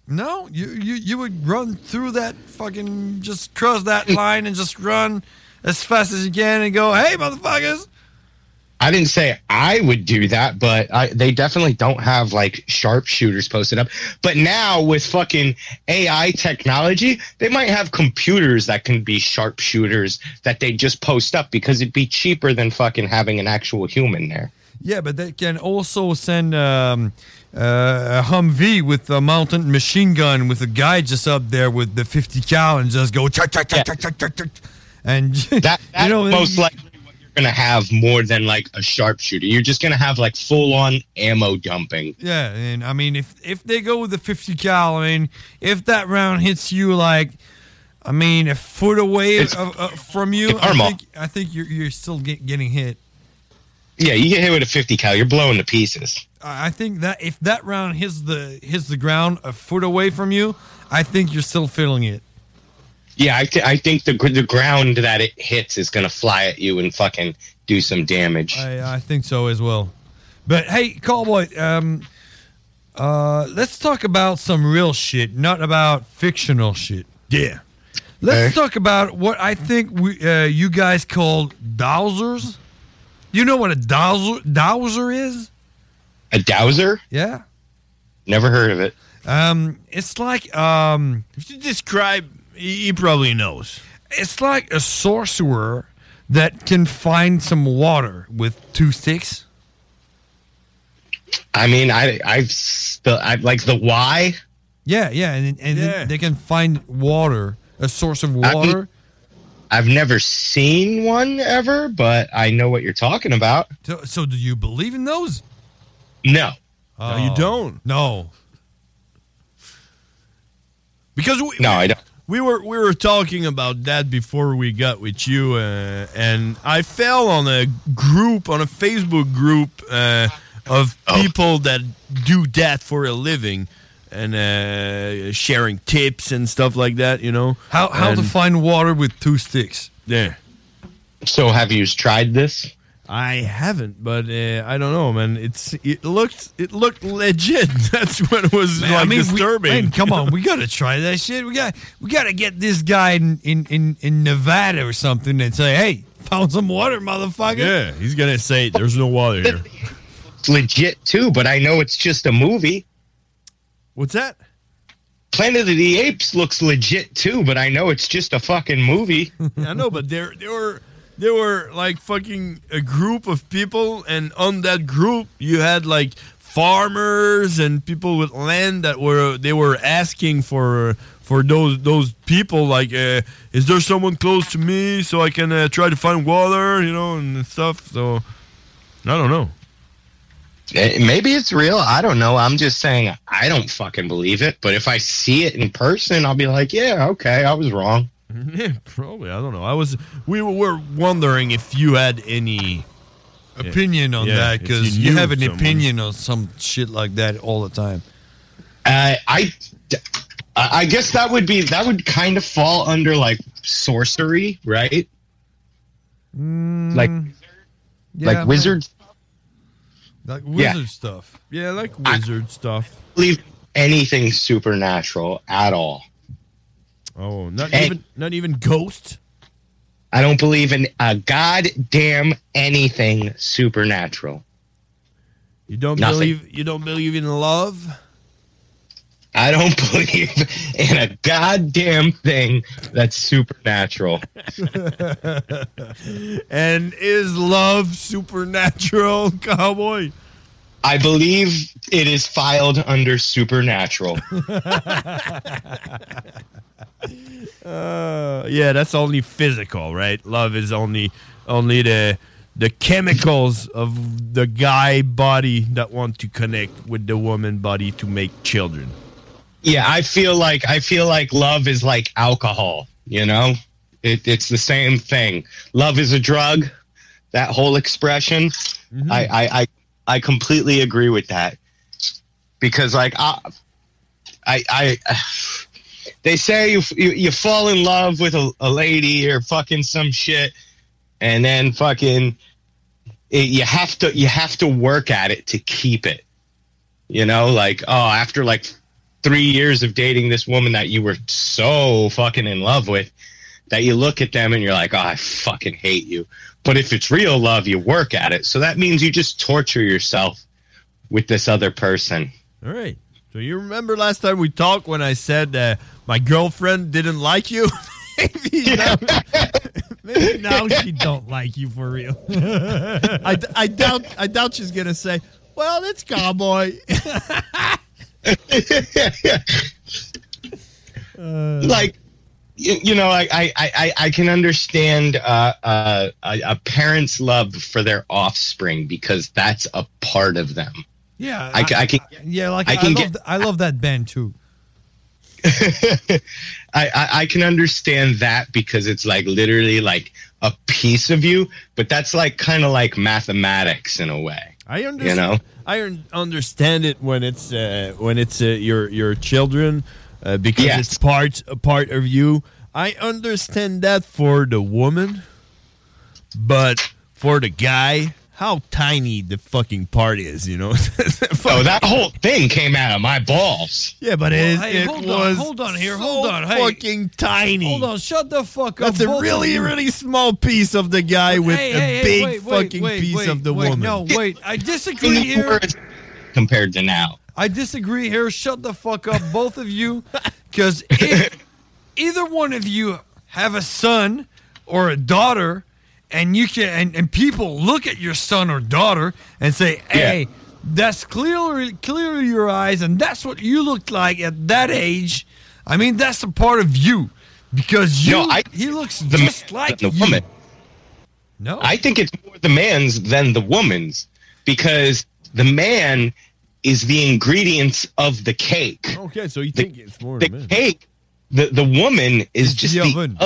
S8: No, you, you you would run through that fucking just cross that line and just run as fast as you can and go, hey motherfuckers.
S3: I didn't say I would do that, but I, they definitely don't have like sharpshooters posted up. But now with fucking AI technology, they might have computers that can be sharpshooters that they just post up because it'd be cheaper than fucking having an actual human there.
S8: Yeah, but they can also send um, uh, a Humvee with a mounted machine gun with a guy just up there with the 50 cal and just go chuck chuck chuck chuck chuck chuck chuck, and that,
S3: That's most likely what you're gonna have more than like a sharpshooter. You're just gonna have like full on ammo dumping.
S8: yeah, and I mean if if they go with the 50 cal, I mean if that round hits you like. I mean, a foot away
S3: It's-
S8: of, uh, from you,
S3: it's
S8: I
S3: normal.
S8: think, I think you're, you're still get, getting hit.
S3: Yeah, you get hit with a fifty cal, you're blowing to pieces.
S8: I I think that if that round hits the hits the ground a foot away from you, I think you're still feeling it.
S3: Yeah, I, th- I think the gr- the ground that it hits is gonna fly at you and fucking do some damage.
S8: I, I think so as well. But hey, Cowboy, um, uh, let's talk about some real shit, not about fictional shit.
S12: Yeah.
S8: Let's talk about what I think we uh, you guys called dowsers. You know what a dowser dowser is?
S3: A dowser?
S8: Yeah.
S3: Never heard of it.
S8: Um, it's like um. If
S12: you describe, he, he probably knows.
S8: It's like a sorcerer that can find some water with two sticks.
S3: I mean, I I've sp- I, like the why.
S8: Yeah, yeah, and and then they can find water, a source of water.
S3: I've never seen one ever, but I know what you're talking about.
S8: So, so do you believe in those? Oh.
S3: No.
S12: No, you don't.
S8: No.
S12: Because we, no, I don't. We were we were talking about that before we got with you, uh, and I fell on a group on a Facebook group uh, of
S3: Oh.
S12: people that do that for a living and uh, sharing tips and stuff like that. You know
S8: How how to
S12: And-
S8: find water with two sticks?
S12: Yeah.
S3: So have you tried this?
S12: I haven't, but uh, I don't know, man. It's it looked it looked legit. That's what it was
S8: Man,
S12: like
S8: I mean, we-
S12: disturbing.
S8: man, come on, we gotta try that shit. We got we gotta get this guy in in in, in Nevada or something and say, hey, found some water, motherfucker.
S12: Yeah, he's gonna say there's no water here.
S3: It's legit too, but I know it's just a movie.
S12: What's that?
S3: Planet of the Apes looks legit too, but I know it's just a fucking movie.
S12: I know, but there there were there were like fucking a group of people, and on that group you had like farmers and people with land that were they were asking for for those those people like uh, is there someone close to me so I can uh, try to find water you know and stuff so I don't know
S3: Eh, Maybe it's real. I don't know. I'm just saying I don't fucking believe it. But if I see it in person, I'll be like, yeah, okay, I was wrong.
S12: yeah probably I don't know I was we were wondering if you had any
S8: Opinion on
S12: Yeah,
S8: that
S12: if
S8: because you,
S12: knew
S8: have an
S12: someone.
S8: opinion on some shit like that all the time.
S3: Uh, I, I I guess that would be that would kind of fall under like sorcery, right?
S12: Mm.
S3: like,
S8: yeah.
S3: like wizards.
S8: Like
S3: Yeah.
S8: wizard stuff.
S12: Yeah, like wizard stuff.
S3: Believe anything supernatural at all.
S12: Oh, not
S3: Hey.
S12: even not even ghosts.
S3: I don't believe in a goddamn anything supernatural.
S12: You don't
S3: Nothing.
S12: believe you don't believe in love.
S3: I don't believe in a goddamn thing that's supernatural.
S12: and is love supernatural, cowboy?
S3: I believe it is filed under supernatural.
S12: Uh, yeah, that's only physical, right? Love is only only the the chemicals of the guy body that want to connect with the woman body to make children.
S3: yeah, I feel like I feel like love is like alcohol, you know? It, it's the same thing. Love is a drug. That whole expression, I, I, I I completely agree with that. Because like I I, I they say you, you you fall in love with a, a lady or fucking some shit, and then fucking it, you have to you have to work at it to keep it. You know, like oh, after like three years of dating this woman that you were so fucking in love with, that you look at them and you're like, oh, I fucking hate you. But if it's real love, you work at it. So that means you just torture yourself with this other person.
S12: All right. So you remember last time we talked when I said uh, my girlfriend didn't like you? maybe, now, maybe now she don't like you for real. I, d- I doubt I doubt she's gonna say, "Well, it's cowboy."
S2: Hmm.
S3: like you, you know like I, I I- i can understand uh, uh, a, a parent's love for their offspring because that's a part of them
S8: Yeah,
S3: I ca- I can-
S8: yeah, like I,
S3: I can
S8: love
S3: get-
S8: th- I love that band too.
S3: I, I i can understand that because it's like literally like a piece of you but that's like kind of like mathematics in a way
S12: I understand.
S3: You know?
S12: I un- understand it when it's uh, when it's uh, your your children uh, because
S3: Yes.
S12: it's part a part of you. I understand that for the woman, but for the guy, how tiny the fucking part is, you know?
S3: So Oh, that whole thing came out of my balls.
S12: yeah, but it,
S8: Well, hey,
S12: it
S8: hold
S12: was
S8: on, hold on here,
S12: so
S8: hold on. Hey.
S12: fucking tiny.
S8: Hold on, shut the fuck up.
S12: That's a
S8: both of
S12: really,
S8: you.
S12: really small piece of the guy with
S8: Hey,
S12: a
S8: hey, hey,
S12: big
S8: wait, wait,
S12: fucking
S8: wait,
S12: piece
S8: wait,
S12: of the
S8: wait,
S12: woman.
S8: No, wait, I disagree here.
S3: Words compared to now.
S8: I disagree here. Shut the fuck up, both of you, because if either one of you have a son or a daughter, and you can and, and people look at your son or daughter and say, "Hey, that's clearly clearly your eyes, and that's what you looked like at that age." I mean, that's a part of you because you
S3: No, I-
S8: he looks
S3: The
S8: just
S3: man
S8: like
S3: than the
S8: you.
S3: woman.
S8: No,
S3: I think it's more the man's than the woman's because the man is the ingredients of the cake.
S12: Okay, so you
S3: The-
S12: think it's more
S3: the
S12: than that.
S3: cake, the the woman is just the oven.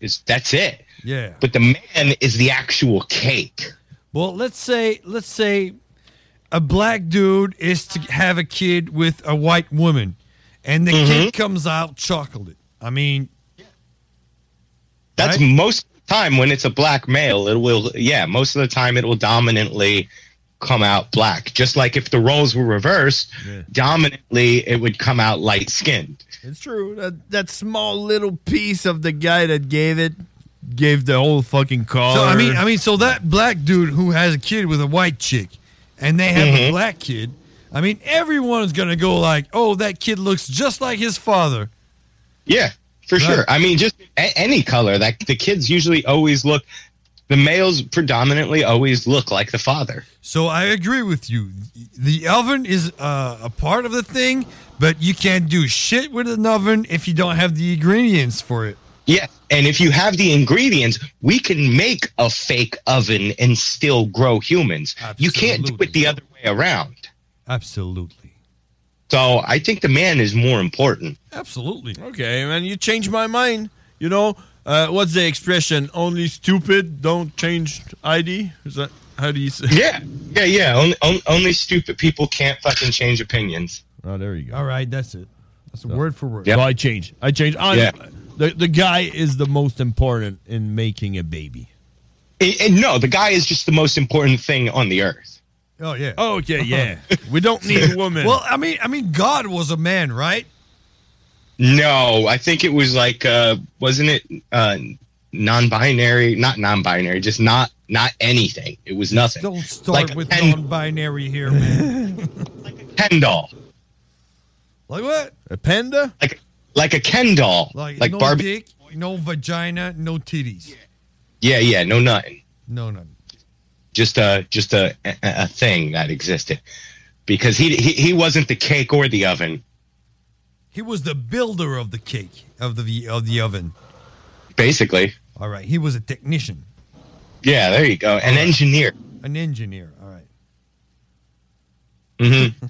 S3: Is that's it.
S8: Yeah.
S3: But the man is the actual cake.
S8: Well, let's say let's say a black dude is to have a kid with a white woman, and the kid comes out chocolate. I mean,
S3: That's most of the time when it's a black male, it will yeah, most of the time it will dominantly come out black. Just like if the roles were reversed, dominantly it would come out light skinned.
S12: It's true. That, that small little piece of the guy that gave it gave the whole fucking car.
S8: so I mean, I mean, so that black dude who has a kid with a white chick, and they have a
S12: Mhm.
S8: black kid. I mean, everyone's gonna go like, "Oh, that kid looks just like his father."
S3: Yeah, for sure. I mean, just a- any color. That the kids usually always look. The males predominantly always look like the father.
S8: So I agree with you. The oven is uh, a part of the thing, but you can't do shit with an oven if you don't have the ingredients for it.
S3: Yeah, and if you have the ingredients, we can make a fake oven and still grow humans. You can't do it the other way around.
S8: Absolutely.
S3: So I think the man is more important.
S8: Absolutely.
S12: Okay, man, you changed my mind. You know, uh, what's the expression? Only stupid don't change ID. Is that how do you say?
S3: Yeah, yeah, yeah. Only, on- only stupid people can't fucking change opinions.
S12: Oh, there you go.
S8: All right, that's it. That's word for word.
S12: So I changed. I changed. I'm,
S3: Yeah.
S12: The the guy is the most important in making a baby.
S3: And, and no, the guy is just the most important thing on the earth.
S8: Oh yeah.
S12: Okay, yeah. we don't need women.
S8: Well, I mean, I mean, God was a man, right?
S3: No, I think it was like uh wasn't it uh non-binary, not non-binary, just not not anything. It was nothing.
S8: Don't start
S3: Like a
S8: with
S3: pen-
S8: non-binary here, man.
S3: Ken doll.
S8: like what?
S12: A panda?
S3: Like like a Ken doll.
S8: Like,
S3: Like,
S8: no
S3: Barbie.
S8: dick, no vagina, no titties.
S3: Yeah, yeah, no nothing.
S8: No, no.
S3: Just a just a, a, a thing that existed. Because he, he he wasn't the cake or the oven,
S8: He was the builder of the cake of the of the oven.
S3: basically.
S8: All right, he was a technician,
S3: Yeah, there you go. An engineer.
S8: an engineer. All right.
S3: hmm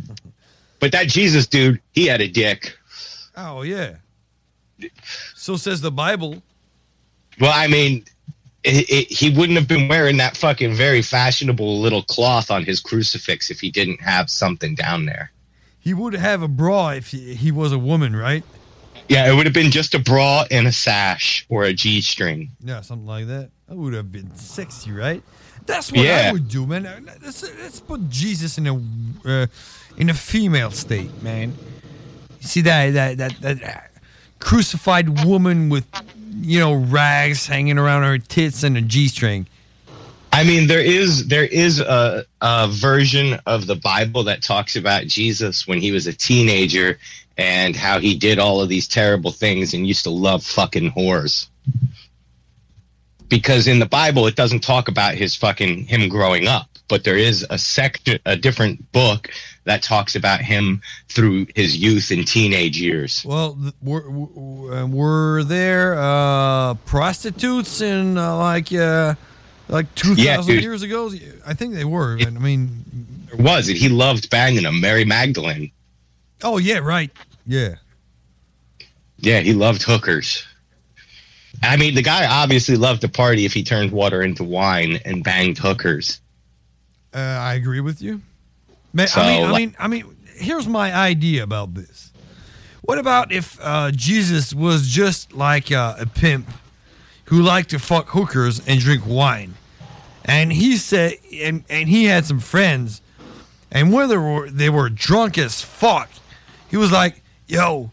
S3: but that Jesus dude, he had a dick.
S8: Oh yeah. So says the Bible.
S3: Well, I mean, it, it, he wouldn't have been wearing that fucking very fashionable little cloth on his crucifix if he didn't have something down there.
S8: He would have a bra if he, he was a woman, right?
S3: Yeah, it would have been just a bra and a sash or a G string.
S8: Yeah, something like that. That would have been sexy, right? That's what I
S3: Yeah.
S8: would do, man. Let's, let's put Jesus in a uh, in a female state, man. You see that that that, that uh, crucified woman with you know rags hanging around her tits and a g string.
S3: I mean, there is there is a, a version of the Bible that talks about Jesus when he was a teenager and how he did all of these terrible things and used to love fucking whores. Because in the Bible, it doesn't talk about his fucking him growing up, but there is a sector, a different book that talks about him through his youth and teenage years.
S8: Well, th- were, w- uh, were there uh, prostitutes in uh, like uh, like two thousand
S3: dude.
S8: years ago? I think they were. and I mean,
S3: There was it? He loved banging them, Mary Magdalene.
S8: oh yeah, right. Yeah.
S3: Yeah, he loved hookers. I mean, the guy obviously loved to party if he turned water into wine and banged hookers.
S8: Uh, I agree with you. Man,
S3: So,
S8: I mean, I
S3: like-
S8: mean, I mean, here's my idea about this. What about if uh, Jesus was just like uh, a pimp who liked to fuck hookers and drink wine, and he said, and, and he had some friends, and when they were they were drunk as fuck, he was like, "Yo,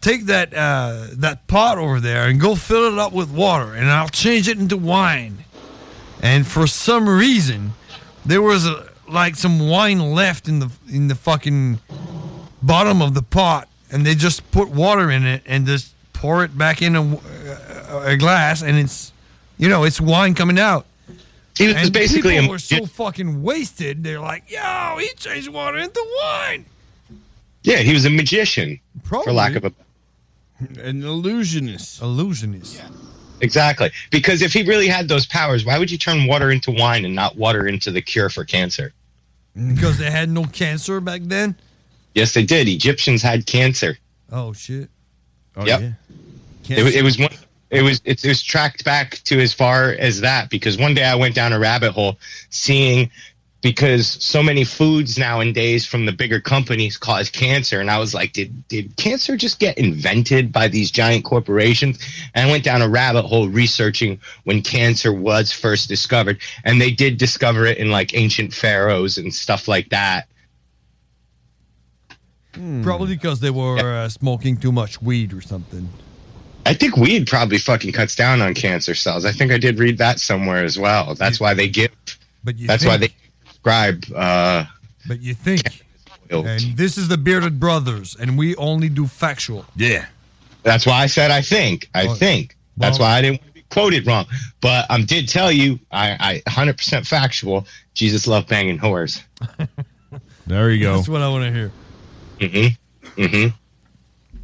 S8: take that uh, that pot over there and go fill it up with water, and I'll change it into wine." And for some reason, there was a, like some wine left in the in the fucking bottom of the pot, and they just put water in it and just pour it back in a, a glass, and it's you know it's wine coming out.
S3: It was
S8: and
S3: basically
S8: people
S3: a-
S8: were so fucking wasted. They're like, "Yo, he changed water into wine."
S3: Yeah, he was a magician, for
S8: Probably.
S3: lack of a
S12: An illusionist.
S8: Illusionist.
S3: exactly. Because if he really had those powers, why would you turn water into wine and not water into the cure for cancer?
S8: Because they had no cancer back then.
S3: Yes, they did. Egyptians had cancer.
S8: Oh shit.
S3: yep. It, wa- it was one. It was it, it was tracked back to as far as that because one day I went down a rabbit hole seeing because so many foods nowadays from the bigger companies cause cancer and I was like did did cancer just get invented by these giant corporations and I went down a rabbit hole researching when cancer was first discovered and they did discover it in like ancient pharaohs and stuff like that
S8: Hmm. Probably because they were uh, smoking too much weed or something.
S3: I think weed probably fucking cuts down on cancer cells. I think I did read that somewhere as well. That's why they give.
S8: But you
S3: that's why they
S8: think-
S3: prescribe. Uh,
S8: But you think.
S3: Oil.
S8: And this is the Bearded Brothers, and we only do factual.
S3: yeah. That's why I said I think. I
S8: Well-
S3: think. That's
S8: well-
S3: why I didn't be quoted wrong. But I um, did tell you I, I 100% factual. Jesus loved banging whores.
S12: there you
S8: That's what I want to hear.
S3: Mm-hmm. Mm-hmm.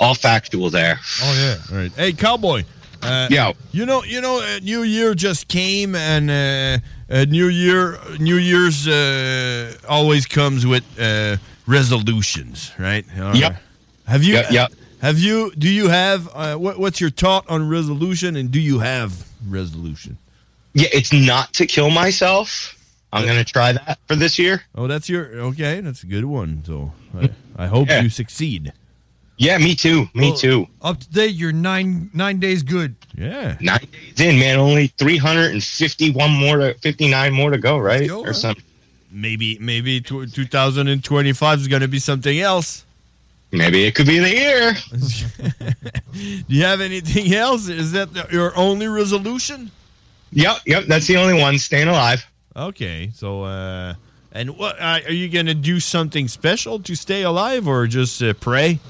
S3: All factual there.
S12: Oh yeah. All right. Hey, cowboy. Uh,
S3: Yo.
S12: You know, you know, uh, New Year just came, and uh, uh, New Year, New Year's uh, always comes with uh, resolutions, right? All
S3: Yep.
S12: right. Have you?
S3: Yep, yep.
S12: Have you? Do you have? Uh, what, what's your thought on resolution, and do you have resolution?
S3: Yeah, it's not to kill myself. I'm going to try that for this year.
S12: Oh, that's your okay. That's a good one. So I, I hope
S3: Yeah.
S12: you succeed.
S3: Yeah, me too. Me
S8: Well,
S3: too.
S8: Up to date, you're nine nine days good.
S12: Yeah.
S3: nine days in, man. Only three hundred and fifty-one more to fifty-nine more to go, right? or something.
S12: Maybe maybe tw 2025 is going to be something else.
S3: Maybe it could be the year.
S12: Do you have anything else? Is that the- your only resolution?
S3: Yep, yep. That's the only one. Staying alive.
S12: Okay, so uh, and what uh, are you gonna do something special to stay alive, or just uh, pray?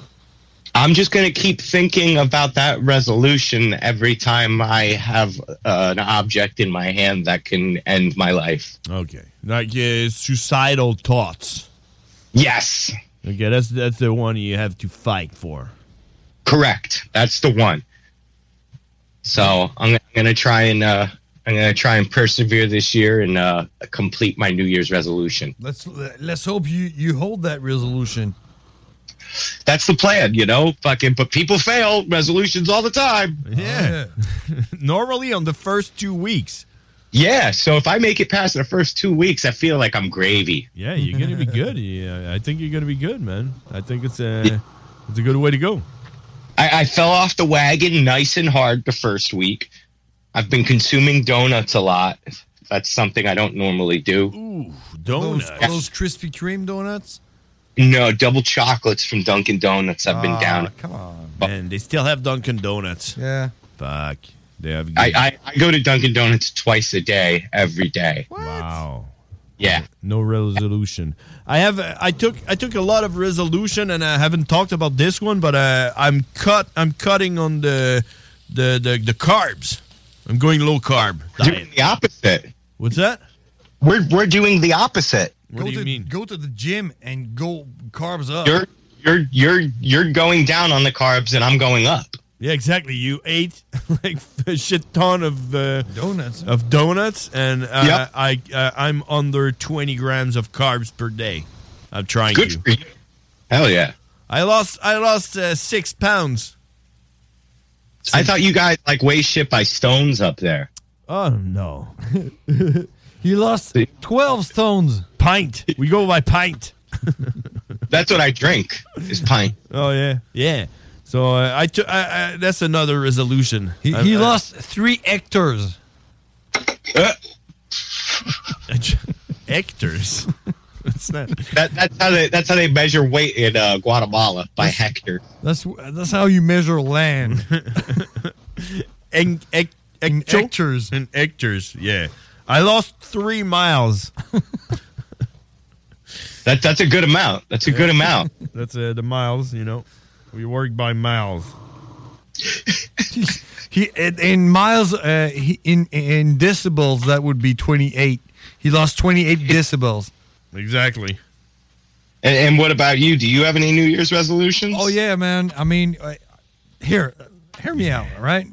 S3: I'm just gonna keep thinking about that resolution every time I have uh, an object in my hand that can end my life.
S12: Okay, like uh, suicidal thoughts.
S3: Yes,
S12: Okay, that's that's the one you have to fight for.
S3: correct. That's the one. So I'm, I'm gonna try and uh, I'm gonna try and persevere this year and uh, complete my New Year's resolution.
S8: Let's let's hope you you hold that resolution.
S3: That's the plan, you know. Fucking, but people fail resolutions all the time.
S12: Yeah. Normally on the first two weeks.
S3: Yeah, so if I make it past the first two weeks, I feel like I'm gravy.
S12: Yeah, you're gonna be good. Yeah, I think you're gonna be good, man. I think it's a it's a good way to go.
S3: I, I fell off the wagon nice and hard the first week. I've been consuming donuts a lot. That's something I don't normally do.
S12: Ooh, donuts.
S8: Those, those Krispy Kreme donuts.
S3: No, double chocolates from Dunkin' Donuts. I've been
S12: Ah,
S3: down.
S8: Come on.
S12: Man, they still have Dunkin' Donuts.
S8: Yeah.
S12: Fuck. They have.
S3: I, I, I go to Dunkin' Donuts twice a day, every day.
S12: Wow.
S3: Yeah.
S12: No resolution. I have. I took. I took a lot of resolution, and I haven't talked about this one, but uh, I'm cut. I'm cutting on the, the the the carbs. I'm going low carb diet.
S3: Doing the opposite.
S12: What's that?
S3: We're, we're doing the opposite.
S12: What
S8: go
S12: do you
S8: to,
S12: mean?
S8: Go to the gym and go carbs up.
S3: You're, you're, you're, you're going down on the carbs, and I'm going up.
S12: Yeah, exactly. You ate like a shit ton of uh,
S8: donuts
S12: of donuts, and uh,
S3: Yep.
S12: I uh, I'm under 20 grams of carbs per day. I'm trying
S3: Good
S12: to.
S3: for you. Hell yeah.
S12: I lost I lost uh, six pounds.
S3: I thought you guys like weigh shit by stones up there.
S12: Oh no.
S8: He lost twelve stones.
S12: Pint. We go by pint.
S3: That's what I drink is pint.
S12: Oh yeah, yeah. So uh, I, took. I, I that's another resolution.
S8: He,
S12: I-
S8: he
S12: I-
S8: lost three hectares.
S12: Uh. Hectors. What's that?
S3: That, that's how they that's how they measure weight in uh, Guatemala by hectare.
S8: That's that's how you measure land.
S12: In, ec- in hectares. In hectares, yeah. I lost three miles.
S3: That that's a good amount. That's a good amount.
S12: That's uh, the miles, you know. We work by miles.
S8: He in- in miles uh, he, in in decibels that would be 28. He lost 28 decibels.
S12: Exactly.
S3: And, and what about you? Do you have any New Year's resolutions?
S8: Oh yeah, man. I mean, uh, here, hear me out, all right?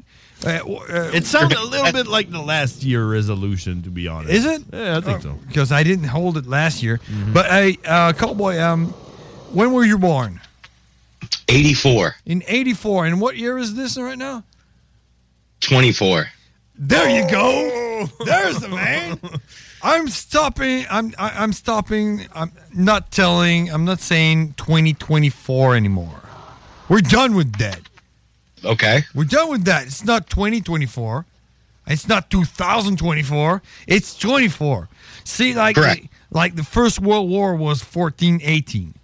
S8: Uh, w- uh,
S12: It sounded a little bit like the last year resolution, to be honest.
S8: Is it? Oh.
S12: Yeah, I think so. Mm-hmm.
S8: Because I didn't hold it last year. But hey, uh, Cowboy, um, when were you born?
S3: 84,
S8: In 84. And what year is this right now?
S3: 24.
S8: There you go.
S3: Oh.
S8: There's the man. I'm stopping. I'm I, I'm stopping. I'm not telling. I'm not saying 2024 anymore. We're done with that.
S3: Okay.
S8: We're done with that. It's not 2024. It's not 2024. It's 24. See, like
S3: Correct.
S8: like the First World War was 1418.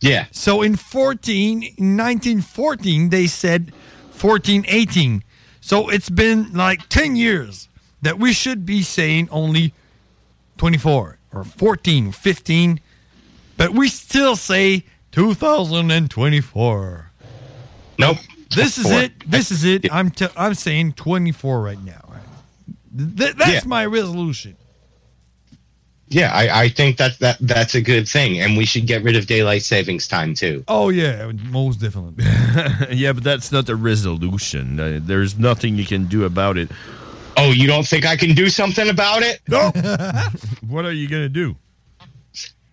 S3: Yeah.
S8: So in 14, 1914, they said 1418. So it's been like 10 years that we should be saying only 24 or 14, 15, but we still say 2024.
S3: Nope.
S8: This is
S3: Four.
S8: it. This is it. I'm t- I'm saying 24 right now. Th- that's my resolution.
S3: Yeah, I, I think that, that that's a good thing, and we should get rid of daylight savings time too.
S8: Oh yeah, most definitely.
S12: yeah, but that's not a resolution. Uh, there's nothing you can do about it.
S3: Oh, you don't think I can do something about it?
S12: No. what are you gonna do?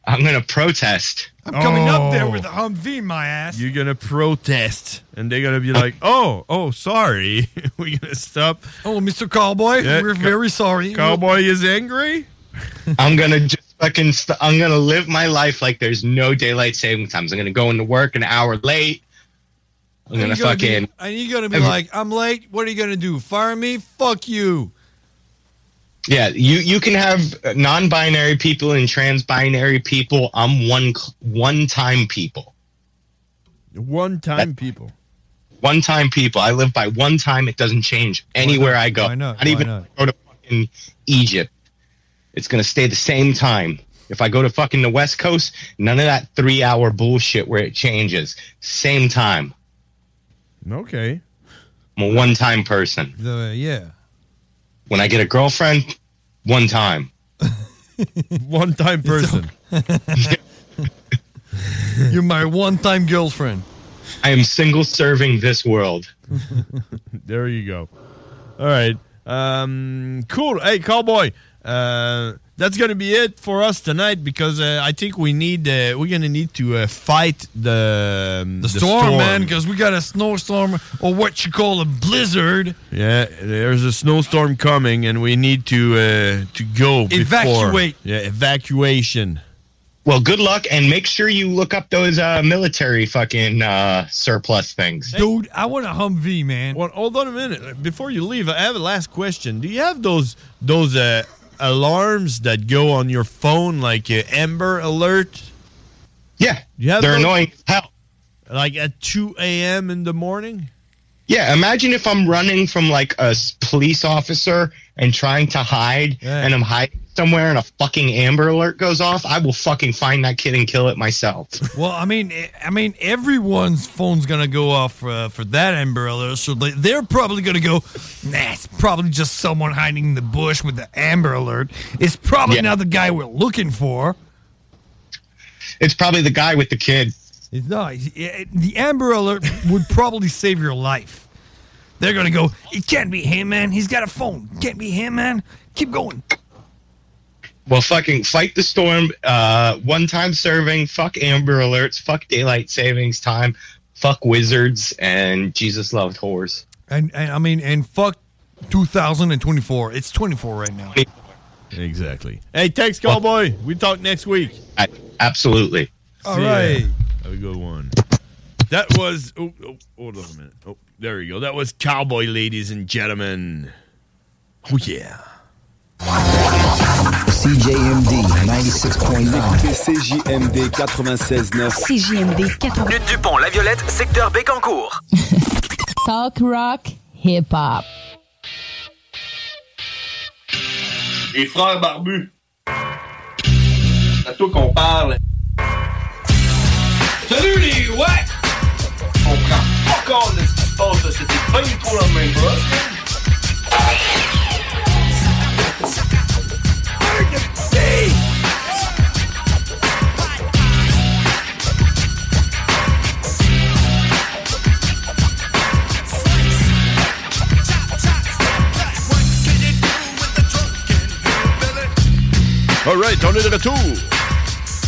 S3: I'm gonna protest.
S8: I'm coming up there
S12: Oh.
S8: with a Humvee, my ass.
S12: You're gonna protest, and they're gonna be like, "Oh, oh, sorry, we're gonna stop."
S8: Oh, Mr. Cowboy,
S12: Yeah,
S8: we're
S12: co-
S8: very sorry.
S12: Cowboy is angry.
S3: I'm gonna just fucking. St- I'm gonna live my life like there's no daylight saving times. I'm gonna go into work an hour late. I'm
S8: And
S3: gonna
S8: you're gonna be-
S3: fucking.
S8: and you're gonna be
S3: Every-
S8: like, I'm late. What are you gonna do? Fire me? Fuck you.
S3: Yeah, you you can have uh, non-binary people and trans-binary people. I'm one cl- one-time people.
S12: One-time people.
S3: One-time people. I live by one time. It doesn't change anywhere I go.
S8: Why not?
S3: Not even
S8: Why
S3: if I go to fucking Egypt. It's gonna stay the same time. If I go to fucking the West Coast, none of that three-hour bullshit where it changes. Same time.
S12: Okay.
S3: I'm a one-time person.
S8: The, yeah.
S3: When I get a girlfriend, one time.
S12: One-time person.
S8: You're my one-time girlfriend.
S3: I am single serving this world.
S12: there you go. All right. Um, cool. Hey, cowboy. Uh, that's gonna be it for us tonight because uh, I think we need uh, we're gonna need to uh, fight the um,
S8: The, storm, man, because we got a snowstorm or what you call a blizzard.
S12: Yeah, there's a snowstorm coming, and we need to uh, to go. before-
S8: Evacuate.
S12: Yeah, evacuation.
S3: Well, good luck, and make sure you look up those uh, military fucking uh, surplus things.
S8: Dude, I want a Humvee, man.
S12: Well, hold on a minute. Before you leave, I have a last question. Do you have those those uh, alarms that go on your phone, like uh, Amber Alert?
S3: Yeah,
S12: you have
S3: they're
S12: those?
S3: annoying as hell.
S12: Like at two a.m. in the morning.
S3: Yeah, imagine if I'm running from like a s- police officer and trying to hide, and I'm hiding somewhere, and a fucking Amber Alert goes off. I will fucking find that kid and kill it myself.
S8: Well, I mean, eh, I mean, everyone's phone's gonna go off uh, for that Amber Alert, so they- they're probably gonna go. Nah, it's probably just someone hiding in the bush with the Amber Alert. It's probably
S3: Yeah.
S8: not the guy we're looking for.
S3: It's probably the guy with the kid.
S8: It's not. it's- eh, eh, The Amber Alert would probably save your life. They're gonna go. It can't be him, man. He's got a phone. Can't be him, man. Keep going.
S3: Well, fucking fight the storm. Uh, one time serving. Fuck Amber Alerts. Fuck daylight savings time. Fuck wizards and Jesus loved whores.
S8: And, and I mean, and fuck 2024. It's 24 right now.
S12: Exactly. Hey, thanks, cowboy. We talk next week.
S3: Absolutely.
S8: All
S12: See ya.
S8: right.
S12: Have a good one. That was. Oh, oh, hold on a minute. Oh, there you go. That was Cowboy, ladies and gentlemen. Oh yeah.
S31: CJMD 96.9.
S13: CJMD 96.9.
S26: CJMD 80.
S27: Lutte Dupont, La Violette, secteur Bécancourt.
S26: Talk rock, hip-hop.
S14: Les frères barbus. C'est à toi qu'on parle. Salut les ouais! On prend pas compte de ce qui se passe, là. c'était pas du tout la même chose.
S12: Alright, on est de retour.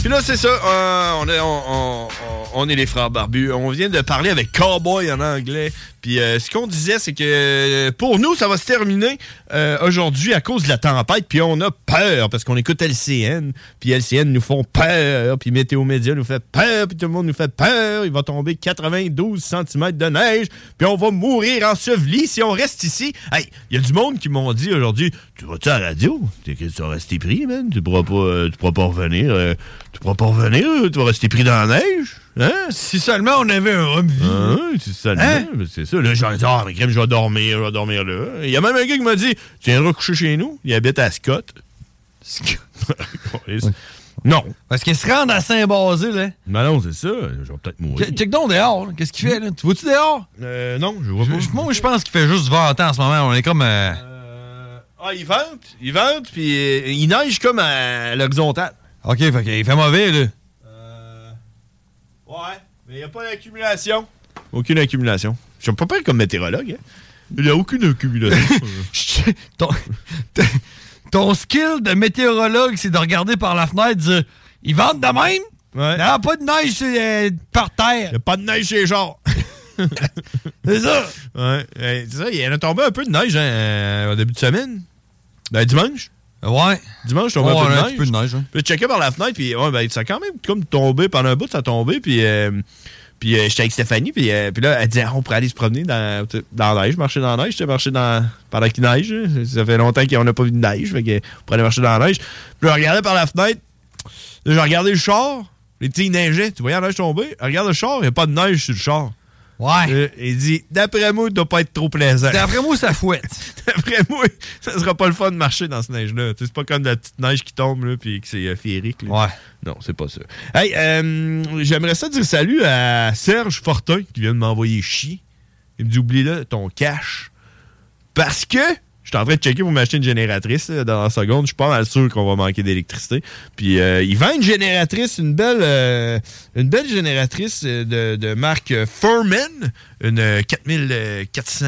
S12: Puis là, c'est ça, euh, on, est, on, on- on est les frères barbus. On vient de parler avec Cowboy en anglais. Puis euh, ce qu'on disait, c'est que euh, pour nous, ça va se terminer euh, aujourd'hui à cause de la tempête. Puis on a peur parce qu'on écoute LCN. Puis LCN nous font peur. Puis Météo Média nous fait peur. Puis tout le monde nous fait peur. Il va tomber 92 cm de neige. Puis on va mourir enseveli si on reste ici. Hey, il y a du monde qui m'ont dit aujourd'hui Tu vas-tu à la radio T'es que tu vas rester pris, man. Tu pourras pas, euh, tu pourras pas revenir. euh, tu pourras pas revenir. euh, Tu vas rester pris dans la neige. Hein? Ah Si seulement on avait un homme c'est ça,
S8: Hein?
S12: là, c'est ça. Là, j'ai dit, ah, mais crème, je vais dormir, je vais dormir là. Il y a même un gars qui m'a dit, tu viendras coucher chez nous. Il habite à Scott. Scott. non.
S8: Parce qu'il se rend à Saint-Basile, hein?
S12: Mais non, c'est ça. Je vais peut-être mourir.
S8: Check donc dehors, là. qu'est-ce qu'il fait, là? Tu vois-tu dehors?
S12: Euh, non, je vois
S8: pas. moi, je pense qu'il fait juste 20 ans en ce moment. On est comme. euh,
S12: Ah, il vente, il vente, puis euh, il neige comme à l'horizontale.
S8: OK, fait qu'il fait mauvais, là.
S12: Ouais, mais il n'y a pas d'accumulation. Aucune accumulation. Je suis pas peur comme météorologue. hein. Il n'y a aucune accumulation.
S8: ton, t- ton skill de météorologue, c'est de regarder par la fenêtre, dire Ils vendent de même Non, pas de neige sur, euh, par terre.
S12: pas de neige chez les gens.
S8: c'est ça.
S12: Ouais, ouais, c'est ça. Il y en a tombé un peu de neige hein, euh, au début de semaine. Ben, dimanche.
S8: Ouais.
S12: Dimanche, tombé
S8: Ouais,
S12: un peu de
S8: un
S12: neige.
S8: petit peu de neige, hein.
S12: Puis je checkais par la fenêtre, puis ouais, ben, ça a quand même comme tombé. Pendant un bout, ça a tombé, puis. euh, puis euh, j'étais avec Stéphanie, puis, euh, puis là, elle disait, Ah, on pourrait aller se promener dans, dans la neige, marcher dans la neige, tu sais, marcher dans, pendant qu'il neige. hein. Ça fait longtemps qu'on n'a pas vu de neige, fait que, on pourrait aller marcher dans la neige. Puis je regardais par la fenêtre, là, je regardais le char, les petits neigeaient, tu voyais la neige tomber, je regarde le char, il n'y a pas de neige sur le char. Euh,
S8: Ouais.
S12: il dit, d'après moi, il doit pas être trop plaisant.
S8: D'après moi, ça fouette.
S12: D'après moi, ça sera pas le fun de marcher dans cette neige-là. Tu sais, C'est pas comme de la petite neige qui tombe, là, puis que c'est euh, féerique. Ouais. Non, c'est pas ça. Hey, euh, j'aimerais ça dire salut à Serge Fortin qui vient de m'envoyer chier. Il me dit oublie là ton cash. Parce que je suis en train de checker pour m'acheter une génératrice là, dans la seconde. Je suis pas mal sûr qu'on va manquer d'électricité. Puis euh, il vend une génératrice, une belle, euh, une belle génératrice euh, de, de marque euh, Furman, une euh, 4400.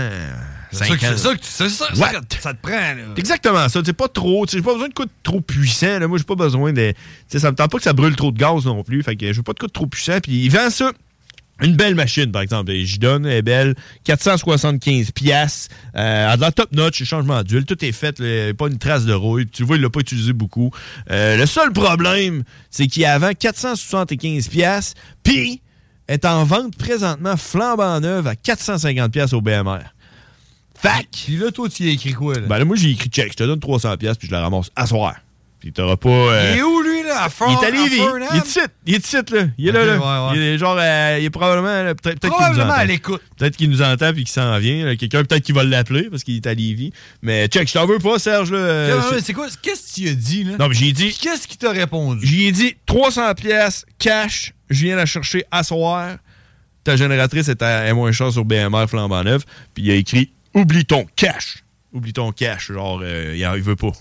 S8: C'est ça que- c'est ça que tu- c'est ça- c'est ça que
S12: ça te prend. Exactement ça. C'est pas trop. tu sais, J'ai pas besoin de coups trop puissants. là. Moi, j'ai pas besoin de. tu sais, Ça me tente pas que ça brûle trop de gaz non plus. Fait que je veux pas de coups trop puissants. Puis il vend ça. Une belle machine, par exemple. Et J'y donne, elle est belle. 475 piastres. Euh, elle a de la top notch, changement d'huile. Tout est fait. là, pas une trace de rouille. Tu vois, il l'a pas utilisé beaucoup. Euh, le seul problème, c'est qu'il y a avant 475 piastres. Puis, est en vente présentement flambant neuve à 450 piastres au BMR. Fac! Puis là, toi, tu y as écrit quoi, là? Ben là, moi, j'ai écrit check. Je te donne 300 pièces puis je la ramasse à soir. Puis t'auras pas... euh,
S8: Il est où, lui, là? À Fort-
S12: Il est à Lévis.
S8: Furnham?
S12: Il est ici. Il est ici, là. Il est là,
S8: Ok,
S12: là.
S8: ouais, ouais.
S12: Il est genre... euh, il est probablement... là, Peut-être peut-être qu'il nous
S8: Probablement
S12: entend.
S8: à l'écoute.
S12: Peut-être qu'il nous entend puis qu'il s'en vient. là. Quelqu'un, peut-être qu'il va l'appeler parce qu'il est à Lévis. Mais check, je t'en veux pas, Serge, là. euh,
S8: Qu'est-ce-
S12: c'est-
S8: c'est quoi? Qu'est-ce que tu as dit, là?
S12: Non, mais j'ai dit...
S8: Qu'est-ce qui t'a répondu?
S12: J'y ai dit 300 pièces cash, je viens la chercher à soir. Ta génératrice est, à, est moins chère sur BMR flambant neuf. Puis il a écrit Oublie ton cash. Oublie ton cash. Genre, euh, il, en- il veut pas.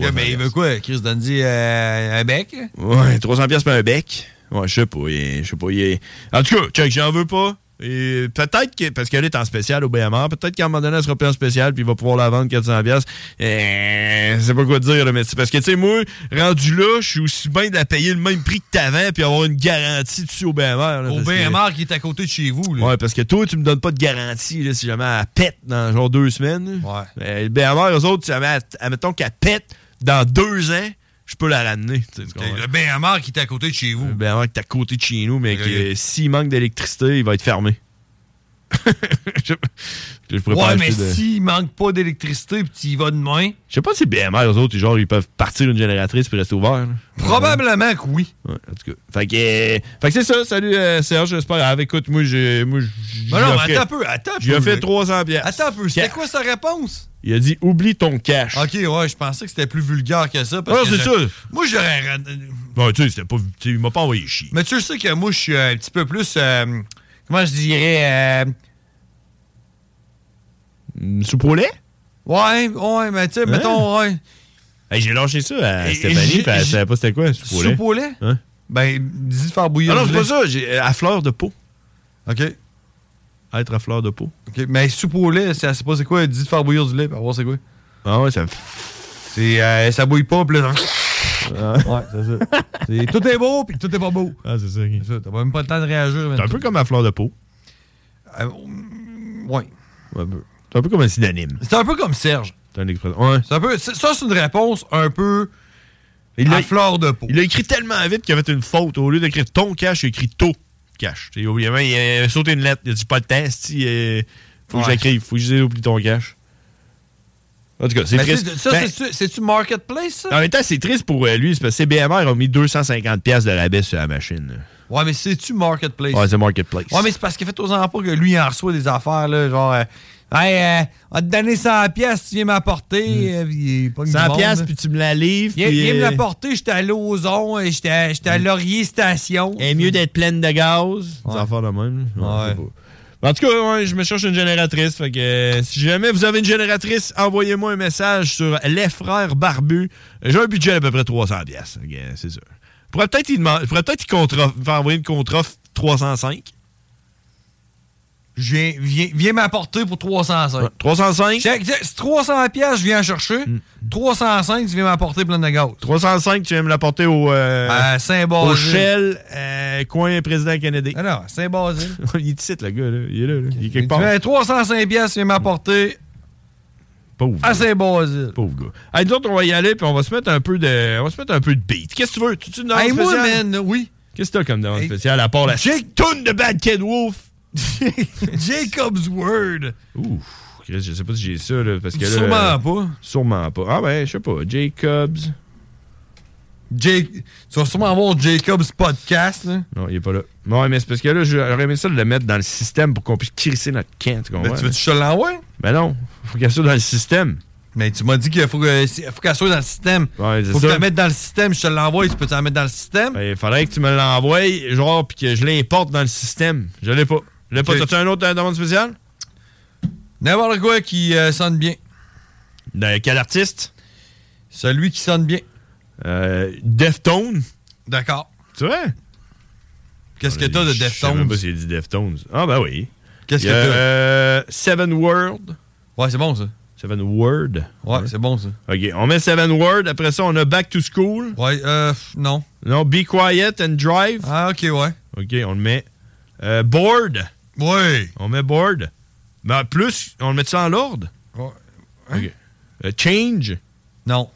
S8: Ouais, mais il veut quoi? Chris Dundee, euh, un bec?
S12: Ouais, 300 pièces pour un bec. Ouais, je sais pas. il- Je sais pas. il est- En tout cas, check, j'en veux pas. Et peut-être que, parce qu'elle est en spécial au BMR, peut-être qu'à un moment donné, elle sera plus en spécial, puis il va pouvoir la vendre 400 pièces. Euh, C'est pas quoi dire, là, mais c'est parce que, tu sais, moi, rendu là, je suis aussi bien de la payer le même prix que t'avais, puis avoir une garantie dessus au BMR. là,
S8: Au
S12: parce que-
S8: BMR qui est à côté de chez vous, là.
S12: Ouais, parce que toi, tu me donnes pas de garantie là, si jamais elle pète dans genre deux semaines. Ouais. le BMR, eux autres, si jamais, elle- admettons qu'elle pète dans deux ans, je peux la ramener. tu sais, tu comprends?
S8: Le BMR qui est à côté de chez vous.
S12: Le BMR qui est à côté de chez nous, mais que, euh, s'il manque d'électricité, il va être fermé. je, je pourrais pas
S8: Ouais, mais
S12: acheter de-
S8: s'il manque pas d'électricité puis tu y vas demain,
S12: Je sais pas si BMR, eux autres, ils- genre, ils peuvent partir une génératrice puis rester ouverts.
S8: probablement que oui.
S12: Ouais, en tout cas. Fait que, euh, fait que c'est ça. Salut euh, Serge, j'espère. Ah, écoute, moi, j'ai. Moi, j-
S8: Mais non,
S12: j'y
S8: mais
S12: offrais-
S8: attends un peu, attends un
S12: J'y
S8: peu,
S12: ai fait
S8: là.
S12: 300 pièces.
S8: Attends un peu, c'était quoi sa réponse?
S12: Il a dit oublie ton cash.
S8: Ok, ouais, je pensais que c'était plus vulgaire que ça. Parce
S12: Non,
S8: que
S12: c'est
S8: je-
S12: sûr.
S8: Moi, j'aurais.
S12: Bon, tu sais, c'était pas. Tu sais, il m'a pas envoyé chier.
S8: Mais tu sais que moi, je suis euh, un petit peu plus. euh, comment je dirais.
S12: Euh... Soupe au lait?
S8: Ouais, ouais, mais tu sais, mettons, ouais.
S12: Hein? Hey, j'ai lâché ça à
S8: Et-
S12: Ah, Stéphanie,
S8: j'ai-
S12: puis elle
S8: j'ai-
S12: savait pas c'était quoi, soupe au lait.
S8: Soupe au lait?
S12: Hein?
S8: Ben, dis de faire bouillir.
S12: Ah non,
S8: du
S12: c'est
S8: lait.
S12: pas ça. j'ai- euh, À fleur de peau.
S8: OK.
S12: Être à fleur de peau.
S8: OK, mais soupe au lait, c'est c'est pas c'est quoi? Dis de faire bouillir du lait, par voir c'est quoi?
S12: Ah ouais, ça.
S8: C'est. euh, ça bouille pas, puis là. Ouais, c'est ça. C'est- tout est beau, puis tout est pas beau.
S12: Ah, c'est ça.
S8: C'est ça. T'as même pas le temps de réagir. Euh,
S12: C'est un peu comme à fleur de peau.
S8: ouais.
S12: Un peu. C'est un peu comme un synonyme.
S8: C'est un peu comme Serge.
S12: C'est un expression. Ouais.
S8: C'est un peu, c'est- ça, c'est une réponse un peu
S12: Il
S8: à
S12: l'a-
S8: fleur de peau.
S12: Il a écrit tellement vite qu'il a fait une faute. Au lieu d'écrire ton cash, il a écrit tôt cash. Tu sais, Évidemment, il a sauté une lettre. Il a dit pas de test. Il euh, faut que
S8: Ouais.
S12: j'écrive. Faut que je dise oublie ton cash. En tout cas, c'est
S8: Mais
S12: triste.
S8: c'est- Ça,
S12: Ben,
S8: c'est-tu- c'est-tu Marketplace, ça?
S12: en même temps, c'est triste pour euh, lui. C'est parce que CBMR a mis 250$ piastres de rabais sur la machine.
S8: Ouais, mais c'est-tu Marketplace?
S12: Ouais, c'est Marketplace.
S8: Ouais, mais c'est parce qu'il fait aux pas que lui, il en reçoit des affaires, là, genre... euh, hey, euh, on va te donner 100 pièces, tu viens m'apporter. euh, puis il pogne du
S12: 100
S8: monde,
S12: Mm. piastres,
S8: là.
S12: puis tu me la livres.
S8: Viens,
S12: puis,
S8: viens me
S12: euh,
S8: l'apporter, j'étais à Lauson, et j'étais à, j'étais à Laurier Station.
S12: Et mieux d'être pleine de gaz. Des affaires de même. là. Ouais, je sais pas. En tout cas, ouais, je me cherche une génératrice. Fait que, euh, si jamais vous avez une génératrice, envoyez-moi un message sur Les Frères Barbus. J'ai un budget d'à peu près 300$. piastres. Fait que, euh, C'est sûr. Je pourrais peut-être y demander- je pourrais peut-être y contre- faire envoyer une contre-offre 305.
S8: Je viens, viens, viens m'apporter pour 305.
S12: 305?
S8: Check, check, c'est 300 pièces, je viens en chercher.
S12: Hmm.
S8: 305, tu viens m'apporter plein de gaz.
S12: 305, tu viens me l'apporter au, euh,
S8: À Saint-Basile.
S12: au Shell, euh, coin président Kennedy.
S8: Ah non, Saint-Basile.
S12: il est ici, le gars. Là. Il est là, là. Il est quelque part.
S8: Tu viens 305 pièces, tu viens m'apporter
S12: Pauvre.
S8: à Saint-Basile.
S12: Pauvre gars. Hey, nous autres, on va y aller, puis on va se mettre un peu de, on va se mettre un peu de beat. Qu'est-ce que tu veux? Tu tu une demande
S8: Hey, moi,
S12: spéciale?
S8: man, oui.
S12: Qu'est-ce que t'as comme demande spéciale à part la
S8: Jake-
S12: toune de Bad Kid Wolf?
S8: Jacob's Word.
S12: Ouh, Chris, je sais pas si j'ai ça, là, parce que là... euh,
S8: Sûrement pas.
S12: Sûrement pas. Ah ben, je sais pas. Jacobs...
S8: Jake, tu vas sûrement avoir Jacob's podcast. Là.
S12: Non, il est pas là. Ouais, mais c'est parce que là, j'aurais aimé ça de le mettre dans le système pour qu'on puisse crisser notre camp, tu comprends?
S8: Ben, tu veux que je te l'envoie?
S12: Ben non, faut qu'elle soit dans le système.
S8: Mais tu m'as dit qu'il faut que- faut qu'elle soit dans le système.
S12: Ouais, c'est
S8: Faut que tu
S12: ça.
S8: la mettes dans le système, je te l'envoie, tu peux te la mettre dans le système.
S12: Ben, il faudrait que tu me l'envoies, genre, puis que je l'importe dans le système. Je l'ai pas. Je l'ai pas.
S8: Ok.
S12: T'as-tu un autre euh, demande spéciale?
S8: N'importe quoi qui euh, sonne bien.
S12: quel artiste?
S8: Celui qui sonne bien.
S12: Euh, Deftone.
S8: D'accord.
S12: Tu vois?
S8: Qu'est-ce que t'as de
S12: Je sais
S8: Deftones?
S12: même pas s'il a dit Deftones. Ah, ben oui.
S8: Qu'est-ce
S12: Il y a,
S8: que t'as?
S12: euh, Seven World.
S8: Ouais, c'est bon, ça.
S12: Seven Word.
S8: Ouais, c'est bon, ça.
S12: OK, on met Seven Word. Après ça, on a Back to School.
S8: Ouais, euh, pff, non.
S12: Non, Be Quiet and Drive.
S8: Ah, OK, ouais.
S12: OK, on le met. Euh, board.
S8: Ouais.
S12: On met Board. Mais en plus, on le met ça en l'ordre.
S8: Ouais.
S12: OK. Euh, change.
S8: Hein? Non.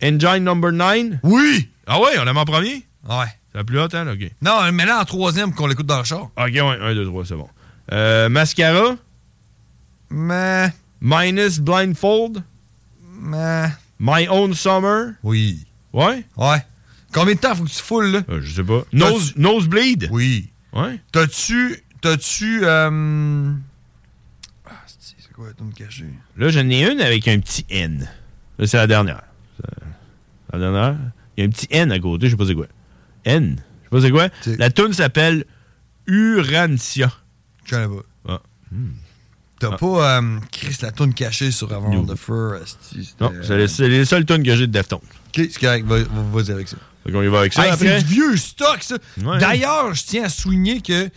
S12: Engine Number 9.
S8: Oui!
S12: Ah ouais, on l'a mis en premier?
S8: Ouais.
S12: C'est la plus haute, hein? là, OK.
S8: Non, mais là, en troisième, qu'on l'écoute dans le char.
S12: OK, ouais, 1, 2, 3, c'est bon. Euh, mascara.
S8: Mais.
S12: Minus Blindfold.
S8: Mais.
S12: My Own Summer.
S8: Oui.
S12: Ouais?
S8: Ouais. Combien de temps faut que tu foules, là?
S12: Euh, je sais pas. Nose, Nosebleed.
S8: Oui.
S12: Ouais.
S8: T'as-tu. T'as-tu. Euh... Ah, c'est c'est quoi, t'as me caché?
S12: Là, j'en ai une avec un petit N. Là, c'est la dernière. C'est La dernière. Il y a un petit N à côté, je sais pas c'est quoi. N. Je sais pas c'est quoi. La tune s'appelle Urantia.
S8: Je connais pas.
S12: Ah.
S8: T'as pas euh, Chris la toune cachée sur Avant de Fur. esti, c'était-
S12: Non, c'est les, c'est les seules tunes que j'ai de Deftones.
S8: Euh. Ok, c'est correct, va- va- vas-y avec ça.
S12: Fait qu'on y va avec ça
S8: Hey,
S12: après.
S8: c'est du vieux stock, ça.
S12: Ouais.
S8: D'ailleurs, je tiens à souligner que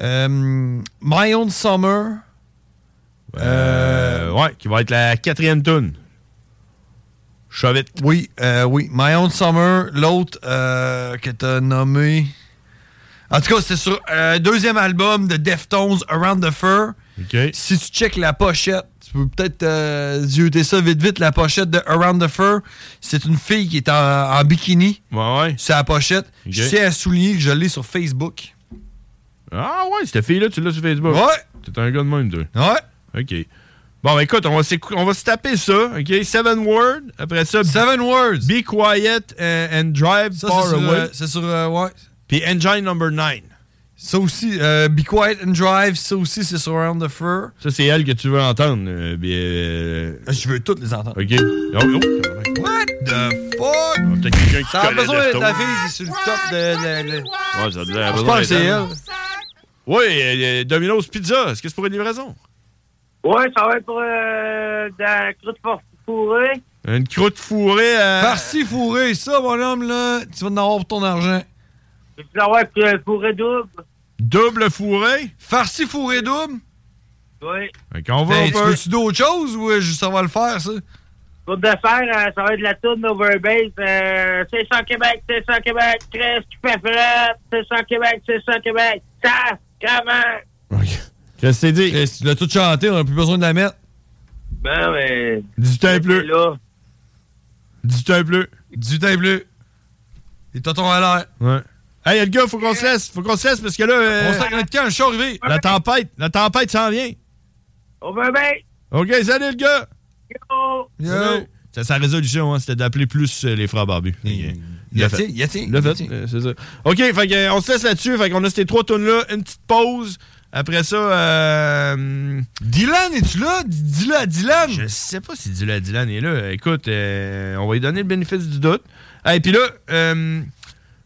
S8: euh, My Own Summer,
S12: Euh, ouais, qui va être la quatrième tune. Chavette.
S8: oui, euh, oui, My Own Summer, l'autre euh, que t'as nommé. En tout cas, c'est sur euh, deuxième album de Deftones, Around the Fur. Si tu checkes la pochette, tu peux peut-être euh, zioter ça vite vite, la pochette de Around the Fur. C'est une fille qui est en, en bikini.
S12: Ouais, ouais.
S8: C'est la pochette.
S12: Ok.
S8: Je tiens à souligner que je l'ai sur Facebook.
S12: Ah ouais, cette fille-là, tu l'as sur Facebook.
S8: Ouais.
S12: T'es un gars de même, toi. Ouais. OK. Bon, ben, écoute, on va, s'écou- on va se taper ça, OK? Seven Words. Après ça... Seven Words. Be quiet and, and drive
S8: Ça,
S12: far
S8: c'est sur,
S12: away.
S8: euh, c'est sur, euh, ouais.
S12: Puis Engine Number 9.
S8: Ça aussi, euh, Be Quiet and Drive, ça aussi, c'est sur Around the Fur.
S12: Ça, c'est elle que tu veux entendre. Je veux toutes les entendre. OK. Oh, oh.
S8: What the fuck?
S12: Peut-être quelqu'un qui
S8: Ça a
S12: connaît
S8: besoin de
S12: Deftones.
S8: ta fille c'est sur le top de. de- de-
S12: Ouais, ça a l'air-
S8: Je pense que c'est elle.
S12: Oui, euh, euh, Domino's Pizza, est-ce que c'est pour une livraison?
S6: Ouais, ça va être pour euh, de la croûte for- fourrée.
S12: Une croûte euh, fourrée à...
S8: Farci fourré, ça, mon homme, là, tu vas en avoir pour ton argent.
S6: Je vais avoir euh, fourré double.
S12: Double fourré?
S8: Farci fourré double?
S6: Oui.
S12: Fait qu'on va...
S8: Hey,
S12: on
S8: tu
S12: peut-
S8: veux-tu d'autres choses ou euh, juste ça va le faire, ça?
S6: Pour de faire, euh, ça va être de la tourne Overbase. Euh, c'est ça Québec, c'est ça Québec. Chris, tu fais frette. C'est ça Québec, c'est ça Québec. Ça, comment?
S12: Qu'est-ce que c'est dit?
S8: Eh, tu l'as tout chanté, on n'a plus besoin de la mettre.
S6: Ben, mais.
S12: 18 ans et plus. 18 ans et plus.
S8: 18 ans et plus. Et t'as ton à l'air.
S12: Ouais. Hey, le gars, faut qu'on se laisse. Faut qu'on se laisse parce que là. euh,
S8: On sait que notre camp, je suis arrivé.
S12: La tempête. La tempête s'en vient.
S6: Overbase,
S12: OK, salut le gars.
S6: yo!
S12: Salut. C'est sa résolution, hein, c'était d'appeler plus euh, les frères barbus. Il l'a fait.
S8: Il a tient.
S12: Il l'a fait, euh, c'est ça. OK, fait que, euh, on se laisse là-dessus. Fait qu'on a ces trois tunes là une petite pause. Après ça, euh,
S8: Dylan, es-tu là? Dis-le à Dylan.
S12: Je sais pas si Dylan, Dylan est là. Écoute, euh, on va lui donner le bénéfice du doute. Et puis là, euh,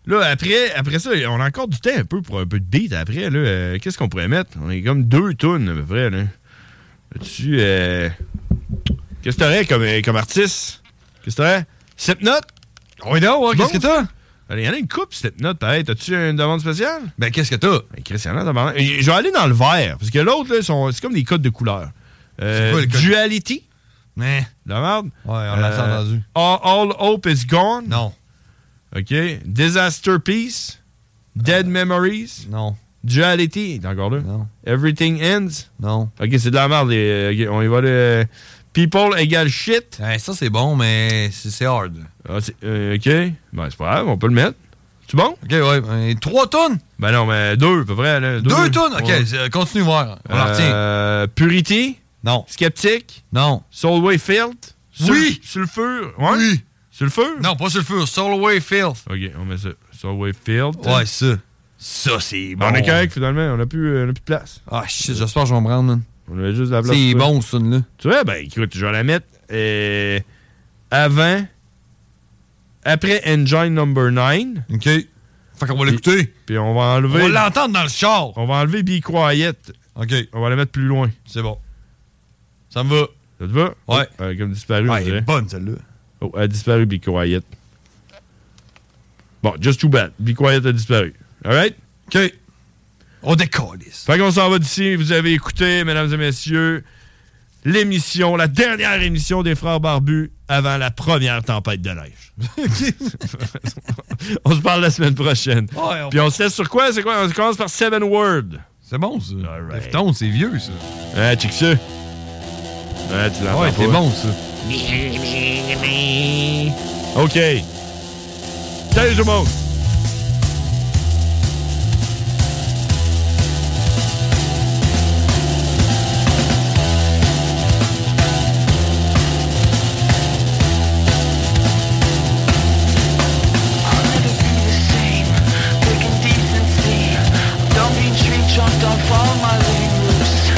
S12: là après, après ça, on a encore du temps un peu pour un peu de beat après. là. Euh, Qu'est-ce qu'on pourrait mettre? On est comme deux tunes à peu près. Là. Là-dessus, euh, qu'est-ce que t'aurais comme, euh, comme artiste? Qu'est-ce que t'aurais? Slipknot? Oh, Oui, non, qu'est-ce que t'as? Il y en a une coupe, Slipknot, pareil. T'as-tu une demande spéciale? Ben, qu'est-ce que t'as? Ben, Christiana, demande. Je vais aller dans le vert, parce que l'autre, là, sont- c'est comme des codes de couleurs. Euh,
S8: C'est quoi, les codes?
S12: Duality? Mais. De la merde? Ouais,
S8: on l'a entendu.
S12: All, All Hope is Gone? Non. OK. Disaster Peace? Dead Memories? Euh, Non. Duality? Il est encore là? Non. Everything Ends? Non. OK, c'est de la merde. les- ok, on y va le. People égale shit. ça, c'est bon, mais c'est hard. OK. Ben, c'est pas grave, on peut le mettre. C'est bon? OK, ouais. trois tonnes? Ben non, mais deux, à peu près. Là,
S8: Deux, tonnes? Ok,
S12: Ouais.
S8: euh, continue voir. On la retient.
S12: Euh, Purity? Non. Skeptique? Non. Soulway Filth?
S8: Oui.
S12: Sulfur? Ouais? Oui. Sulfur? Non, pas Sulfur. Soulway Filth. OK, on met ça. Soulway Filth.
S8: Ouais, ça.
S12: Ça, c'est
S8: bon.
S12: On est correct, finalement. On n'a plus, euh, on a plus de place.
S8: Ah, shit, j'espère que je vais me prendre, man.
S12: On avait juste de la place.
S8: C'est
S12: pour ça.
S8: bon, ce là
S12: Tu vois, ben écoute, je vais la mettre euh, avant, après Engine Number 9. OK. Fait qu'on va l'écouter. Puis on va enlever...
S8: On va l'entendre dans le char.
S12: On va enlever Be Quiet. OK. On va la mettre plus loin. C'est bon. Ça me va. Ça te va? Ouais. comme disparu, on dirait. bonne, celle-là. Oh, elle a disparu, Be Quiet. Bon, just too bad. Be Quiet a disparu. All right? OK. On décalisse. Fait qu'on s'en va d'ici. Vous avez écouté, mesdames et messieurs, l'émission, la dernière émission des Frères Barbus avant la première tempête de neige. on se parle la semaine prochaine.
S8: Ouais, on-
S12: Puis on se laisse sur quoi? C'est quoi? On commence par Seven Word. C'est bon, ça. Deftones, c'est vieux, ça. Ah, check ça. Ouais, tu l'entends
S8: Ouais, c'est
S12: pas.
S8: bon, ça.
S12: OK. Salut tout le monde.
S17: Don't be intrigued, John, don't follow my lead loose.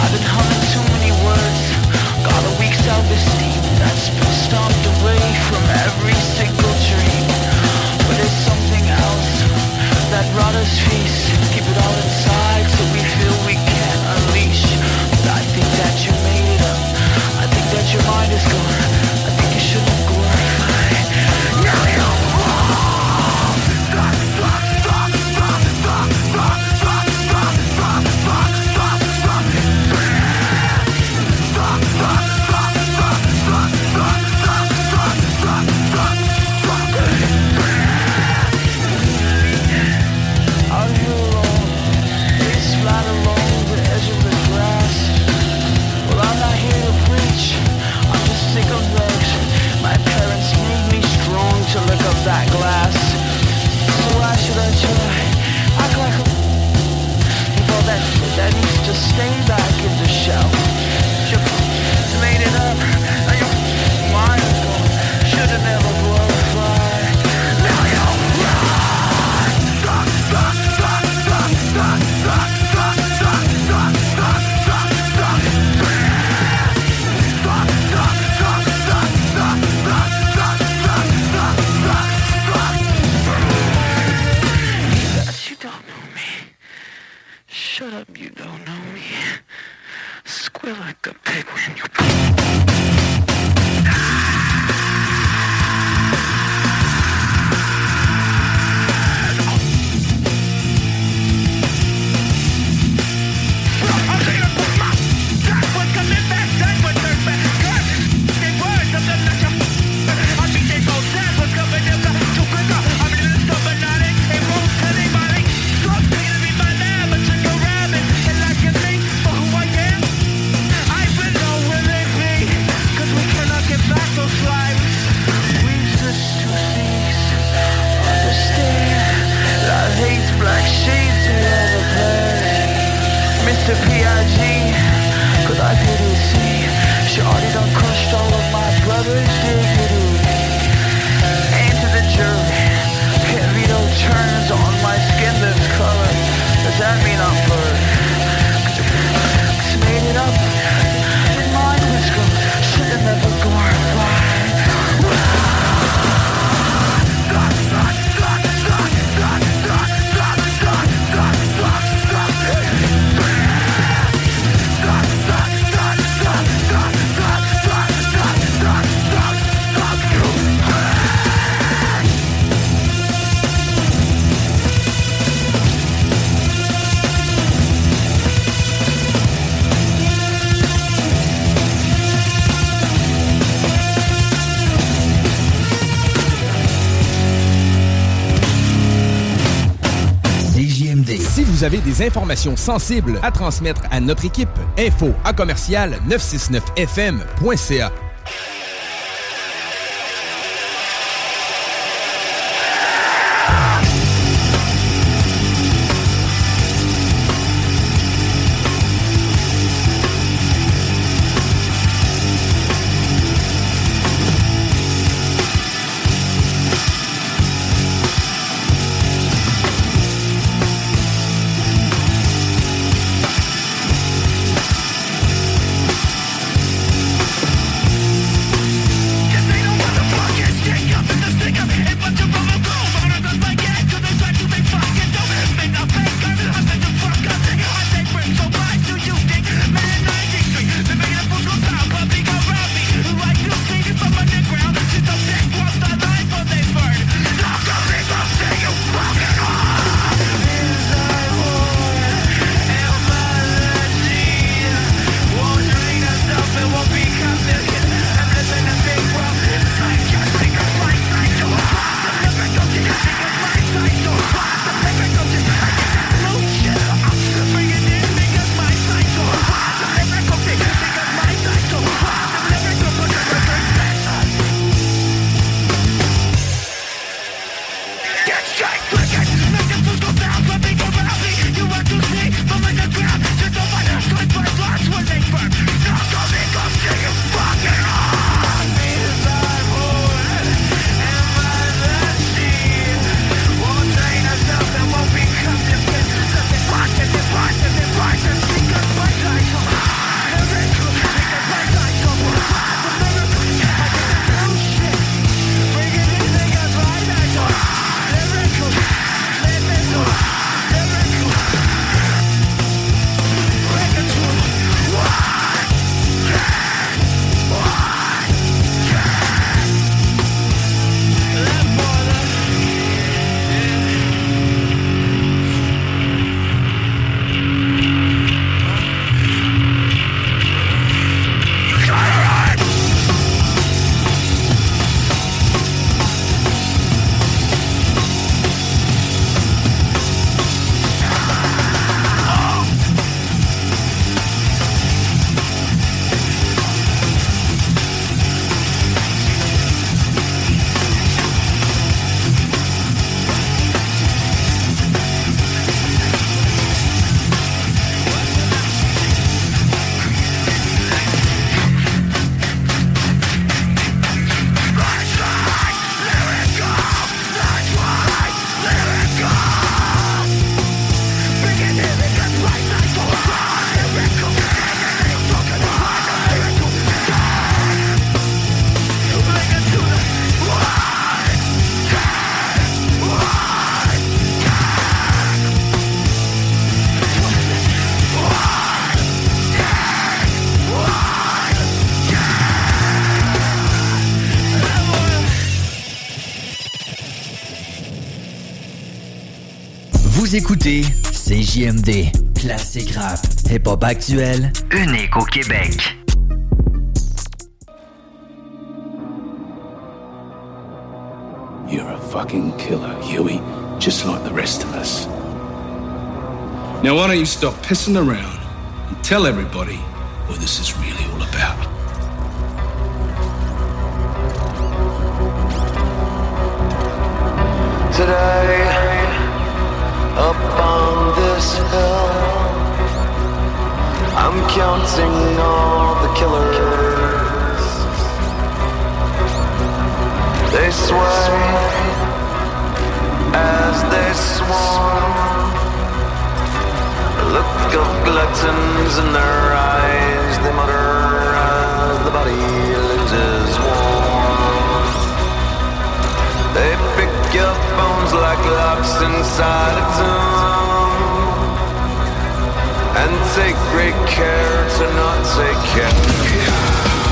S17: I've been humming too many words. Got a weak self-esteem that's been stomped away from every single dream. But it's
S2: up, you don't know me. Squeal like a pig when you Mr. P.I.G. Cause I pity see She already done crushed all of my brothers Diggity And to the jury Can't read no turns on my skin this color Does that mean I'm blurred? Just made it up And mine was good Should've never gone
S12: CJMD. Si vous avez des informations sensibles à transmettre à notre équipe, info à commercial 969fm.ca.
S4: Vous écoutez CJMD, classique rap, hip-hop actuel, unique au Québec.
S15: You're a fucking killer, Huey, just like the rest of us. Now, why don't you stop pissing around and tell everybody what this is really all about?
S2: Today, up on this hill, I'm counting all the killers. They sway as they swarm. A look of gluttons in their eyes, they mutter as the body loses warmth. They pick your bones like locks inside a tomb And take great care to not take care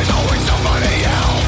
S16: It's always somebody else.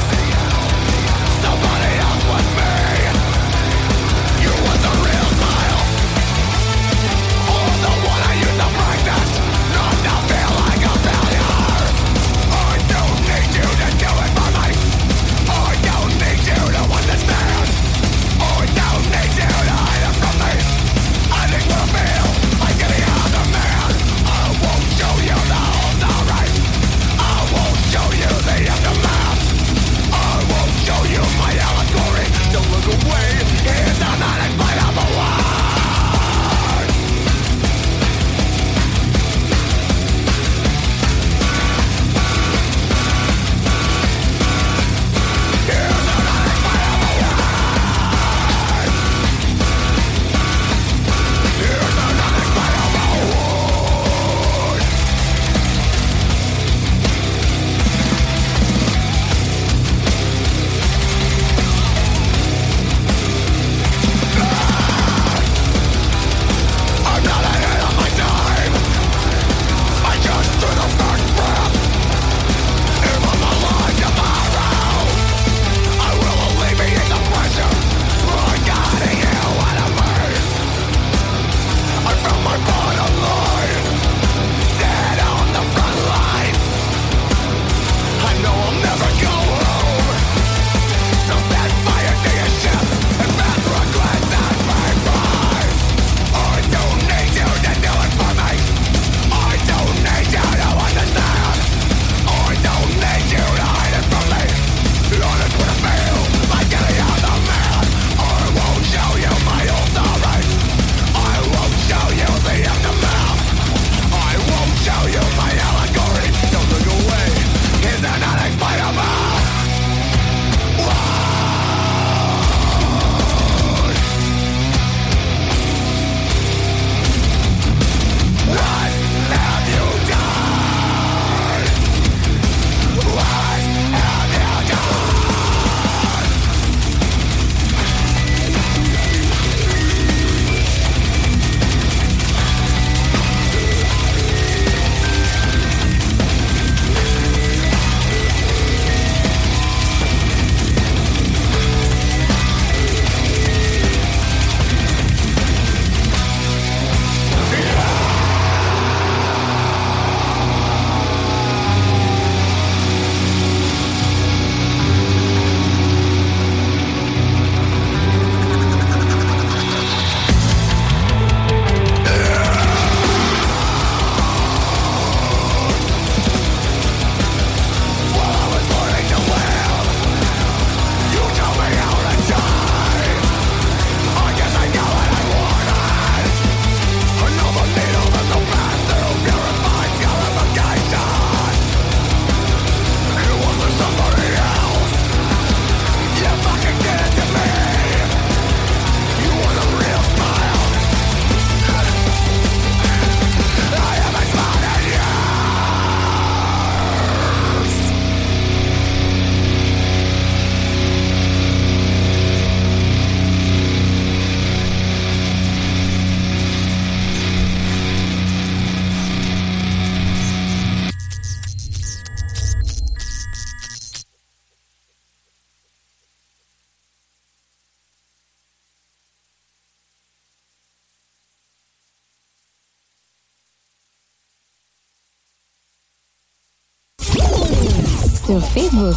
S33: Sur Facebook.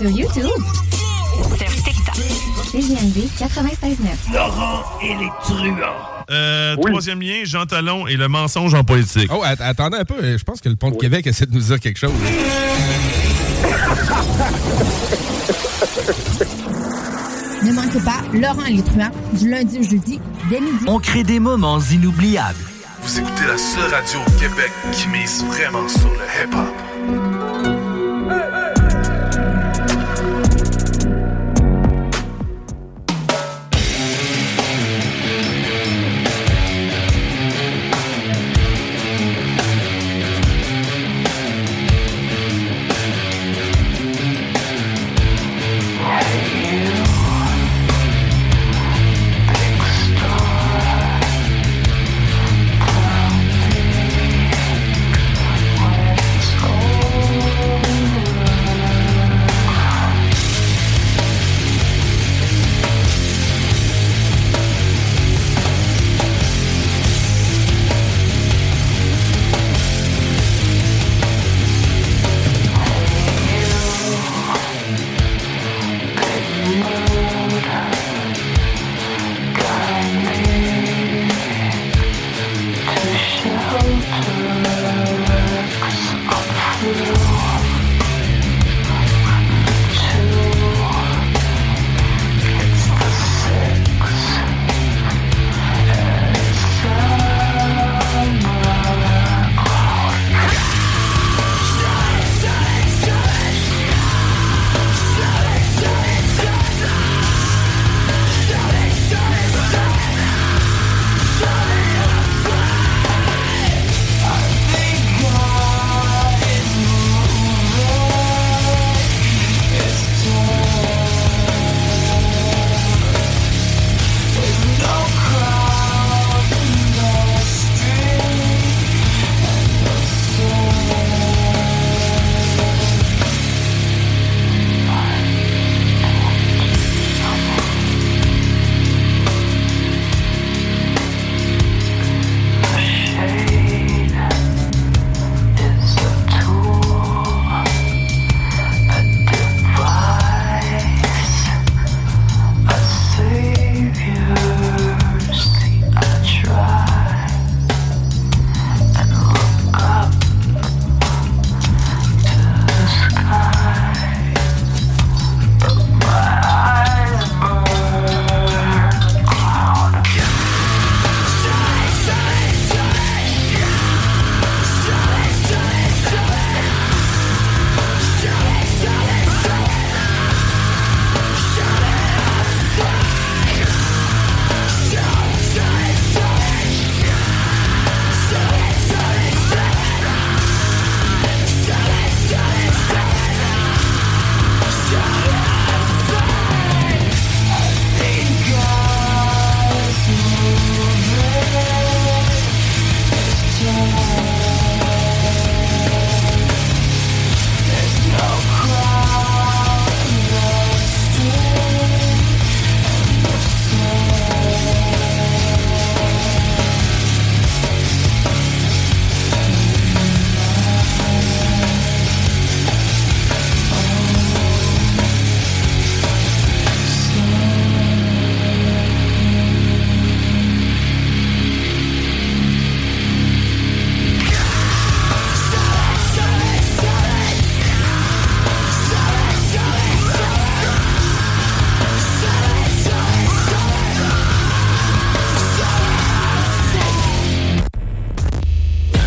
S33: Sur YouTube. Sur TikTok. CGMD 96.9.
S34: Laurent et les truands.
S12: Euh, Troisième lien, Jean Talon et le mensonge en politique.
S35: Oh, att- attendez un peu. Je pense que le pont de Québec essaie de nous dire quelque chose.
S18: Ne manquez pas Laurent et les truands du lundi au jeudi dès midi.
S8: On crée des moments inoubliables.
S12: Vous écoutez la seule radio au Québec qui mise vraiment sur le hip-hop.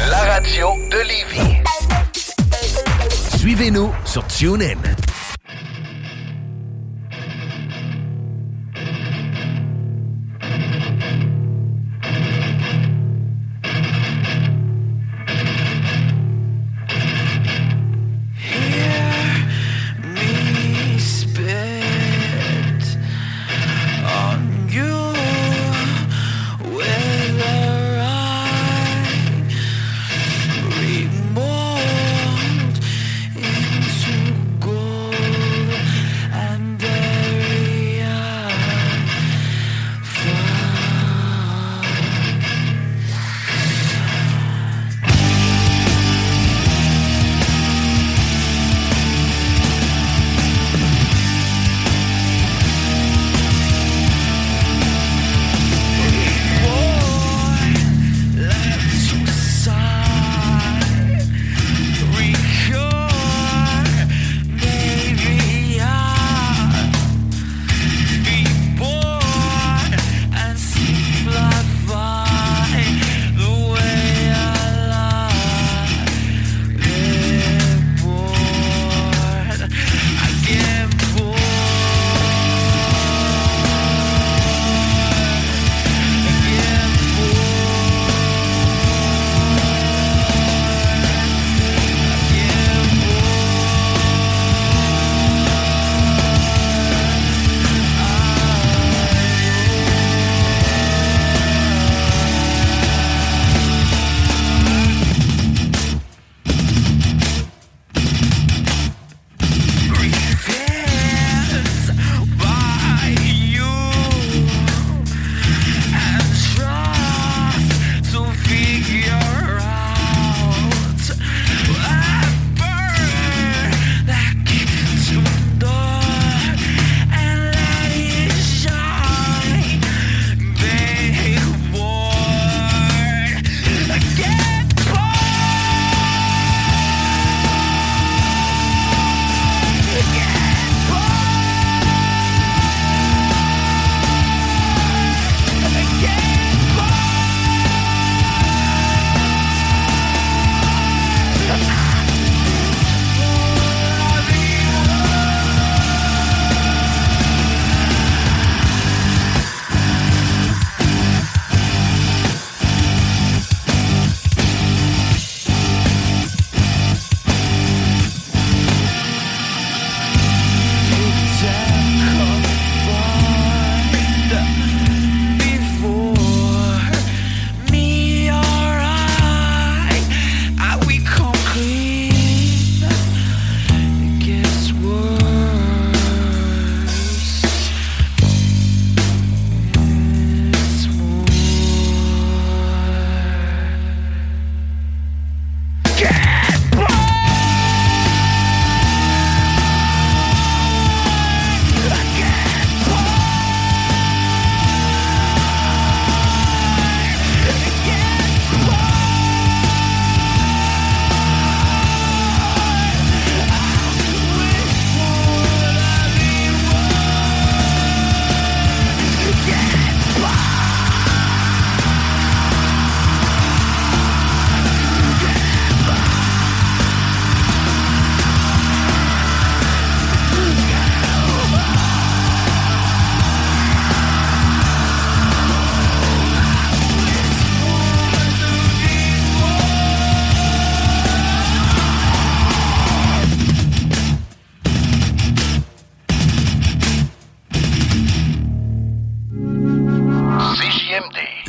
S2: La radio de Lévis.
S36: Suivez-nous sur TuneIn.
S6: me spit on you. Whether I remold into gold.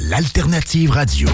S37: L'alternative radio.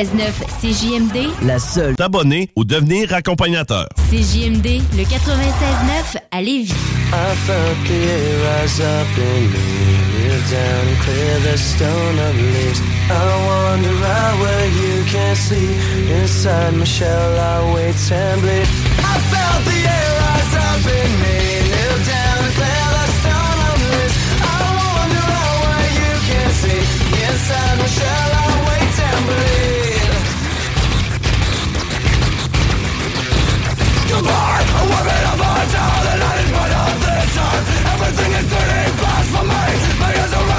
S2: CJMD,
S38: La seule.
S12: T'abonner ou devenir accompagnateur.
S2: CJMD, le 96.9 à Lévis.
S18: I felt the air rise up in me Kneel down and clear the stone of leaves I wander out where you can't see Inside my shell I wait trembly I felt the air rise up in me Kneel down and clear the stone of leaves I wander out where you can't see Inside my shell I wait trembly Come on, a woman of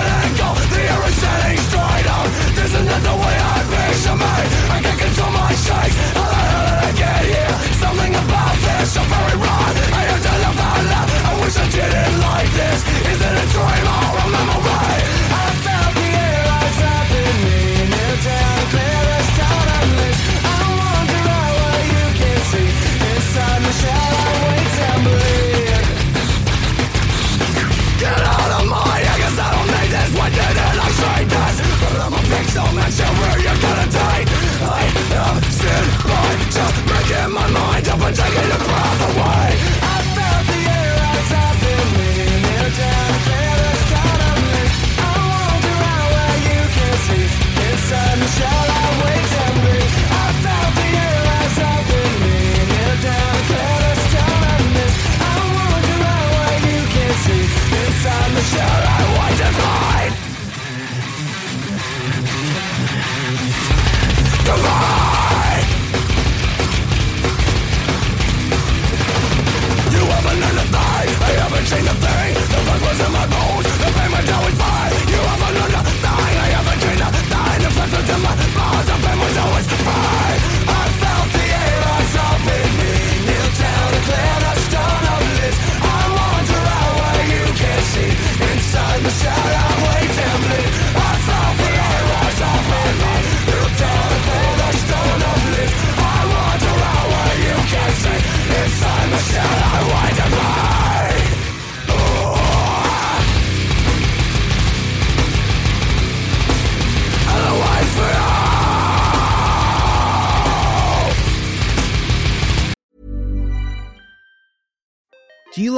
S7: Do you